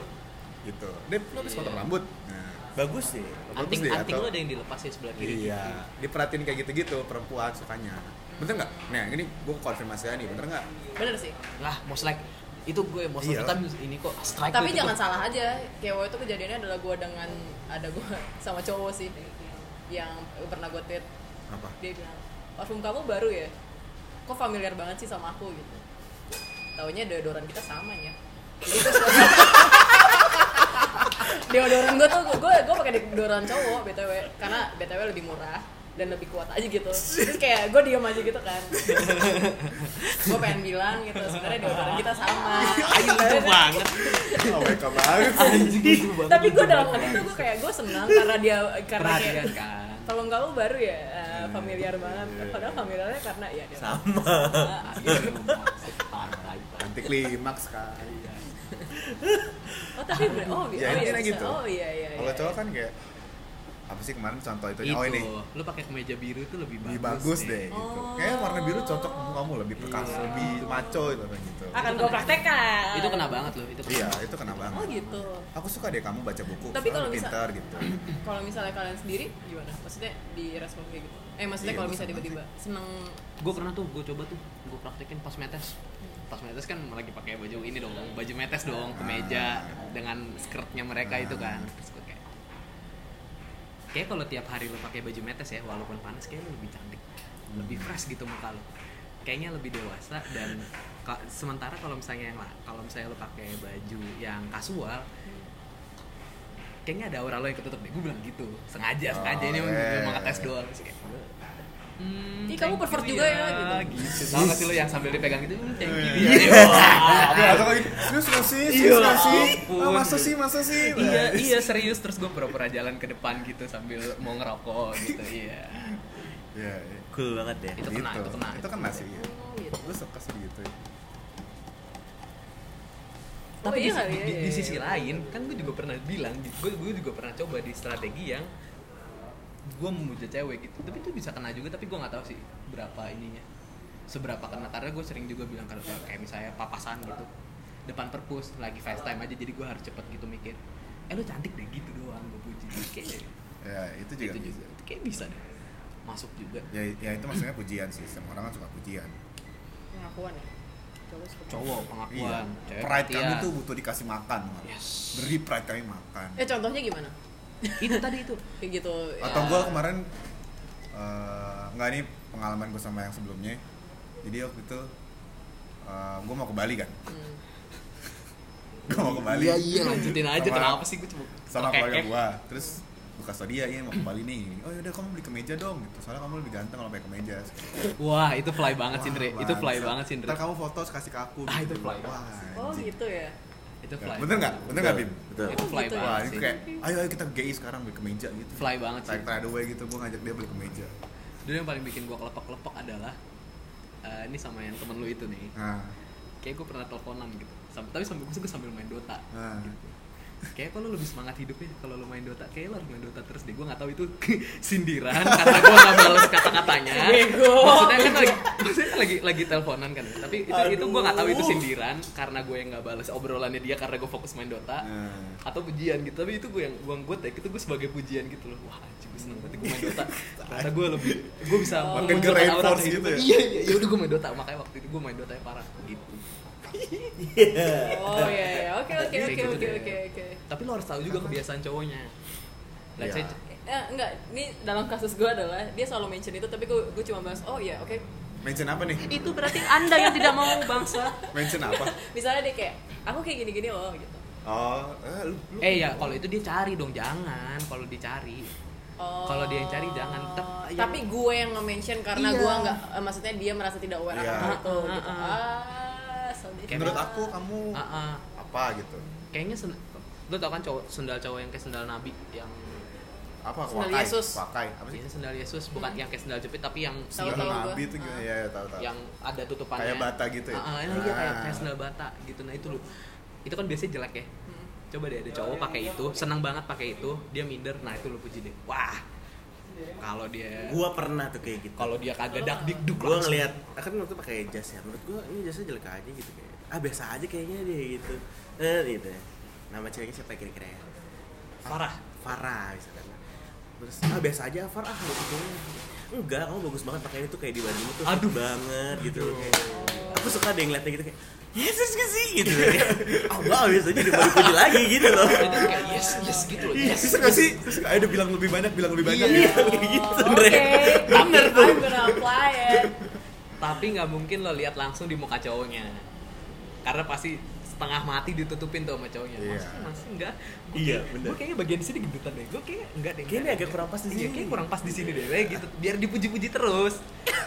Speaker 3: gitu. Dep, lu habis
Speaker 1: Iya.
Speaker 3: potong rambut. Nah,
Speaker 2: bagus sih
Speaker 3: Bagus
Speaker 1: Anting,
Speaker 3: deh,
Speaker 1: anting
Speaker 3: atau-
Speaker 1: lu ada yang dilepas di sebelah kiri.
Speaker 3: Iya, diperhatiin kayak gitu-gitu perempuan sukanya. Bener nggak? Nah, ini gue konfirmasi aja nih, bener nggak?
Speaker 4: bener sih
Speaker 1: Lah, most like itu gue most of the
Speaker 3: Iya.
Speaker 1: time ini kok strike gitu.
Speaker 4: tapi
Speaker 1: itu
Speaker 4: jangan
Speaker 1: kok.
Speaker 4: salah aja kayak waktu itu kejadiannya adalah gue dengan ada gue [laughs] sama cowok sih yang pernah gue tweet
Speaker 3: Apa?
Speaker 4: dia bilang parfum kamu baru ya kok familiar banget sih sama aku gitu taunya deodoran kita sama ya jadi gue suka [laughs] deodoran gue tuh gue gue pakai deodoran cowok btw karena btw lebih murah dan lebih kuat aja gitu terus kayak gue diem aja gitu kan gue pengen bilang gitu sebenarnya deodoran kita sama [laughs]
Speaker 1: Anjing lucu gitu banget.
Speaker 3: [laughs] Oh, mereka banget.
Speaker 1: Anjing lucu banget.
Speaker 4: tapi gue
Speaker 1: lucu
Speaker 4: dalam
Speaker 1: banget.
Speaker 4: hati tuh gue kayak gue senang karena dia karena kayak
Speaker 1: perhatian
Speaker 3: [laughs]
Speaker 1: kan.
Speaker 4: kalau kamu baru ya eh, familiar banget padahal familiarnya karena ya dia
Speaker 2: sama
Speaker 1: Ah, iya, rumah. Partai, partai.
Speaker 3: Anti klimaks kan.
Speaker 4: oh tapi bener
Speaker 3: Ya,
Speaker 4: oh, oh, iya,
Speaker 3: intinya
Speaker 4: bisa.
Speaker 3: gitu.
Speaker 4: oh iya iya
Speaker 3: Kalau
Speaker 4: iya. Gitu.
Speaker 3: cowok kan kayak apa sih kemarin contoh itu?
Speaker 1: Itu,
Speaker 3: Oh ini
Speaker 1: lu pakai kemeja biru itu lebih bagus.
Speaker 3: lebih bagus deh gitu.
Speaker 4: Oh.
Speaker 3: Kayaknya warna biru cocok sama kamu lebih perkasa,
Speaker 1: Iya.
Speaker 3: lebih maco itu kan gitu.
Speaker 4: akan gue praktekkan
Speaker 1: Itu kena banget loh, itu. kena
Speaker 3: Iya,
Speaker 1: banget.
Speaker 3: itu kena
Speaker 4: oh
Speaker 3: banget.
Speaker 4: gitu
Speaker 3: Aku suka deh kamu baca buku,
Speaker 4: Tapi
Speaker 3: soalnya
Speaker 4: kalau
Speaker 3: lu
Speaker 4: bisa-
Speaker 3: pintar gitu.
Speaker 4: kalau misalnya kalian sendiri gimana maksudnya di respon kayak gitu eh maksudnya
Speaker 3: Iya,
Speaker 4: kalau
Speaker 3: gua
Speaker 4: misalnya
Speaker 3: seneng
Speaker 4: tiba-tiba seneng
Speaker 1: Gue pernah tuh, gue coba tuh, gue praktekin pas metes. Pas metes kan lagi pakai baju ini dong, baju metes dong, kemeja
Speaker 3: Ah.
Speaker 1: dengan skirtnya mereka itu kan.
Speaker 3: Ah.
Speaker 1: Terus gue kayak Kayak kalau tiap hari lu pakai baju metes ya, walaupun panas kayak lu lebih cantik, lebih fresh gitu muka lu. Kayaknya lebih dewasa dan ka- sementara kalau misalnya yang la- kalau misalnya lu pakai baju yang kasual kayaknya ada aura lo yang ketutup deh gue bilang gitu sengaja
Speaker 3: Oh,
Speaker 1: sengaja ini
Speaker 3: iya.
Speaker 1: mau ngetes doang Terus kayak, Hmm,
Speaker 4: Ih, kamu
Speaker 1: thank
Speaker 4: pervert
Speaker 1: you
Speaker 4: juga ya, gitu.
Speaker 1: gitu. Tahu nggak sih lo yang sambil dipegang gitu, "Hmm, thank you.
Speaker 3: Iya.
Speaker 1: Iya,
Speaker 3: Aku rasa kayak gitu, serius nggak sih? Serius
Speaker 1: Iya,
Speaker 3: nggak sih?
Speaker 1: ampun.
Speaker 3: Ah, masa sih, masa sih?
Speaker 1: iya, iya serius terus gue pura-pura jalan ke depan gitu sambil mau ngerokok gitu, iya.
Speaker 3: Iya, iya.
Speaker 2: cool banget ya. deh
Speaker 1: Itu kena, itu kena.
Speaker 3: Gitu. Itu kena sih. Iya.
Speaker 4: oh gitu
Speaker 3: Gue suka sih gitu.
Speaker 1: Tapi
Speaker 4: Oh, iya
Speaker 1: di-
Speaker 4: kali
Speaker 1: di,
Speaker 4: ya,
Speaker 1: di, di
Speaker 4: iya,
Speaker 1: sisi
Speaker 4: iya.
Speaker 1: lain, kan gue juga pernah bilang, gue gue juga pernah coba di strategi yang gue memuja cewek gitu, tapi itu bisa kena juga, tapi gue nggak tahu sih berapa ininya, seberapa kena karena gue sering juga bilang kalau kayak misalnya papasan gitu depan perpus lagi FaceTime aja, jadi gue harus cepet gitu mikir, eh lu cantik deh gitu doang gue puji, kayak
Speaker 3: Ya, itu
Speaker 1: itu
Speaker 3: juga. bisa.
Speaker 1: juga, kayak bisa deh, masuk juga.
Speaker 3: Ya, ya itu maksudnya pujian sih. Semua orang kan suka pujian.
Speaker 4: pengakuan ya cowok suka
Speaker 1: cowok pengakuan cewek
Speaker 3: Iya. Pride
Speaker 1: perhatian.
Speaker 3: kami tuh butuh dikasih makan. Mar.
Speaker 1: Yes.
Speaker 3: Beri pride kami makan.
Speaker 4: eh contohnya gimana
Speaker 1: itu tadi itu
Speaker 4: [laughs] kayak gitu ya.
Speaker 3: Atau gue kemarin eh, nggak nih pengalaman gue sama yang sebelumnya. Jadi waktu itu gue mau ke Bali kan.
Speaker 4: Hmm.
Speaker 3: Gue mau ke Bali.
Speaker 1: iya iya lanjutin aja
Speaker 3: Sama-
Speaker 1: kenapa sih gue cuma
Speaker 3: sama
Speaker 1: Oke,
Speaker 3: keluarga
Speaker 1: oke.
Speaker 3: gua terus buka dia ini mau ke Bali nih oh yaudah kamu beli kemeja dong gitu soalnya kamu lebih ganteng kalau pakai kemeja
Speaker 1: wah itu fly banget
Speaker 3: Wah,
Speaker 1: Sindre
Speaker 3: bangsa.
Speaker 1: itu fly banget Sindre
Speaker 3: ntar kamu foto terus kasih ke aku Gitu.
Speaker 1: Ah, itu fly
Speaker 3: Wah,
Speaker 4: oh
Speaker 3: anjing.
Speaker 4: gitu
Speaker 3: [laughs]
Speaker 4: ya
Speaker 1: itu
Speaker 3: Nggak,
Speaker 1: fly
Speaker 3: bener nggak bener nggak bim
Speaker 2: betul
Speaker 1: itu fly
Speaker 4: gitu ya.
Speaker 3: Wah,
Speaker 1: banget
Speaker 3: ini
Speaker 1: sih
Speaker 3: kayak, ayo, ayo kita gay sekarang beli kemeja gitu.
Speaker 1: Fly banget sih.
Speaker 3: Tarik tarik away gitu, gua ngajak dia beli kemeja.
Speaker 1: dulu yang paling bikin gue kelepek-kelepek adalah eh, ini sama yang temen lu itu nih
Speaker 3: Nah,
Speaker 1: kayak gue pernah teleponan gitu Sam- tapi sambil gue sambil main Dota Gitu.
Speaker 3: nah.
Speaker 1: kayak kalau lebih semangat hidupnya kalau lu main Dota kayak lu harus main Dota terus deh gue nggak tahu itu [laughs] sindiran karena gue nggak balas kata-katanya
Speaker 4: Bego.
Speaker 1: maksudnya kan lagi maksudnya lagi lagi teleponan kan tapi itu itu gue nggak tahu itu
Speaker 4: Aduh.
Speaker 1: sindiran karena gue yang nggak balas obrolannya dia karena gue fokus main Dota
Speaker 3: Nah.
Speaker 1: atau pujian gitu tapi itu gue yang gue gue take itu gue sebagai pujian gitu loh wah anjir gue seneng banget gue main Dota ternyata gue lebih gue bisa
Speaker 4: Makin
Speaker 1: memunculkan aura
Speaker 3: nge-reinforce
Speaker 1: dari
Speaker 3: gitu
Speaker 1: hidup.
Speaker 3: ya?
Speaker 1: iya iya ya udah gue main Dota makanya waktu itu gue main Dota yang parah gitu
Speaker 4: oh iya iya oke oke
Speaker 1: Kayak
Speaker 4: oke
Speaker 1: gitu
Speaker 4: oke
Speaker 1: deh.
Speaker 4: oke oke
Speaker 1: tapi lo harus tahu juga kebiasaan cowoknya lah
Speaker 3: Iya.
Speaker 1: saya
Speaker 4: Eh, enggak, ini dalam kasus gue adalah dia selalu mention itu tapi gue gue cuma bahas oh iya oke
Speaker 3: Mention apa nih?
Speaker 1: itu berarti anda yang tidak mau bangsa
Speaker 3: Mention apa?
Speaker 4: [laughs] misalnya dia kayak aku kayak gini-gini loh gitu
Speaker 3: Oh, eh, lu, lu-
Speaker 1: eh ya kalau itu dia cari dong jangan kalau dicari
Speaker 4: Oh.
Speaker 1: Kalau dia yang cari, jangan. Tep- yang-
Speaker 4: tapi gue yang nge-mention karena
Speaker 1: Iya.
Speaker 4: gue nggak eh, maksudnya dia merasa tidak aware
Speaker 3: Iya.
Speaker 4: akan hal itu
Speaker 1: Ah,
Speaker 4: gitu.
Speaker 1: ah,
Speaker 4: ah so dia-
Speaker 1: Kayak
Speaker 3: menurut aku kamu
Speaker 1: Ah, ah.
Speaker 3: apa gitu?
Speaker 1: kayaknya sen- lo tau kan cowok sendal cowok yang kayak sendal nabi yang
Speaker 3: Apa?
Speaker 4: Sendal
Speaker 3: Wakai,
Speaker 4: Yesus.
Speaker 3: wakai, apa sih?
Speaker 1: biasanya sendal Yesus bukan
Speaker 4: Iya.
Speaker 1: yang kayak sendal jepit tapi yang
Speaker 4: Tahu,
Speaker 3: Sendal
Speaker 4: tahu
Speaker 3: Nabi
Speaker 4: gua.
Speaker 3: itu gimana? Ya, ya, tahu tahu.
Speaker 1: yang ada tutupannya
Speaker 3: Kayak bata gitu ya?
Speaker 1: Ah, ah, iya, iya, kayak
Speaker 3: Ah.
Speaker 1: kayak sendal bata gitu nah itu loh itu kan biasanya jelek ya coba deh ada cowok pakai itu senang banget pakai itu dia minder nah itu lo puji deh wah kalau dia
Speaker 2: gua pernah tuh kayak gitu
Speaker 1: kalau dia kagak dak dikduk
Speaker 2: gue
Speaker 1: langsung.
Speaker 2: ngeliat kan waktu pakai jas ya menurut gue ini jasnya jelek aja gitu kayak ah biasa aja kayaknya deh gitu eh gitu nama ceweknya siapa kira-kira ya Farah Farah misalkan terus ah biasa aja Farah ah gitu enggak kamu bagus banget pakai itu kayak di bajumu tuh aduh banget gitu aku suka deh ngeliatnya gitu kayak Yesus gak sih gitu oh wow biasanya di baju puji lagi gitu loh
Speaker 1: Itu kayak yes yes gitu loh yes
Speaker 3: Bisa gak sih? Iya, Terus kayak, ayo udah bilang lebih banyak, bilang lebih banyak
Speaker 2: Iya, kayak
Speaker 3: [laughs]
Speaker 2: gitu Dre.
Speaker 4: bener tuh. Oh, I'm gonna apply it.
Speaker 1: tapi nggak mungkin lo lihat langsung di muka cowoknya karena pasti setengah mati ditutupin tuh sama cowoknya
Speaker 3: Iya.
Speaker 1: masih masih enggak
Speaker 2: Iya, bener.
Speaker 1: gue kayaknya bagian sini gendutan deh gue kayaknya enggak deh
Speaker 2: Kayaknya
Speaker 1: enggak
Speaker 2: agak
Speaker 1: deh.
Speaker 2: kurang pas di
Speaker 1: Iya,
Speaker 2: sini.
Speaker 1: kayaknya kurang pas di sini deh kayak gitu biar dipuji-puji terus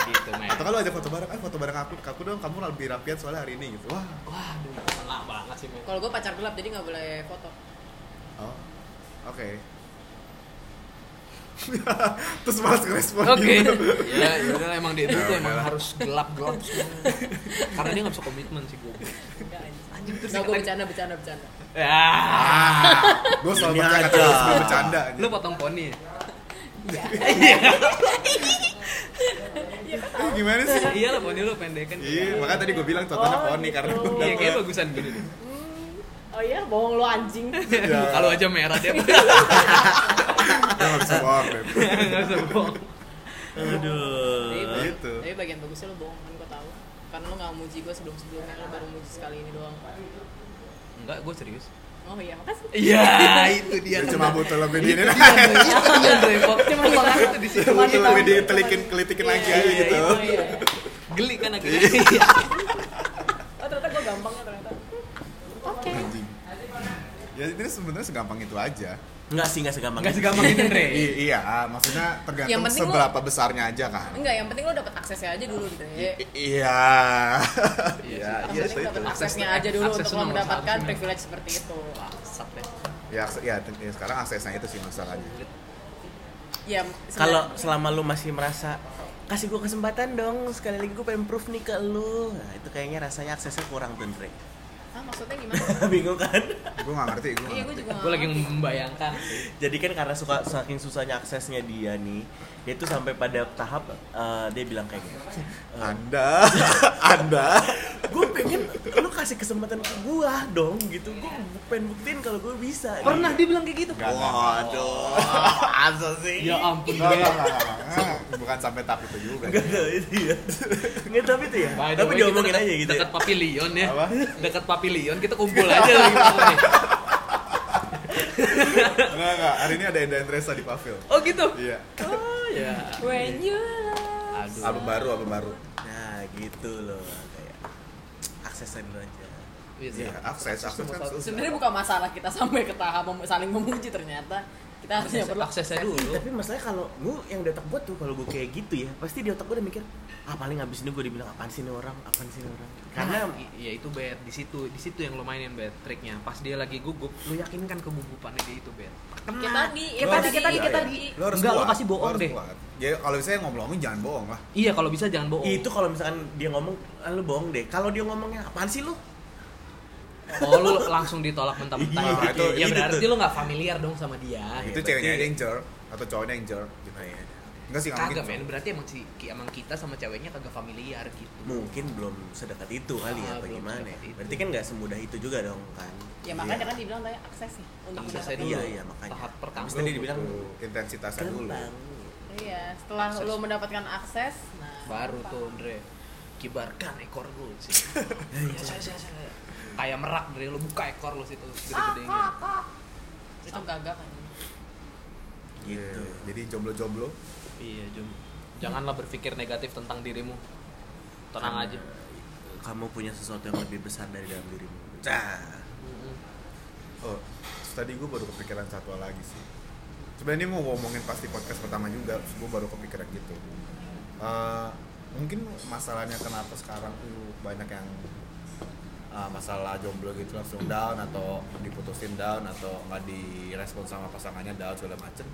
Speaker 1: gitu men
Speaker 2: kan-
Speaker 3: Atau kalau ada foto bareng, eh foto bareng aku, aku dong kamu lebih rapian soalnya hari ini gitu Wah,
Speaker 1: wah aduh, enak banget sih men
Speaker 4: Kalau gue pacar gelap jadi nggak boleh foto.
Speaker 3: oh, oke [laughs] Terus malas ngerespon
Speaker 1: Oke,
Speaker 2: Iya,
Speaker 3: gitu
Speaker 1: ya udah lah, emang dia itu
Speaker 3: Ya
Speaker 1: tuh emang
Speaker 3: udahlah.
Speaker 1: harus gelap gelap karena dia nggak bisa komitmen sih gue. Anjing terus
Speaker 4: Nggak gue
Speaker 1: dikata-
Speaker 4: bercanda bercanda bercanda.
Speaker 2: Ya.
Speaker 1: Ah,
Speaker 3: Ah, gue selalu
Speaker 2: Ini
Speaker 3: bercanda,
Speaker 2: aja.
Speaker 3: gue selalu bercanda
Speaker 1: lu potong poni. ya?
Speaker 4: Iya.
Speaker 3: Eh, Gimana sih?
Speaker 1: Iya lah poni lu pendekan.
Speaker 3: Iya, makanya tadi gue bilang contohnya
Speaker 4: Oh,
Speaker 3: poni karena
Speaker 4: gitu.
Speaker 3: gue
Speaker 1: Iya,
Speaker 3: bilang
Speaker 1: kayaknya bagusan gini deh.
Speaker 4: Oh iya, bohong lo anjing.
Speaker 3: Ya.
Speaker 1: [laughs] Kalau aja merah
Speaker 3: [laughs]
Speaker 1: dia
Speaker 3: Gue gak bisa bohong, Beb.
Speaker 1: nggak usah bohong.
Speaker 2: aduh
Speaker 4: Tapi-
Speaker 3: Gitu.
Speaker 4: Tapi bagian bagusnya lo bohong kan gue tahu. Karena lo nggak muji gue sebelum sebelumnya lo baru muji sekali ini doang.
Speaker 1: Enggak, gue serius.
Speaker 4: Oh iya, makasih.
Speaker 1: Iya, Iya, itu dia.
Speaker 3: Dia cuma butuh lebih di ini
Speaker 1: Itu dia Dre. Cuma
Speaker 4: Cuma
Speaker 1: malah
Speaker 4: kita-
Speaker 1: itu di situ.
Speaker 4: cuma
Speaker 3: [laughs] Butuh lebih
Speaker 4: Iya,
Speaker 3: ditelikin, kelitikin lagi
Speaker 4: iya,
Speaker 3: aja
Speaker 4: iya,
Speaker 3: gitu
Speaker 4: itu, iya.
Speaker 1: Geli kan akhirnya.
Speaker 4: Oh ternyata gue gampang ya ternyata. Oke.
Speaker 3: Anjing. Ya itu sebenarnya segampang itu aja.
Speaker 2: Enggak sih, enggak segampang
Speaker 1: Enggak segampang itu, Dre.
Speaker 3: I- iya, maksudnya tergantung
Speaker 4: Yang penting
Speaker 3: seberapa besarnya aja kan.
Speaker 4: Enggak, yang penting lo dapet aksesnya aja dulu gitu ya.
Speaker 3: I- Iya. Iya, [laughs]
Speaker 4: Yang
Speaker 3: iya itu
Speaker 4: penting lo
Speaker 3: itu.
Speaker 4: dapet aksesnya aja dulu
Speaker 1: Akses
Speaker 4: untuk
Speaker 1: itu
Speaker 4: lo
Speaker 1: nomor
Speaker 4: mendapatkan
Speaker 1: satu.
Speaker 4: privilege seperti itu.
Speaker 1: Bangsat deh.
Speaker 3: Ya, akse- ya, ten- ya, sekarang aksesnya itu sih masalahnya.
Speaker 4: Ya,
Speaker 2: Kalau
Speaker 4: sebenarnya-
Speaker 2: selama lu masih merasa kasih gue kesempatan dong sekali lagi gue pengen proof nih ke lu nah, itu kayaknya rasanya aksesnya kurang tuh Dre
Speaker 4: ah
Speaker 1: [laughs]
Speaker 4: maksudnya gimana?
Speaker 2: [laughs] bingung kan
Speaker 3: Gue gak ngerti, gue
Speaker 4: Iya, gue juga.
Speaker 1: Gue lagi membayangkan sih.
Speaker 2: jadi kan karena suka saking susahnya aksesnya dia nih dia tuh sampai pada tahap eh, dia bilang kayak gini
Speaker 3: Anda, [laughs] Anda.
Speaker 2: gue pengen lu kasih kesempatan ke gue dong gitu gue pengen buktiin kalau gue bisa Gitu.
Speaker 1: Pernah dia bilang kayak gitu.
Speaker 3: Gak ada.
Speaker 2: waduh asa sih
Speaker 1: Ya
Speaker 2: [laughs]
Speaker 1: ampun,
Speaker 3: Nggak,
Speaker 1: Dre.
Speaker 3: nggak, nggak, nggak, nggak. Bukan sampai tahap itu juga.
Speaker 2: Enggak tahu itu ya. Enggak tapi itu ya.
Speaker 1: By the
Speaker 2: tapi
Speaker 1: way,
Speaker 2: dia
Speaker 1: kita
Speaker 2: omongin
Speaker 1: dekat-
Speaker 2: aja gitu.
Speaker 1: Dekat
Speaker 2: ya.
Speaker 1: papilion ya.
Speaker 3: Apa? Iya.
Speaker 1: Dekat papilion kita kumpul aja lagi malam nih.
Speaker 3: Enggak, enggak. Hari ini ada Enda Endresa di Pavil.
Speaker 1: Oh gitu.
Speaker 3: Iya.
Speaker 1: Oh ya.
Speaker 4: When you
Speaker 1: Aduh.
Speaker 3: Album baru, album baru.
Speaker 2: Nah, gitu loh kayak aksesnya dulu aja.
Speaker 3: Iya,
Speaker 1: Iya.
Speaker 3: akses, akses kan susah.
Speaker 4: sebenarnya bukan masalah kita sampai ke tahap mem- saling memuji ternyata kita harusnya perlu
Speaker 1: Aksesnya dulu.
Speaker 2: Iya, Tapi masalahnya kalau gue yang di otak gue tuh kalau gue kayak gitu ya, pasti di otak gue udah mikir, ah paling abis ini gue dibilang apaan sih ini orang, apaan sih ini orang. Karena
Speaker 1: karena i- ya itu bet di situ di situ yang lo mainin bet triknya pas dia lagi gugup lo yakinkan kegugupannya dia itu bet
Speaker 4: kita di
Speaker 1: ya
Speaker 3: Lo
Speaker 4: kita di
Speaker 3: harus
Speaker 4: kita
Speaker 3: kuat.
Speaker 4: di kita
Speaker 3: Iya,
Speaker 4: di
Speaker 3: Lo harus
Speaker 1: Enggak, lo
Speaker 3: kuat.
Speaker 1: pasti bohong
Speaker 3: harus
Speaker 1: deh.
Speaker 3: kuat. Ya kalau misalnya ngomongin jangan bohong lah.
Speaker 1: iya kalau bisa jangan bohong
Speaker 2: itu kalau misalkan dia ngomong, "Ah, lu bohong deh. Kalau dia ngomongnya apaan sih lu?
Speaker 1: oh lo langsung ditolak mentah-mentah
Speaker 3: Iya,
Speaker 1: gitu.
Speaker 3: itu-
Speaker 1: ya
Speaker 2: itu
Speaker 1: berarti
Speaker 2: tuh.
Speaker 1: lo nggak familiar dong sama dia ya.
Speaker 3: itu
Speaker 2: berarti-
Speaker 3: ceweknya aja yang jerk atau cowoknya yang jerk gitu.
Speaker 2: Nah, ya.
Speaker 3: Enggak sih nggak
Speaker 1: kagak
Speaker 3: mungkin.
Speaker 1: men berarti emang si ki- emang kita sama ceweknya kagak familiar gitu
Speaker 2: Mungkin belum sedekat itu kali ya,
Speaker 1: Ah,
Speaker 2: apa
Speaker 1: belum
Speaker 2: gimana ya.
Speaker 1: sedekat itu.
Speaker 2: Berarti kan nggak semudah itu juga dong kan.
Speaker 4: ya makanya
Speaker 3: Iya.
Speaker 4: kan dibilang tadi akses sih untuk
Speaker 1: Aksesnya
Speaker 4: mendapatkan
Speaker 1: dulu
Speaker 2: Iya, iya, makanya.
Speaker 1: tahap pertama
Speaker 2: Abis itu dia dibilang,
Speaker 3: Tuh, intensitasnya dulu.
Speaker 1: gitu.
Speaker 2: Gampang.
Speaker 4: iya setelah
Speaker 1: Akses.
Speaker 4: lo mendapatkan akses nah
Speaker 1: baru tuh Andre kibarkan ekor lo sih
Speaker 3: [laughs]
Speaker 1: Iya, saya- saya- saya. kayak merak Andre lo buka ekor lo situ gede-gedenya
Speaker 4: itu gagak kan
Speaker 2: Gitu.
Speaker 3: Iya, Jadi jomblo-jomblo.
Speaker 1: iya Jom janganlah berpikir negatif tentang dirimu tenang aja
Speaker 2: Kamu punya sesuatu yang lebih besar dari dalam dirimu. Nah,
Speaker 3: Oh, terus tadi gue baru kepikiran satu hal lagi sih. Sebenarnya ini mau ngomongin pasti podcast pertama juga, terus gue baru kepikiran gitu. Eh, mungkin masalahnya kenapa sekarang tuh banyak yang eh, masalah jomblo gitu langsung down atau diputusin down atau nggak direspon sama pasangannya down segala macem.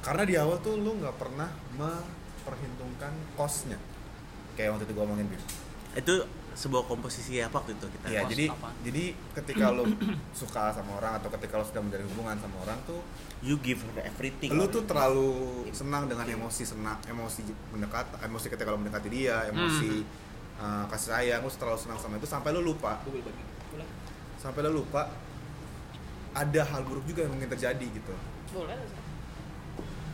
Speaker 3: Karena di awal tuh lu nggak pernah memperhitungkan costnya. Kayak waktu itu gue ngomongin gitu. Bim.
Speaker 2: itu sebuah komposisi apa waktu itu kita?
Speaker 3: Iya,
Speaker 1: Cost
Speaker 3: jadi
Speaker 1: apa?
Speaker 3: jadi ketika lo [clears throat] suka sama orang atau ketika lo sudah menjalin hubungan sama orang tuh
Speaker 2: You give her everything.
Speaker 3: lo tuh terlalu senang dengan emosi senang emosi mendekat emosi ketika lo mendekati dia, emosi uh, kasih sayang, lo terlalu senang sama itu sampai lo lupa,
Speaker 1: gue bagi
Speaker 3: sampai lo lupa ada hal buruk juga yang mungkin terjadi gitu
Speaker 4: boleh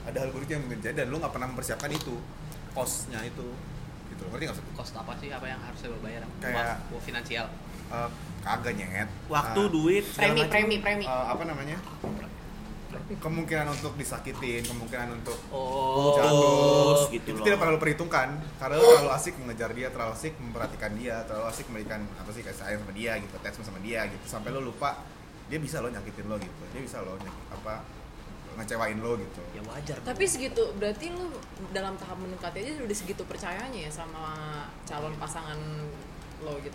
Speaker 3: ada hal buruk yang mungkin terjadi dan lo nggak pernah mempersiapkan itu costnya itu gitu ngerti nggak maksud-
Speaker 1: cost apa sih apa yang harus saya bayar
Speaker 3: Kayak-
Speaker 1: Wah, wah, finansial
Speaker 3: Eh, kagak nyet
Speaker 2: Waktu,
Speaker 3: Eh,
Speaker 2: duit, segala
Speaker 4: premi
Speaker 2: macam.
Speaker 4: premi premi
Speaker 3: eh, apa namanya kemungkinan untuk disakitin kemungkinan untuk
Speaker 1: oh
Speaker 2: Terus
Speaker 3: gitu
Speaker 2: gitu
Speaker 3: itu
Speaker 2: loh.
Speaker 3: tidak perlu perhitungkan karena lo terlalu asik mengejar dia terlalu asik memperhatikan dia terlalu asik memberikan apa sih kasih sayang sama dia gitu attachment sama dia gitu sampai lo lupa dia bisa lo nyakitin lo gitu dia bisa lo nyakit, apa ngecewain lo gitu
Speaker 1: ya wajar
Speaker 4: tapi segitu berarti lu dalam tahap mendekati aja udah segitu percayanya ya sama calon pasangan lo gitu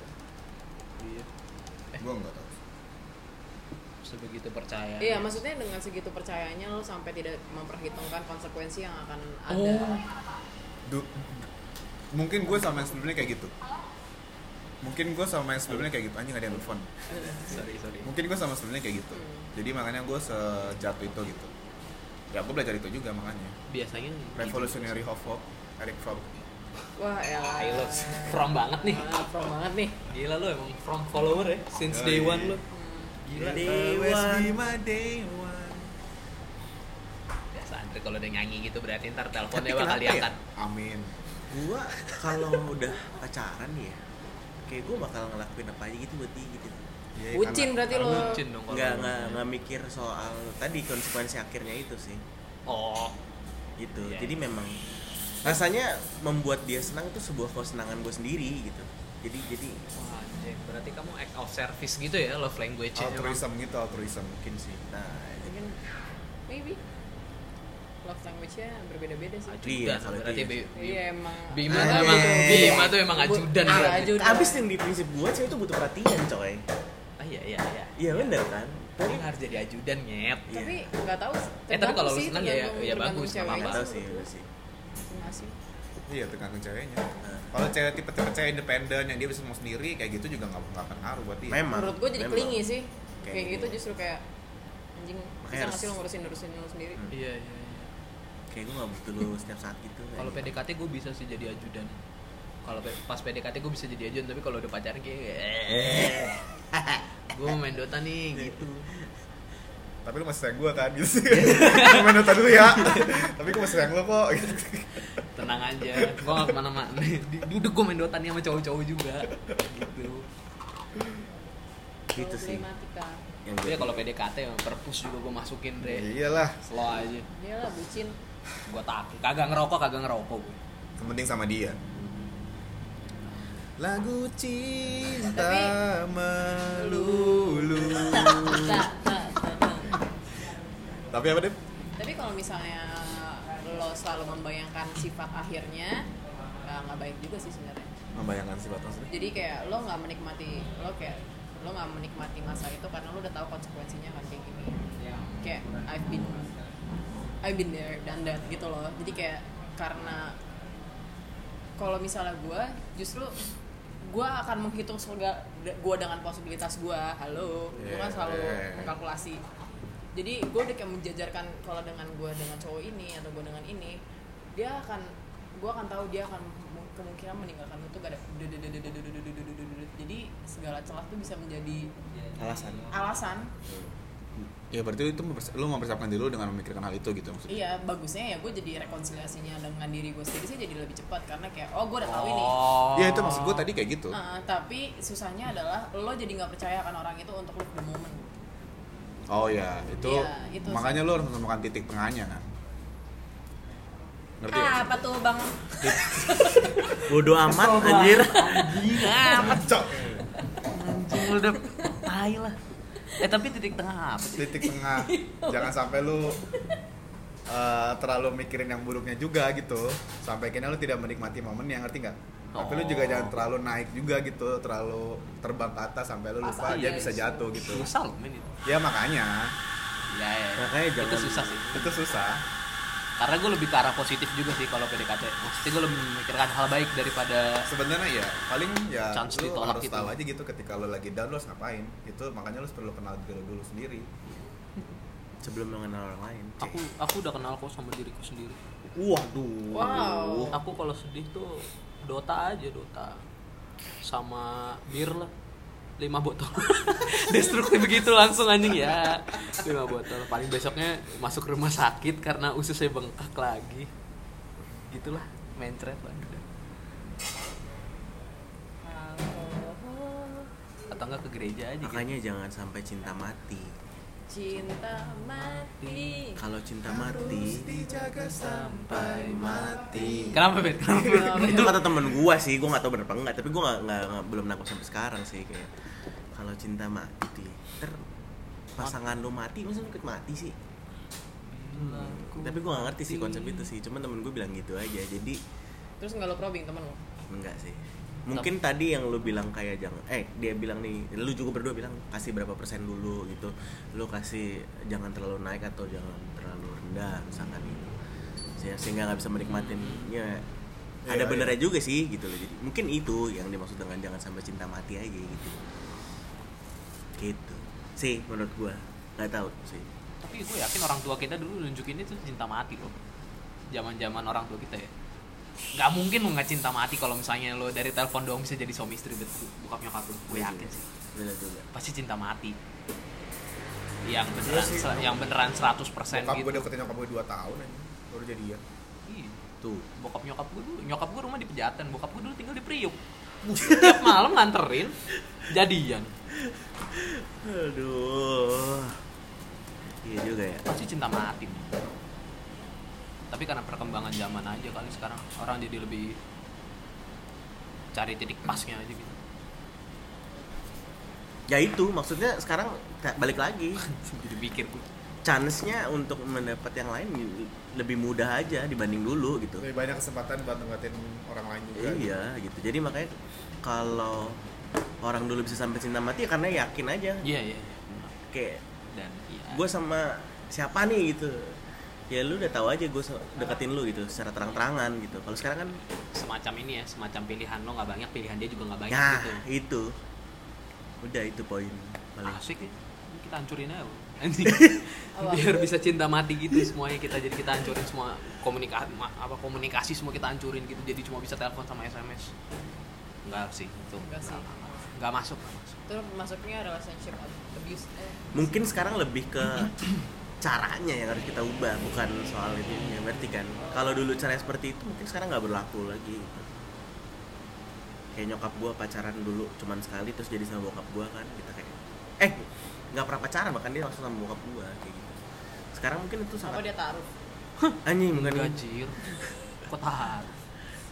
Speaker 1: Iya.
Speaker 3: gue nggak tahu
Speaker 1: sebegitu percaya
Speaker 4: Iya, maksudnya dengan segitu percayanya lo sampai tidak memperhitungkan konsekuensi yang akan ada.
Speaker 1: Oh.
Speaker 3: Du- mungkin gue sama yang sebelumnya kayak gitu mungkin gue sama yang sebelumnya kayak gitu anjing ada yang telepon
Speaker 1: sorry sorry
Speaker 3: mungkin gue sama sebelumnya kayak gitu jadi makanya gue sejatuh itu gitu ya gue belajar itu juga makanya
Speaker 2: Gitu,
Speaker 1: biasanya gitu.
Speaker 3: revolutionary hop hop Eric Fromm
Speaker 4: Wah, ya.
Speaker 1: I love from banget nih
Speaker 4: Pro banget nih.
Speaker 1: gila lu emang from follower ya since day
Speaker 2: Oh, iya.
Speaker 3: Yoi.
Speaker 1: one lu gila
Speaker 2: Dewa.
Speaker 3: dewa
Speaker 1: biasa Andre kalau udah nyanyi gitu berarti ntar telepon
Speaker 2: Tapi
Speaker 1: dia bakal
Speaker 2: kenapa ya?
Speaker 1: diangkat
Speaker 3: amin
Speaker 2: gua kalau udah pacaran nih ya kayak gua bakal ngelakuin apa aja gitu buat dia gitu
Speaker 3: Ya,
Speaker 4: Bucin
Speaker 3: karena-
Speaker 4: berarti lo.
Speaker 1: Bucin dong kalau
Speaker 2: nggak
Speaker 1: lu.
Speaker 2: nggak nggak mikir soal tadi konsekuensi akhirnya itu sih
Speaker 1: oh
Speaker 2: gitu
Speaker 1: Iya.
Speaker 2: jadi memang rasanya membuat dia senang itu sebuah kesenangan gue sendiri gitu jadi jadi
Speaker 1: wah anjing. berarti kamu act of service gitu ya love language
Speaker 3: altruism gitu altruism mungkin sih
Speaker 2: nah itu kan
Speaker 4: Maybe. Love language-nya berbeda-beda sih.
Speaker 2: Iya,
Speaker 1: ajudan
Speaker 2: kalau
Speaker 1: Ah, kan, berarti
Speaker 2: itu
Speaker 1: bi-
Speaker 4: Iya, emang.
Speaker 1: Bima
Speaker 3: Aneh.
Speaker 1: tuh emang Bima tuh emang
Speaker 4: Bu-
Speaker 1: ajudan
Speaker 4: ah,
Speaker 1: berarti
Speaker 4: ajudan.
Speaker 2: abis yang di prinsip gue cewek itu butuh perhatian coy
Speaker 1: ah iya iya iya
Speaker 2: iya bener kan
Speaker 1: Tapi harus jadi ajudan nyet
Speaker 2: Iya.
Speaker 4: Tapi nggak tahu.
Speaker 1: Eh, tapi kalau lu
Speaker 4: tergantung
Speaker 1: seneng
Speaker 4: sih,
Speaker 1: ya- ya
Speaker 4: tergantung- tergantung
Speaker 1: bagus, nggak
Speaker 4: ceweknya
Speaker 1: apa-apa.
Speaker 2: nggak tahu sih nggak sih
Speaker 4: masing-masing.
Speaker 3: iya tergantung ceweknya
Speaker 2: Nah.
Speaker 3: kalau cewek tipe tipe cewek independen yang dia bisa mau sendiri kayak gitu juga nggak nggak pengaruh buat dia
Speaker 2: memang
Speaker 4: Menurut gue jadi
Speaker 2: memang.
Speaker 4: klingi sih.
Speaker 2: Ah, Kayak
Speaker 4: Kayak gitu
Speaker 2: gitu.
Speaker 4: justru kayak anjing. Bisa nggak
Speaker 2: harus-
Speaker 4: sih lo ngurusin ngurusin lo sendiri?
Speaker 2: Hmm.
Speaker 1: iya iya iya.
Speaker 2: kayak gue nggak butuh lu setiap saat gitu kayak
Speaker 1: kalau
Speaker 2: gitu.
Speaker 1: PDKT gue bisa sih jadi ajudan kalau pe- pas PDKT gue bisa jadi ajudan tapi kalau udah pacaran kayak gue mau main Dota nih gitu
Speaker 3: tapi lu masih sayang gue kan gitu sih [laughs] main Dota dulu ya tapi gue masih sayang lo kok gitu.
Speaker 1: tenang aja gue gak kemana-mana [laughs] Di- duduk gue main Dota nih sama cowok-cowok juga gitu
Speaker 2: gitu sih
Speaker 4: Problematika.
Speaker 2: yang
Speaker 1: tapi
Speaker 2: gue
Speaker 1: ya kalau PDKT emang perpus juga gue masukin deh
Speaker 3: iyalah
Speaker 1: slow aja
Speaker 4: Iyalah bucin.
Speaker 1: gue takut kagak ngerokok kagak ngerokok gue
Speaker 3: yang penting sama dia lagu cinta
Speaker 4: Tapi- [laughs]
Speaker 3: melulu
Speaker 4: Nah, nah, nah, nah.
Speaker 3: tapi apa deh
Speaker 4: Tapi kalau misalnya lo selalu membayangkan sifat akhirnya eh, nggak baik juga sih sebenarnya.
Speaker 3: membayangkan sifat maksudnya
Speaker 4: Jadi kayak lo nggak menikmati lo kayak lo nggak menikmati masa itu karena lo udah tahu konsekuensinya kan kayak gini. Kayak I've been I've been there done that gitu loh. Jadi kayak karena kalau misalnya gue justru gue akan menghitung surga gue dengan posibilitas gue halo gue kan
Speaker 3: Yeah,
Speaker 4: selalu
Speaker 3: yeah.
Speaker 4: mengkalkulasi jadi gue udah kayak menjajarkan kalau dengan gue dengan cowok ini atau gue dengan ini dia akan gue akan tahu dia akan mu- kemungkinan meninggalkan itu gak ada jadi segala celah tuh bisa menjadi
Speaker 2: alasan
Speaker 4: alasan
Speaker 3: ya berarti lu itu mempersi- lu mempersiapkan diri lu dengan memikirkan hal itu gitu maksudnya
Speaker 4: iya bagusnya ya gue jadi rekonsiliasinya dengan diri gue sendiri sih jadi lebih cepat karena kayak oh gue udah tahu ini
Speaker 3: ya itu maksud gue tadi kayak gitu
Speaker 4: Uh, tapi susahnya adalah lo jadi nggak percaya kan orang itu untuk look the moment.
Speaker 3: oh ya itu,
Speaker 4: Iya, itu
Speaker 3: makanya lu harus menemukan titik tengahnya kan ngerti ya?
Speaker 4: Ah, apa tuh bang?
Speaker 2: bodoh amat anjir
Speaker 3: Cok.
Speaker 1: Cuma udah tai lah eh tapi titik tengah apa
Speaker 3: titik tengah jangan sampai lu eh, terlalu mikirin yang buruknya juga gitu sampai akhirnya lu tidak menikmati momen yang ngerti nggak tapi lu juga
Speaker 1: Oh.
Speaker 3: jangan terlalu naik juga gitu terlalu terbang ke atas sampai lu lupa
Speaker 4: Pas-
Speaker 3: dia
Speaker 4: iya,
Speaker 3: bisa
Speaker 4: iya.
Speaker 3: jatuh gitu
Speaker 1: susah loh main itu
Speaker 3: ya makanya
Speaker 1: ya, ya.
Speaker 2: Makanya
Speaker 1: itu
Speaker 2: jangan-
Speaker 1: susah sih
Speaker 3: itu susah
Speaker 1: karena gue lebih ke arah positif juga sih kalau PDKT maksudnya gue lebih memikirkan hal baik daripada
Speaker 3: sebenarnya ya paling ya
Speaker 1: Chance
Speaker 3: lu
Speaker 1: ditolak
Speaker 3: harus
Speaker 1: gitu.
Speaker 3: tahu aja gitu ketika lu lagi down lu harus ngapain itu makanya lu perlu kenal diri lu dulu sendiri
Speaker 2: sebelum mengenal orang lain cek.
Speaker 1: aku aku udah kenal kok sama diriku sendiri
Speaker 2: waduh
Speaker 4: Wow.
Speaker 1: aku kalau sedih tuh Dota aja Dota sama bir lah lima botol [laughs] destruktif begitu langsung anjing ya lima botol paling besoknya masuk rumah sakit karena ususnya bengkak lagi itulah mencret lah udah.
Speaker 4: Alkohol,
Speaker 1: atau enggak ke gereja aja gitu.
Speaker 2: Makanya jangan sampai cinta mati.
Speaker 4: cinta mati.
Speaker 2: Kalau cinta mati,
Speaker 3: dijaga
Speaker 1: sampai
Speaker 3: mati
Speaker 1: kenapa bet kenapa Bet?
Speaker 2: itu kata temen gua sih, gua nggak tahu bener apa enggak, tapi gua nggak- nggak nggak- belum nangkep sampai sekarang sih kayak kalau cinta mati, ter pasangan lu mati, masa lu ikut mati sih? Tapi gua nggak ngerti sih konsep itu sih, cuman temen gua bilang gitu aja, jadi
Speaker 4: Terus nggak lo probing temen lo?
Speaker 2: enggak sih. Mungkin tadi yang lu bilang kayak jangan, eh dia bilang nih, lu juga berdua bilang kasih berapa persen dulu gitu, lu kasih jangan terlalu naik atau jangan terlalu rendah misalkan gitu, Se- sehingga nggak bisa menikmatinnya. Ada
Speaker 3: Iya,
Speaker 2: benernya juga sih gitu loh, jadi mungkin itu yang dimaksud dengan jangan sampai cinta mati aja gitu. Gitu sih menurut gua, nggak tahu sih.
Speaker 1: tapi gue yakin orang tua kita dulu nunjukin itu cinta mati loh zaman zaman orang tua kita ya nggak mungkin lo nggak cinta mati kalau misalnya lo dari telepon doang bisa jadi suami istri bet bokap nyokap lo gue yakin
Speaker 3: Iya.
Speaker 1: sih
Speaker 2: Bener juga.
Speaker 1: pasti cinta mati yang
Speaker 3: Iya
Speaker 1: beneran
Speaker 3: sih,
Speaker 1: se-
Speaker 3: gua-
Speaker 1: yang beneran 100%
Speaker 3: Bokap
Speaker 1: gitu
Speaker 3: gue deketin nyokap gue 2 tahun aja Baru jadian
Speaker 1: Iya.
Speaker 2: Tuh,
Speaker 1: bokap nyokap gue dulu nyokap gue rumah di Pejaten bokap gue dulu tinggal di Priuk tiap malam nganterin jadian
Speaker 2: aduh, iya juga ya.
Speaker 1: pasti cinta mati tapi karena perkembangan zaman aja kali sekarang orang jadi lebih cari titik pasnya aja gitu [laughs]
Speaker 2: ya itu maksudnya sekarang kayak balik lagi
Speaker 1: jadi pikir gue
Speaker 2: chance-nya untuk mendapat yang lain lebih mudah aja dibanding dulu gitu
Speaker 1: Iya,
Speaker 3: Lebih banyak kesempatan buat ngebatin orang lain juga
Speaker 2: iya gitu jadi makanya kalau orang dulu bisa sampai cinta mati ya karena yakin aja
Speaker 1: iya iya
Speaker 2: kayak
Speaker 1: dan iya
Speaker 2: gue sama siapa nih gitu ya lu udah tahu aja gue deketin lu gitu secara terang-terangan gitu kalau sekarang kan
Speaker 1: semacam ini ya semacam pilihan lo nggak banyak pilihan dia juga nggak banyak
Speaker 2: nah
Speaker 1: gitu
Speaker 2: itu udah itu poin paling
Speaker 1: asik ya kita hancurin aja anjing biar bisa cinta mati gitu semuanya kita jadi kita hancurin semua komunikasi apa komunikasi semua kita hancurin gitu jadi cuma bisa telepon sama sms enggak sih itu
Speaker 4: Nggak sih.
Speaker 1: nggak masuk nggak masuk
Speaker 4: Itu masuknya relationship abuse. Eh,
Speaker 2: mungkin sekarang lebih ke caranya yang harus kita ubah bukan soal itu ya berarti kan kalau dulu caranya seperti itu mungkin sekarang nggak berlaku lagi gitu. kayak nyokap gua pacaran dulu cuman sekali terus jadi sama bokap gua kan kita kayak eh nggak pernah pacaran bahkan dia langsung sama bokap gua kayak gitu sekarang mungkin itu
Speaker 4: apa
Speaker 2: sangat
Speaker 4: dia taruh?
Speaker 2: anjing bukan
Speaker 1: gajir kok tahan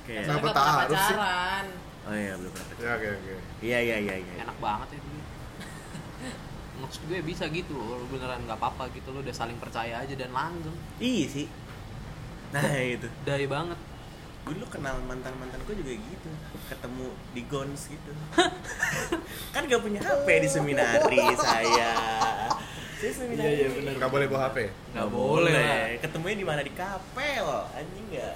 Speaker 2: kayak
Speaker 3: Kenapa
Speaker 4: Nggak pernah
Speaker 3: taruh sih?
Speaker 4: pacaran.
Speaker 2: oh iya belum pernah pacaran
Speaker 3: Ya oke oke
Speaker 2: iya iya iya iya
Speaker 1: enak banget ya dulu [laughs] maksud gue bisa gitu loh lo beneran nggak apa-apa gitu lo udah saling percaya aja dan langgeng
Speaker 2: iya sih nah [laughs] itu
Speaker 1: dari banget
Speaker 2: gue dulu kenal mantan mantan gue juga gitu ketemu di gons
Speaker 1: [laughs]
Speaker 2: gitu kan gak punya hp di seminari saya saya seminari
Speaker 1: Iya, iya, benar.
Speaker 3: Gak boleh bawa HP
Speaker 1: nggak boleh lah.
Speaker 2: ketemunya di mana di kapel anjing nggak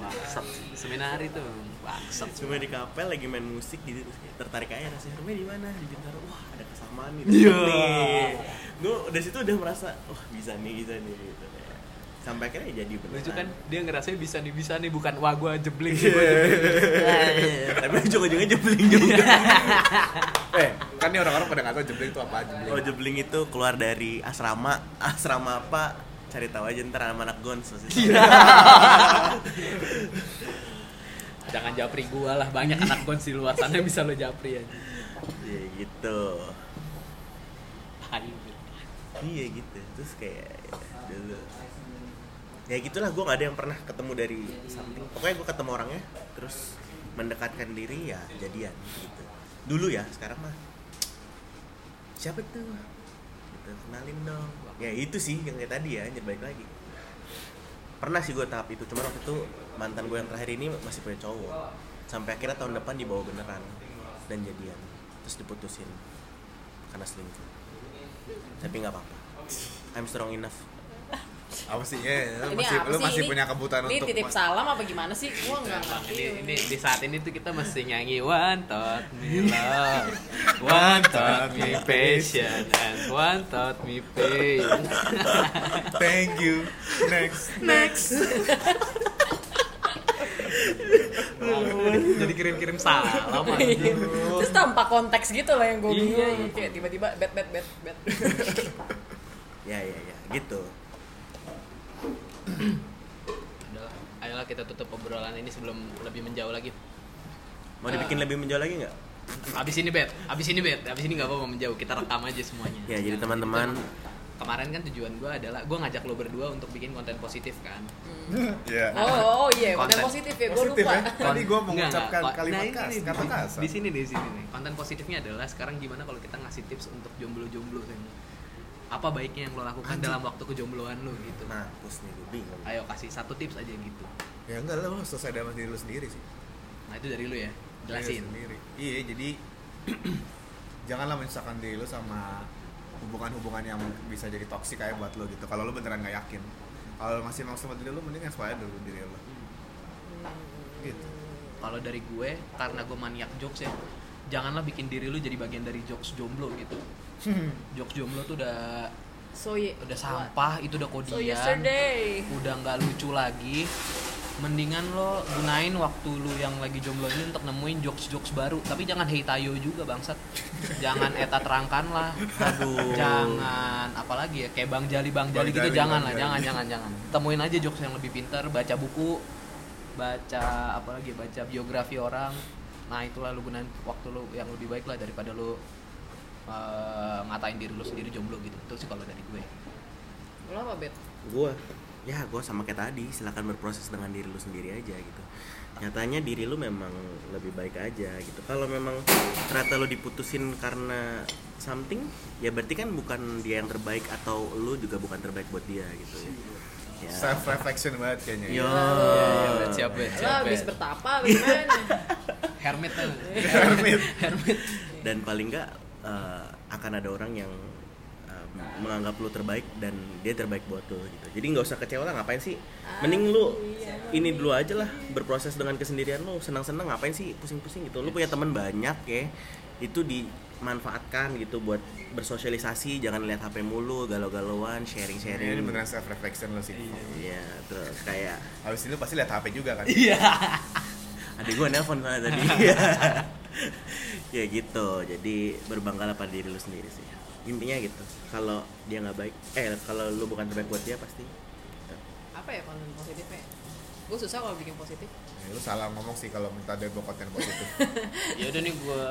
Speaker 1: bangsat seminar itu bangsat
Speaker 2: cuma di kapel lagi main musik gitu terus kayak tertarik aja rasanya rumahnya di mana di Bintaro wah ada kesamaan nih
Speaker 1: Iya.
Speaker 2: gue dari situ udah merasa wah bisa nih bisa nih gitu Kayak, sampai akhirnya jadi beneran
Speaker 1: lucu kan dia ngerasa bisa nih bisa nih bukan wah gue jebling sih gua jebling."
Speaker 2: [laughs] tapi ujung-ujungnya jebling juga
Speaker 1: [laughs]
Speaker 3: Eh kan nih orang-orang pada gak tau jebling itu apa jebling
Speaker 2: Oh jebling itu keluar dari asrama Asrama apa? Cari tahu aja ntar anak-anak gons pasti tahu.
Speaker 1: Iya. [laughs] jangan japri gue lah banyak anak kons di luar sana yang bisa lo japri aja
Speaker 2: Iya gitu
Speaker 1: Tai.
Speaker 2: Iya gitu Terus kayak dulu Ya gitulah gue gak ada yang pernah ketemu dari something Pokoknya gue ketemu orangnya Terus mendekatkan diri ya jadian gitu Dulu ya sekarang mah Siapa tuh? Gitu, kenalin dong Ya itu sih yang kayak tadi ya anjir balik lagi Pernah sih gue tahap itu Cuman waktu itu mantan gue yang terakhir ini masih punya cowok Sampai akhirnya tahun depan dibawa beneran Dan jadian Terus diputusin Karena selingkuh Tapi nggak [laughs] apa-apa I'm strong enough
Speaker 3: Apa sih? Eh, lu
Speaker 4: Ini
Speaker 3: masih,
Speaker 4: apa
Speaker 3: lu
Speaker 4: sih?
Speaker 3: masih
Speaker 4: Ini-
Speaker 3: punya kebutuhan
Speaker 4: Ini
Speaker 3: untuk Nah,
Speaker 4: titip salam apa gimana sih? Gua nggak
Speaker 1: Emang
Speaker 4: ngerti.
Speaker 1: ini, ini di saat ini tuh kita mesti nyanyi one thought me love one thought me passion and one thought me pain
Speaker 3: [laughs]
Speaker 4: Nah,
Speaker 3: Thank you Next
Speaker 4: Next.
Speaker 1: jadi kirim-kirim salam
Speaker 4: Iya.
Speaker 1: anjing.
Speaker 4: Terus tanpa konteks gitu loh yang
Speaker 1: Iya,
Speaker 4: gue bingung
Speaker 1: iya.
Speaker 4: Kayak tiba-tiba bet bet bet bet
Speaker 2: ya ya ya gitu
Speaker 1: Adalah, ayolah kita tutup obrolan ini sebelum lebih menjauh lagi.
Speaker 2: mau dibikin lebih menjauh lagi nggak
Speaker 1: Abis ini bet, abis ini bet, abis ini nggak apa-apa menjauh. Kita rekam aja semuanya.
Speaker 2: ya jadi
Speaker 1: Jangan-
Speaker 2: teman-teman
Speaker 1: Kemarin kan tujuan gue adalah gue ngajak lo berdua untuk bikin konten positif kan.
Speaker 3: Iya.
Speaker 4: Hmm. Oh, oh iya konten
Speaker 1: Konten.
Speaker 4: positif ya gue
Speaker 3: Positif
Speaker 4: lupa
Speaker 3: ya. Tadi gua
Speaker 1: Kon-
Speaker 3: mengucapkan
Speaker 1: enggak, enggak.
Speaker 3: kalimat
Speaker 1: ini
Speaker 3: khas,
Speaker 1: nih,
Speaker 3: kata
Speaker 1: di-
Speaker 3: kasar.
Speaker 1: Di sini di sini nih. Konten positifnya adalah sekarang gimana kalau kita ngasih tips untuk jomblo-jomblo kan. Apa baiknya yang lo lakukan
Speaker 3: Anjing.
Speaker 1: dalam waktu kejombloan lo gitu.
Speaker 2: mampus Nah, nih gue bingung
Speaker 1: Ayo kasih satu tips aja gitu.
Speaker 3: ya enggak lah lo selesai sama diri lo sendiri sih
Speaker 1: Nah itu dari lo ya. Jelasin.
Speaker 3: Diri lo sendiri. iya jadi [clears throat] janganlah menyusahkan diri lo sama hubungan-hubungan yang bisa jadi toksik kayak buat lo gitu kalau lo beneran nggak yakin kalau masih mau sama diri lo mending aspire dulu diri lo gitu
Speaker 1: Kalau dari gue karena gue maniak jokes ya. Janganlah bikin diri lu jadi bagian dari jokes jomblo gitu.
Speaker 3: [laughs]
Speaker 1: Jokes jomblo tuh udah
Speaker 4: So ye-
Speaker 1: udah sampah, itu udah kodian.
Speaker 4: So yesterday
Speaker 1: udah nggak lucu lagi mendingan lo gunain waktu lu yang lagi jomblo ini untuk nemuin jokes jokes baru tapi jangan heitayo juga bangsat jangan eta terangkan lah
Speaker 2: Aduh.
Speaker 1: jangan apalagi ya kayak bang jali bang jali
Speaker 3: Bang
Speaker 1: gitu
Speaker 3: Jali,
Speaker 1: jangan
Speaker 3: Bang
Speaker 1: lah
Speaker 3: Jali.
Speaker 1: jangan jangan jangan temuin aja jokes yang lebih pintar baca buku baca apalagi baca biografi orang nah itulah lu gunain waktu lu yang lebih baik lah daripada lu eh, ngatain diri lu sendiri jomblo gitu itu sih kalau dari gue
Speaker 4: Lo apa bet?
Speaker 2: gue ya gue sama kayak tadi silakan berproses dengan diri lu sendiri aja gitu nyatanya diri lu memang lebih baik aja gitu kalau memang ternyata lu diputusin karena something ya berarti kan bukan dia yang terbaik atau lu juga bukan terbaik buat dia gitu ya, ya.
Speaker 3: self reflection banget kayaknya
Speaker 2: Yo.
Speaker 1: Iya,
Speaker 2: iya.
Speaker 1: Bet, siap, Bet.
Speaker 4: Lo
Speaker 1: Siapa?
Speaker 4: habis bertapa
Speaker 1: [laughs]
Speaker 4: bagaimana?
Speaker 1: hermit kan
Speaker 3: Hermit.
Speaker 1: [laughs] hermit
Speaker 2: dan paling nggak eh, akan ada orang yang eh, menganggap lu terbaik dan dia terbaik buat lu gitu jadi nggak usah kecewa lah ngapain sih mending lu ini dulu aja lah berproses dengan kesendirian lu senang-senang ngapain sih pusing-pusing gitu lu punya teman banyak ya itu dimanfaatkan gitu buat bersosialisasi jangan lihat HP mulu galau-galauan
Speaker 3: Iya, ini
Speaker 2: sharing-sharing
Speaker 3: beneran self reflection lo sih
Speaker 2: Iya, terus kayak
Speaker 3: habis itu pasti lihat HP juga kan
Speaker 2: adik gue nelpon soalnya
Speaker 4: [laughs]
Speaker 2: tadi ya gitu jadi berbanggalah pada diri lu sendiri sih intinya gitu kalau dia nggak baik eh kalau lu bukan terbaik buat dia pasti gitu.
Speaker 4: apa ya konten positifnya? Gue susah kalau bikin positif [laughs]
Speaker 3: Ya, lu salah ngomong sih kalau minta dari gua konten positif
Speaker 1: ya udah nih gue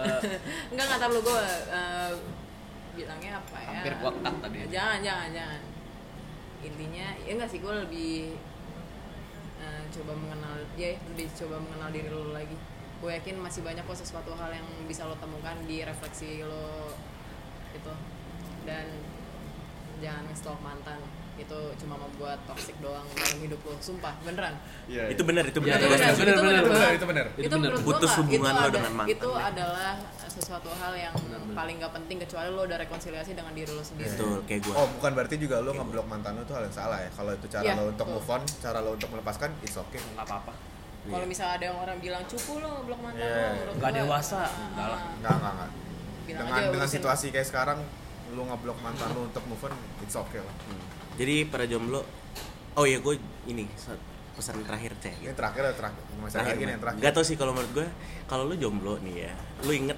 Speaker 4: Enggak, enggak tahu gue bilangnya apa ya?
Speaker 1: Hampir gua cut tadi.
Speaker 4: Jangan, jangan, jangan. Intinya, ya enggak sih gue lebih eh, coba mengenal, ya lebih coba mengenal diri lo lagi. Gue yakin masih banyak kok sesuatu hal yang bisa lo temukan di refleksi lo gitu. Dan jangan nge-stalk mantan itu cuma membuat toxic doang dalam hidup lo sumpah beneran
Speaker 3: ya.
Speaker 2: itu benar itu benar
Speaker 1: Iya,
Speaker 4: Ya, itu
Speaker 1: iya, iya.
Speaker 4: benar,
Speaker 1: Benar,
Speaker 4: itu
Speaker 1: benar,
Speaker 4: benar,
Speaker 3: itu benar.
Speaker 4: Itu
Speaker 1: Itu benar.
Speaker 4: menurut gua
Speaker 2: Putus
Speaker 4: nggak-
Speaker 2: hubungan
Speaker 4: itu
Speaker 2: lo
Speaker 4: ada-
Speaker 2: dengan mantan. ya.
Speaker 4: Itu adalah sesuatu hal yang paling nggak penting kecuali lo udah rekonsiliasi dengan diri lo sendiri.
Speaker 2: betul kayak gue
Speaker 3: Oh, bukan berarti juga lo ngeblok mantan lo itu hal yang salah ya. Kalau itu cara
Speaker 4: Iya,
Speaker 3: lo untuk
Speaker 4: betul.
Speaker 3: move on, cara lo untuk melepaskan, it's okay.
Speaker 1: nggak apa-apa
Speaker 4: Kalau misalnya ada yang orang bilang cukup lo blok mantan
Speaker 3: Iya.
Speaker 4: lo, menurut
Speaker 1: Iya. Nggak
Speaker 4: gua-
Speaker 1: dewasa.
Speaker 4: Ah.
Speaker 1: Nggak lah.
Speaker 3: Enggak, enggak, enggak.
Speaker 4: Bilang
Speaker 3: Dengan
Speaker 4: aja
Speaker 3: dengan
Speaker 4: urusin.
Speaker 3: situasi kayak sekarang lo ngeblok mantan lo untuk move on, it's okay lah.
Speaker 2: Hmm. jadi para jomblo oh iya gue ini sa- pesan terakhir cek
Speaker 3: Ini terakhir ya, terakhir. Masih ada
Speaker 2: terakhir
Speaker 3: lagi nih yang terakhir.
Speaker 2: gak tau sih kalau menurut gue kalau lu jomblo nih ya lu inget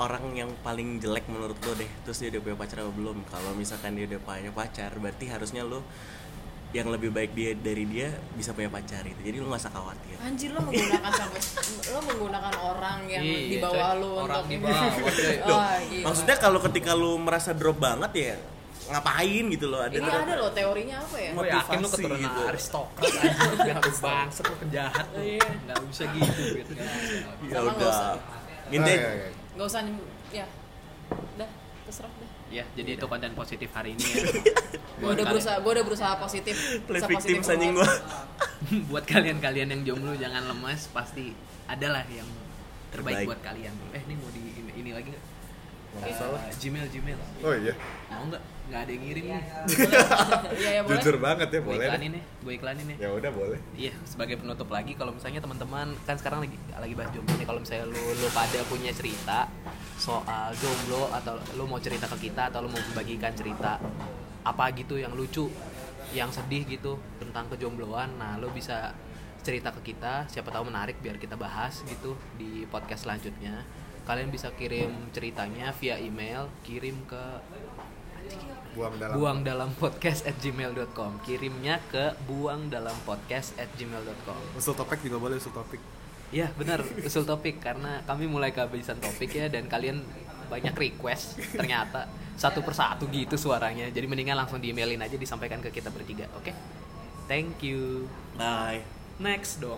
Speaker 2: orang yang paling jelek menurut lo deh terus dia udah punya pacar apa belum kalau misalkan dia udah punya pacar berarti harusnya lu yang lebih baik dia dari dia bisa punya pacar gitu jadi lu gak usah khawatir
Speaker 4: Anjir lo menggunakan sampai lo menggunakan orang yang
Speaker 1: Iya,
Speaker 4: di bawah
Speaker 1: coy.
Speaker 4: lo
Speaker 1: Orang
Speaker 4: untuk
Speaker 1: di
Speaker 4: [laughs]
Speaker 1: bawah, coy.
Speaker 4: Wah,
Speaker 2: Loh,
Speaker 4: gila.
Speaker 2: maksudnya kalau ketika lu merasa drop banget ya ngapain gitu loh ada
Speaker 4: ini
Speaker 2: tuh-
Speaker 4: ada lo teorinya apa ya?
Speaker 2: Mau-
Speaker 1: gue yakin lu
Speaker 2: Motivasi
Speaker 1: keturunan
Speaker 2: gitu.
Speaker 1: aristokrat aja bangset lu penjahat lu
Speaker 4: Iya.
Speaker 1: nggak bisa gitu Bet. Nggak bisa.
Speaker 2: ya
Speaker 4: Sama nggak
Speaker 2: udah
Speaker 4: usah.
Speaker 2: intinya
Speaker 3: Ah, iya, iya.
Speaker 4: Gak usah nyem- ya, udah terserah deh.
Speaker 1: ya jadi itu konten positif hari ini
Speaker 4: [laughs]
Speaker 1: ya
Speaker 4: Gue udah
Speaker 1: Buat
Speaker 4: berusaha, gue udah berusaha positif.
Speaker 2: play
Speaker 4: sepositif
Speaker 2: victim
Speaker 4: gua.
Speaker 2: anjing gua
Speaker 1: kalian- [laughs] buat kalian-kalian yang jomblo jangan lemas pasti adalah yang terbaik,
Speaker 2: Terbaik.
Speaker 1: buat kalian eh ini mau di ini, ini lagi nggak Eh,
Speaker 3: Nggak masalah.
Speaker 1: Gmail Gmail
Speaker 3: Oh iya.
Speaker 1: mau nggak nggak ada yang ngirim nih
Speaker 4: [laughs] Iya, ya, boleh.
Speaker 3: Jujur banget ya,
Speaker 1: gue
Speaker 3: boleh.
Speaker 1: iklanin ya gue iklanin ya
Speaker 3: Ya udah boleh.
Speaker 1: Iya, sebagai penutup lagi kalau misalnya teman-teman kan sekarang lagi lagi bahas jomblo nih kalau misalnya lu lu pada punya cerita soal jomblo atau lu mau cerita ke kita atau lu mau membagikan cerita apa gitu yang lucu, yang sedih gitu tentang kejombloan. Nah, lu bisa cerita ke kita siapa tahu menarik biar kita bahas gitu di podcast selanjutnya kalian bisa kirim ceritanya via email kirim ke
Speaker 3: buang dalam
Speaker 1: buang dalam podcast at gmail.com kirimnya ke buang dalam podcast at gmail.com
Speaker 3: usul topik juga boleh usul topik
Speaker 1: Iya benar usul topik karena kami mulai kehabisan topik ya dan kalian banyak request ternyata satu persatu gitu suaranya jadi mendingan langsung di emailin aja disampaikan ke kita bertiga oke thank you
Speaker 2: Bye.
Speaker 1: next dong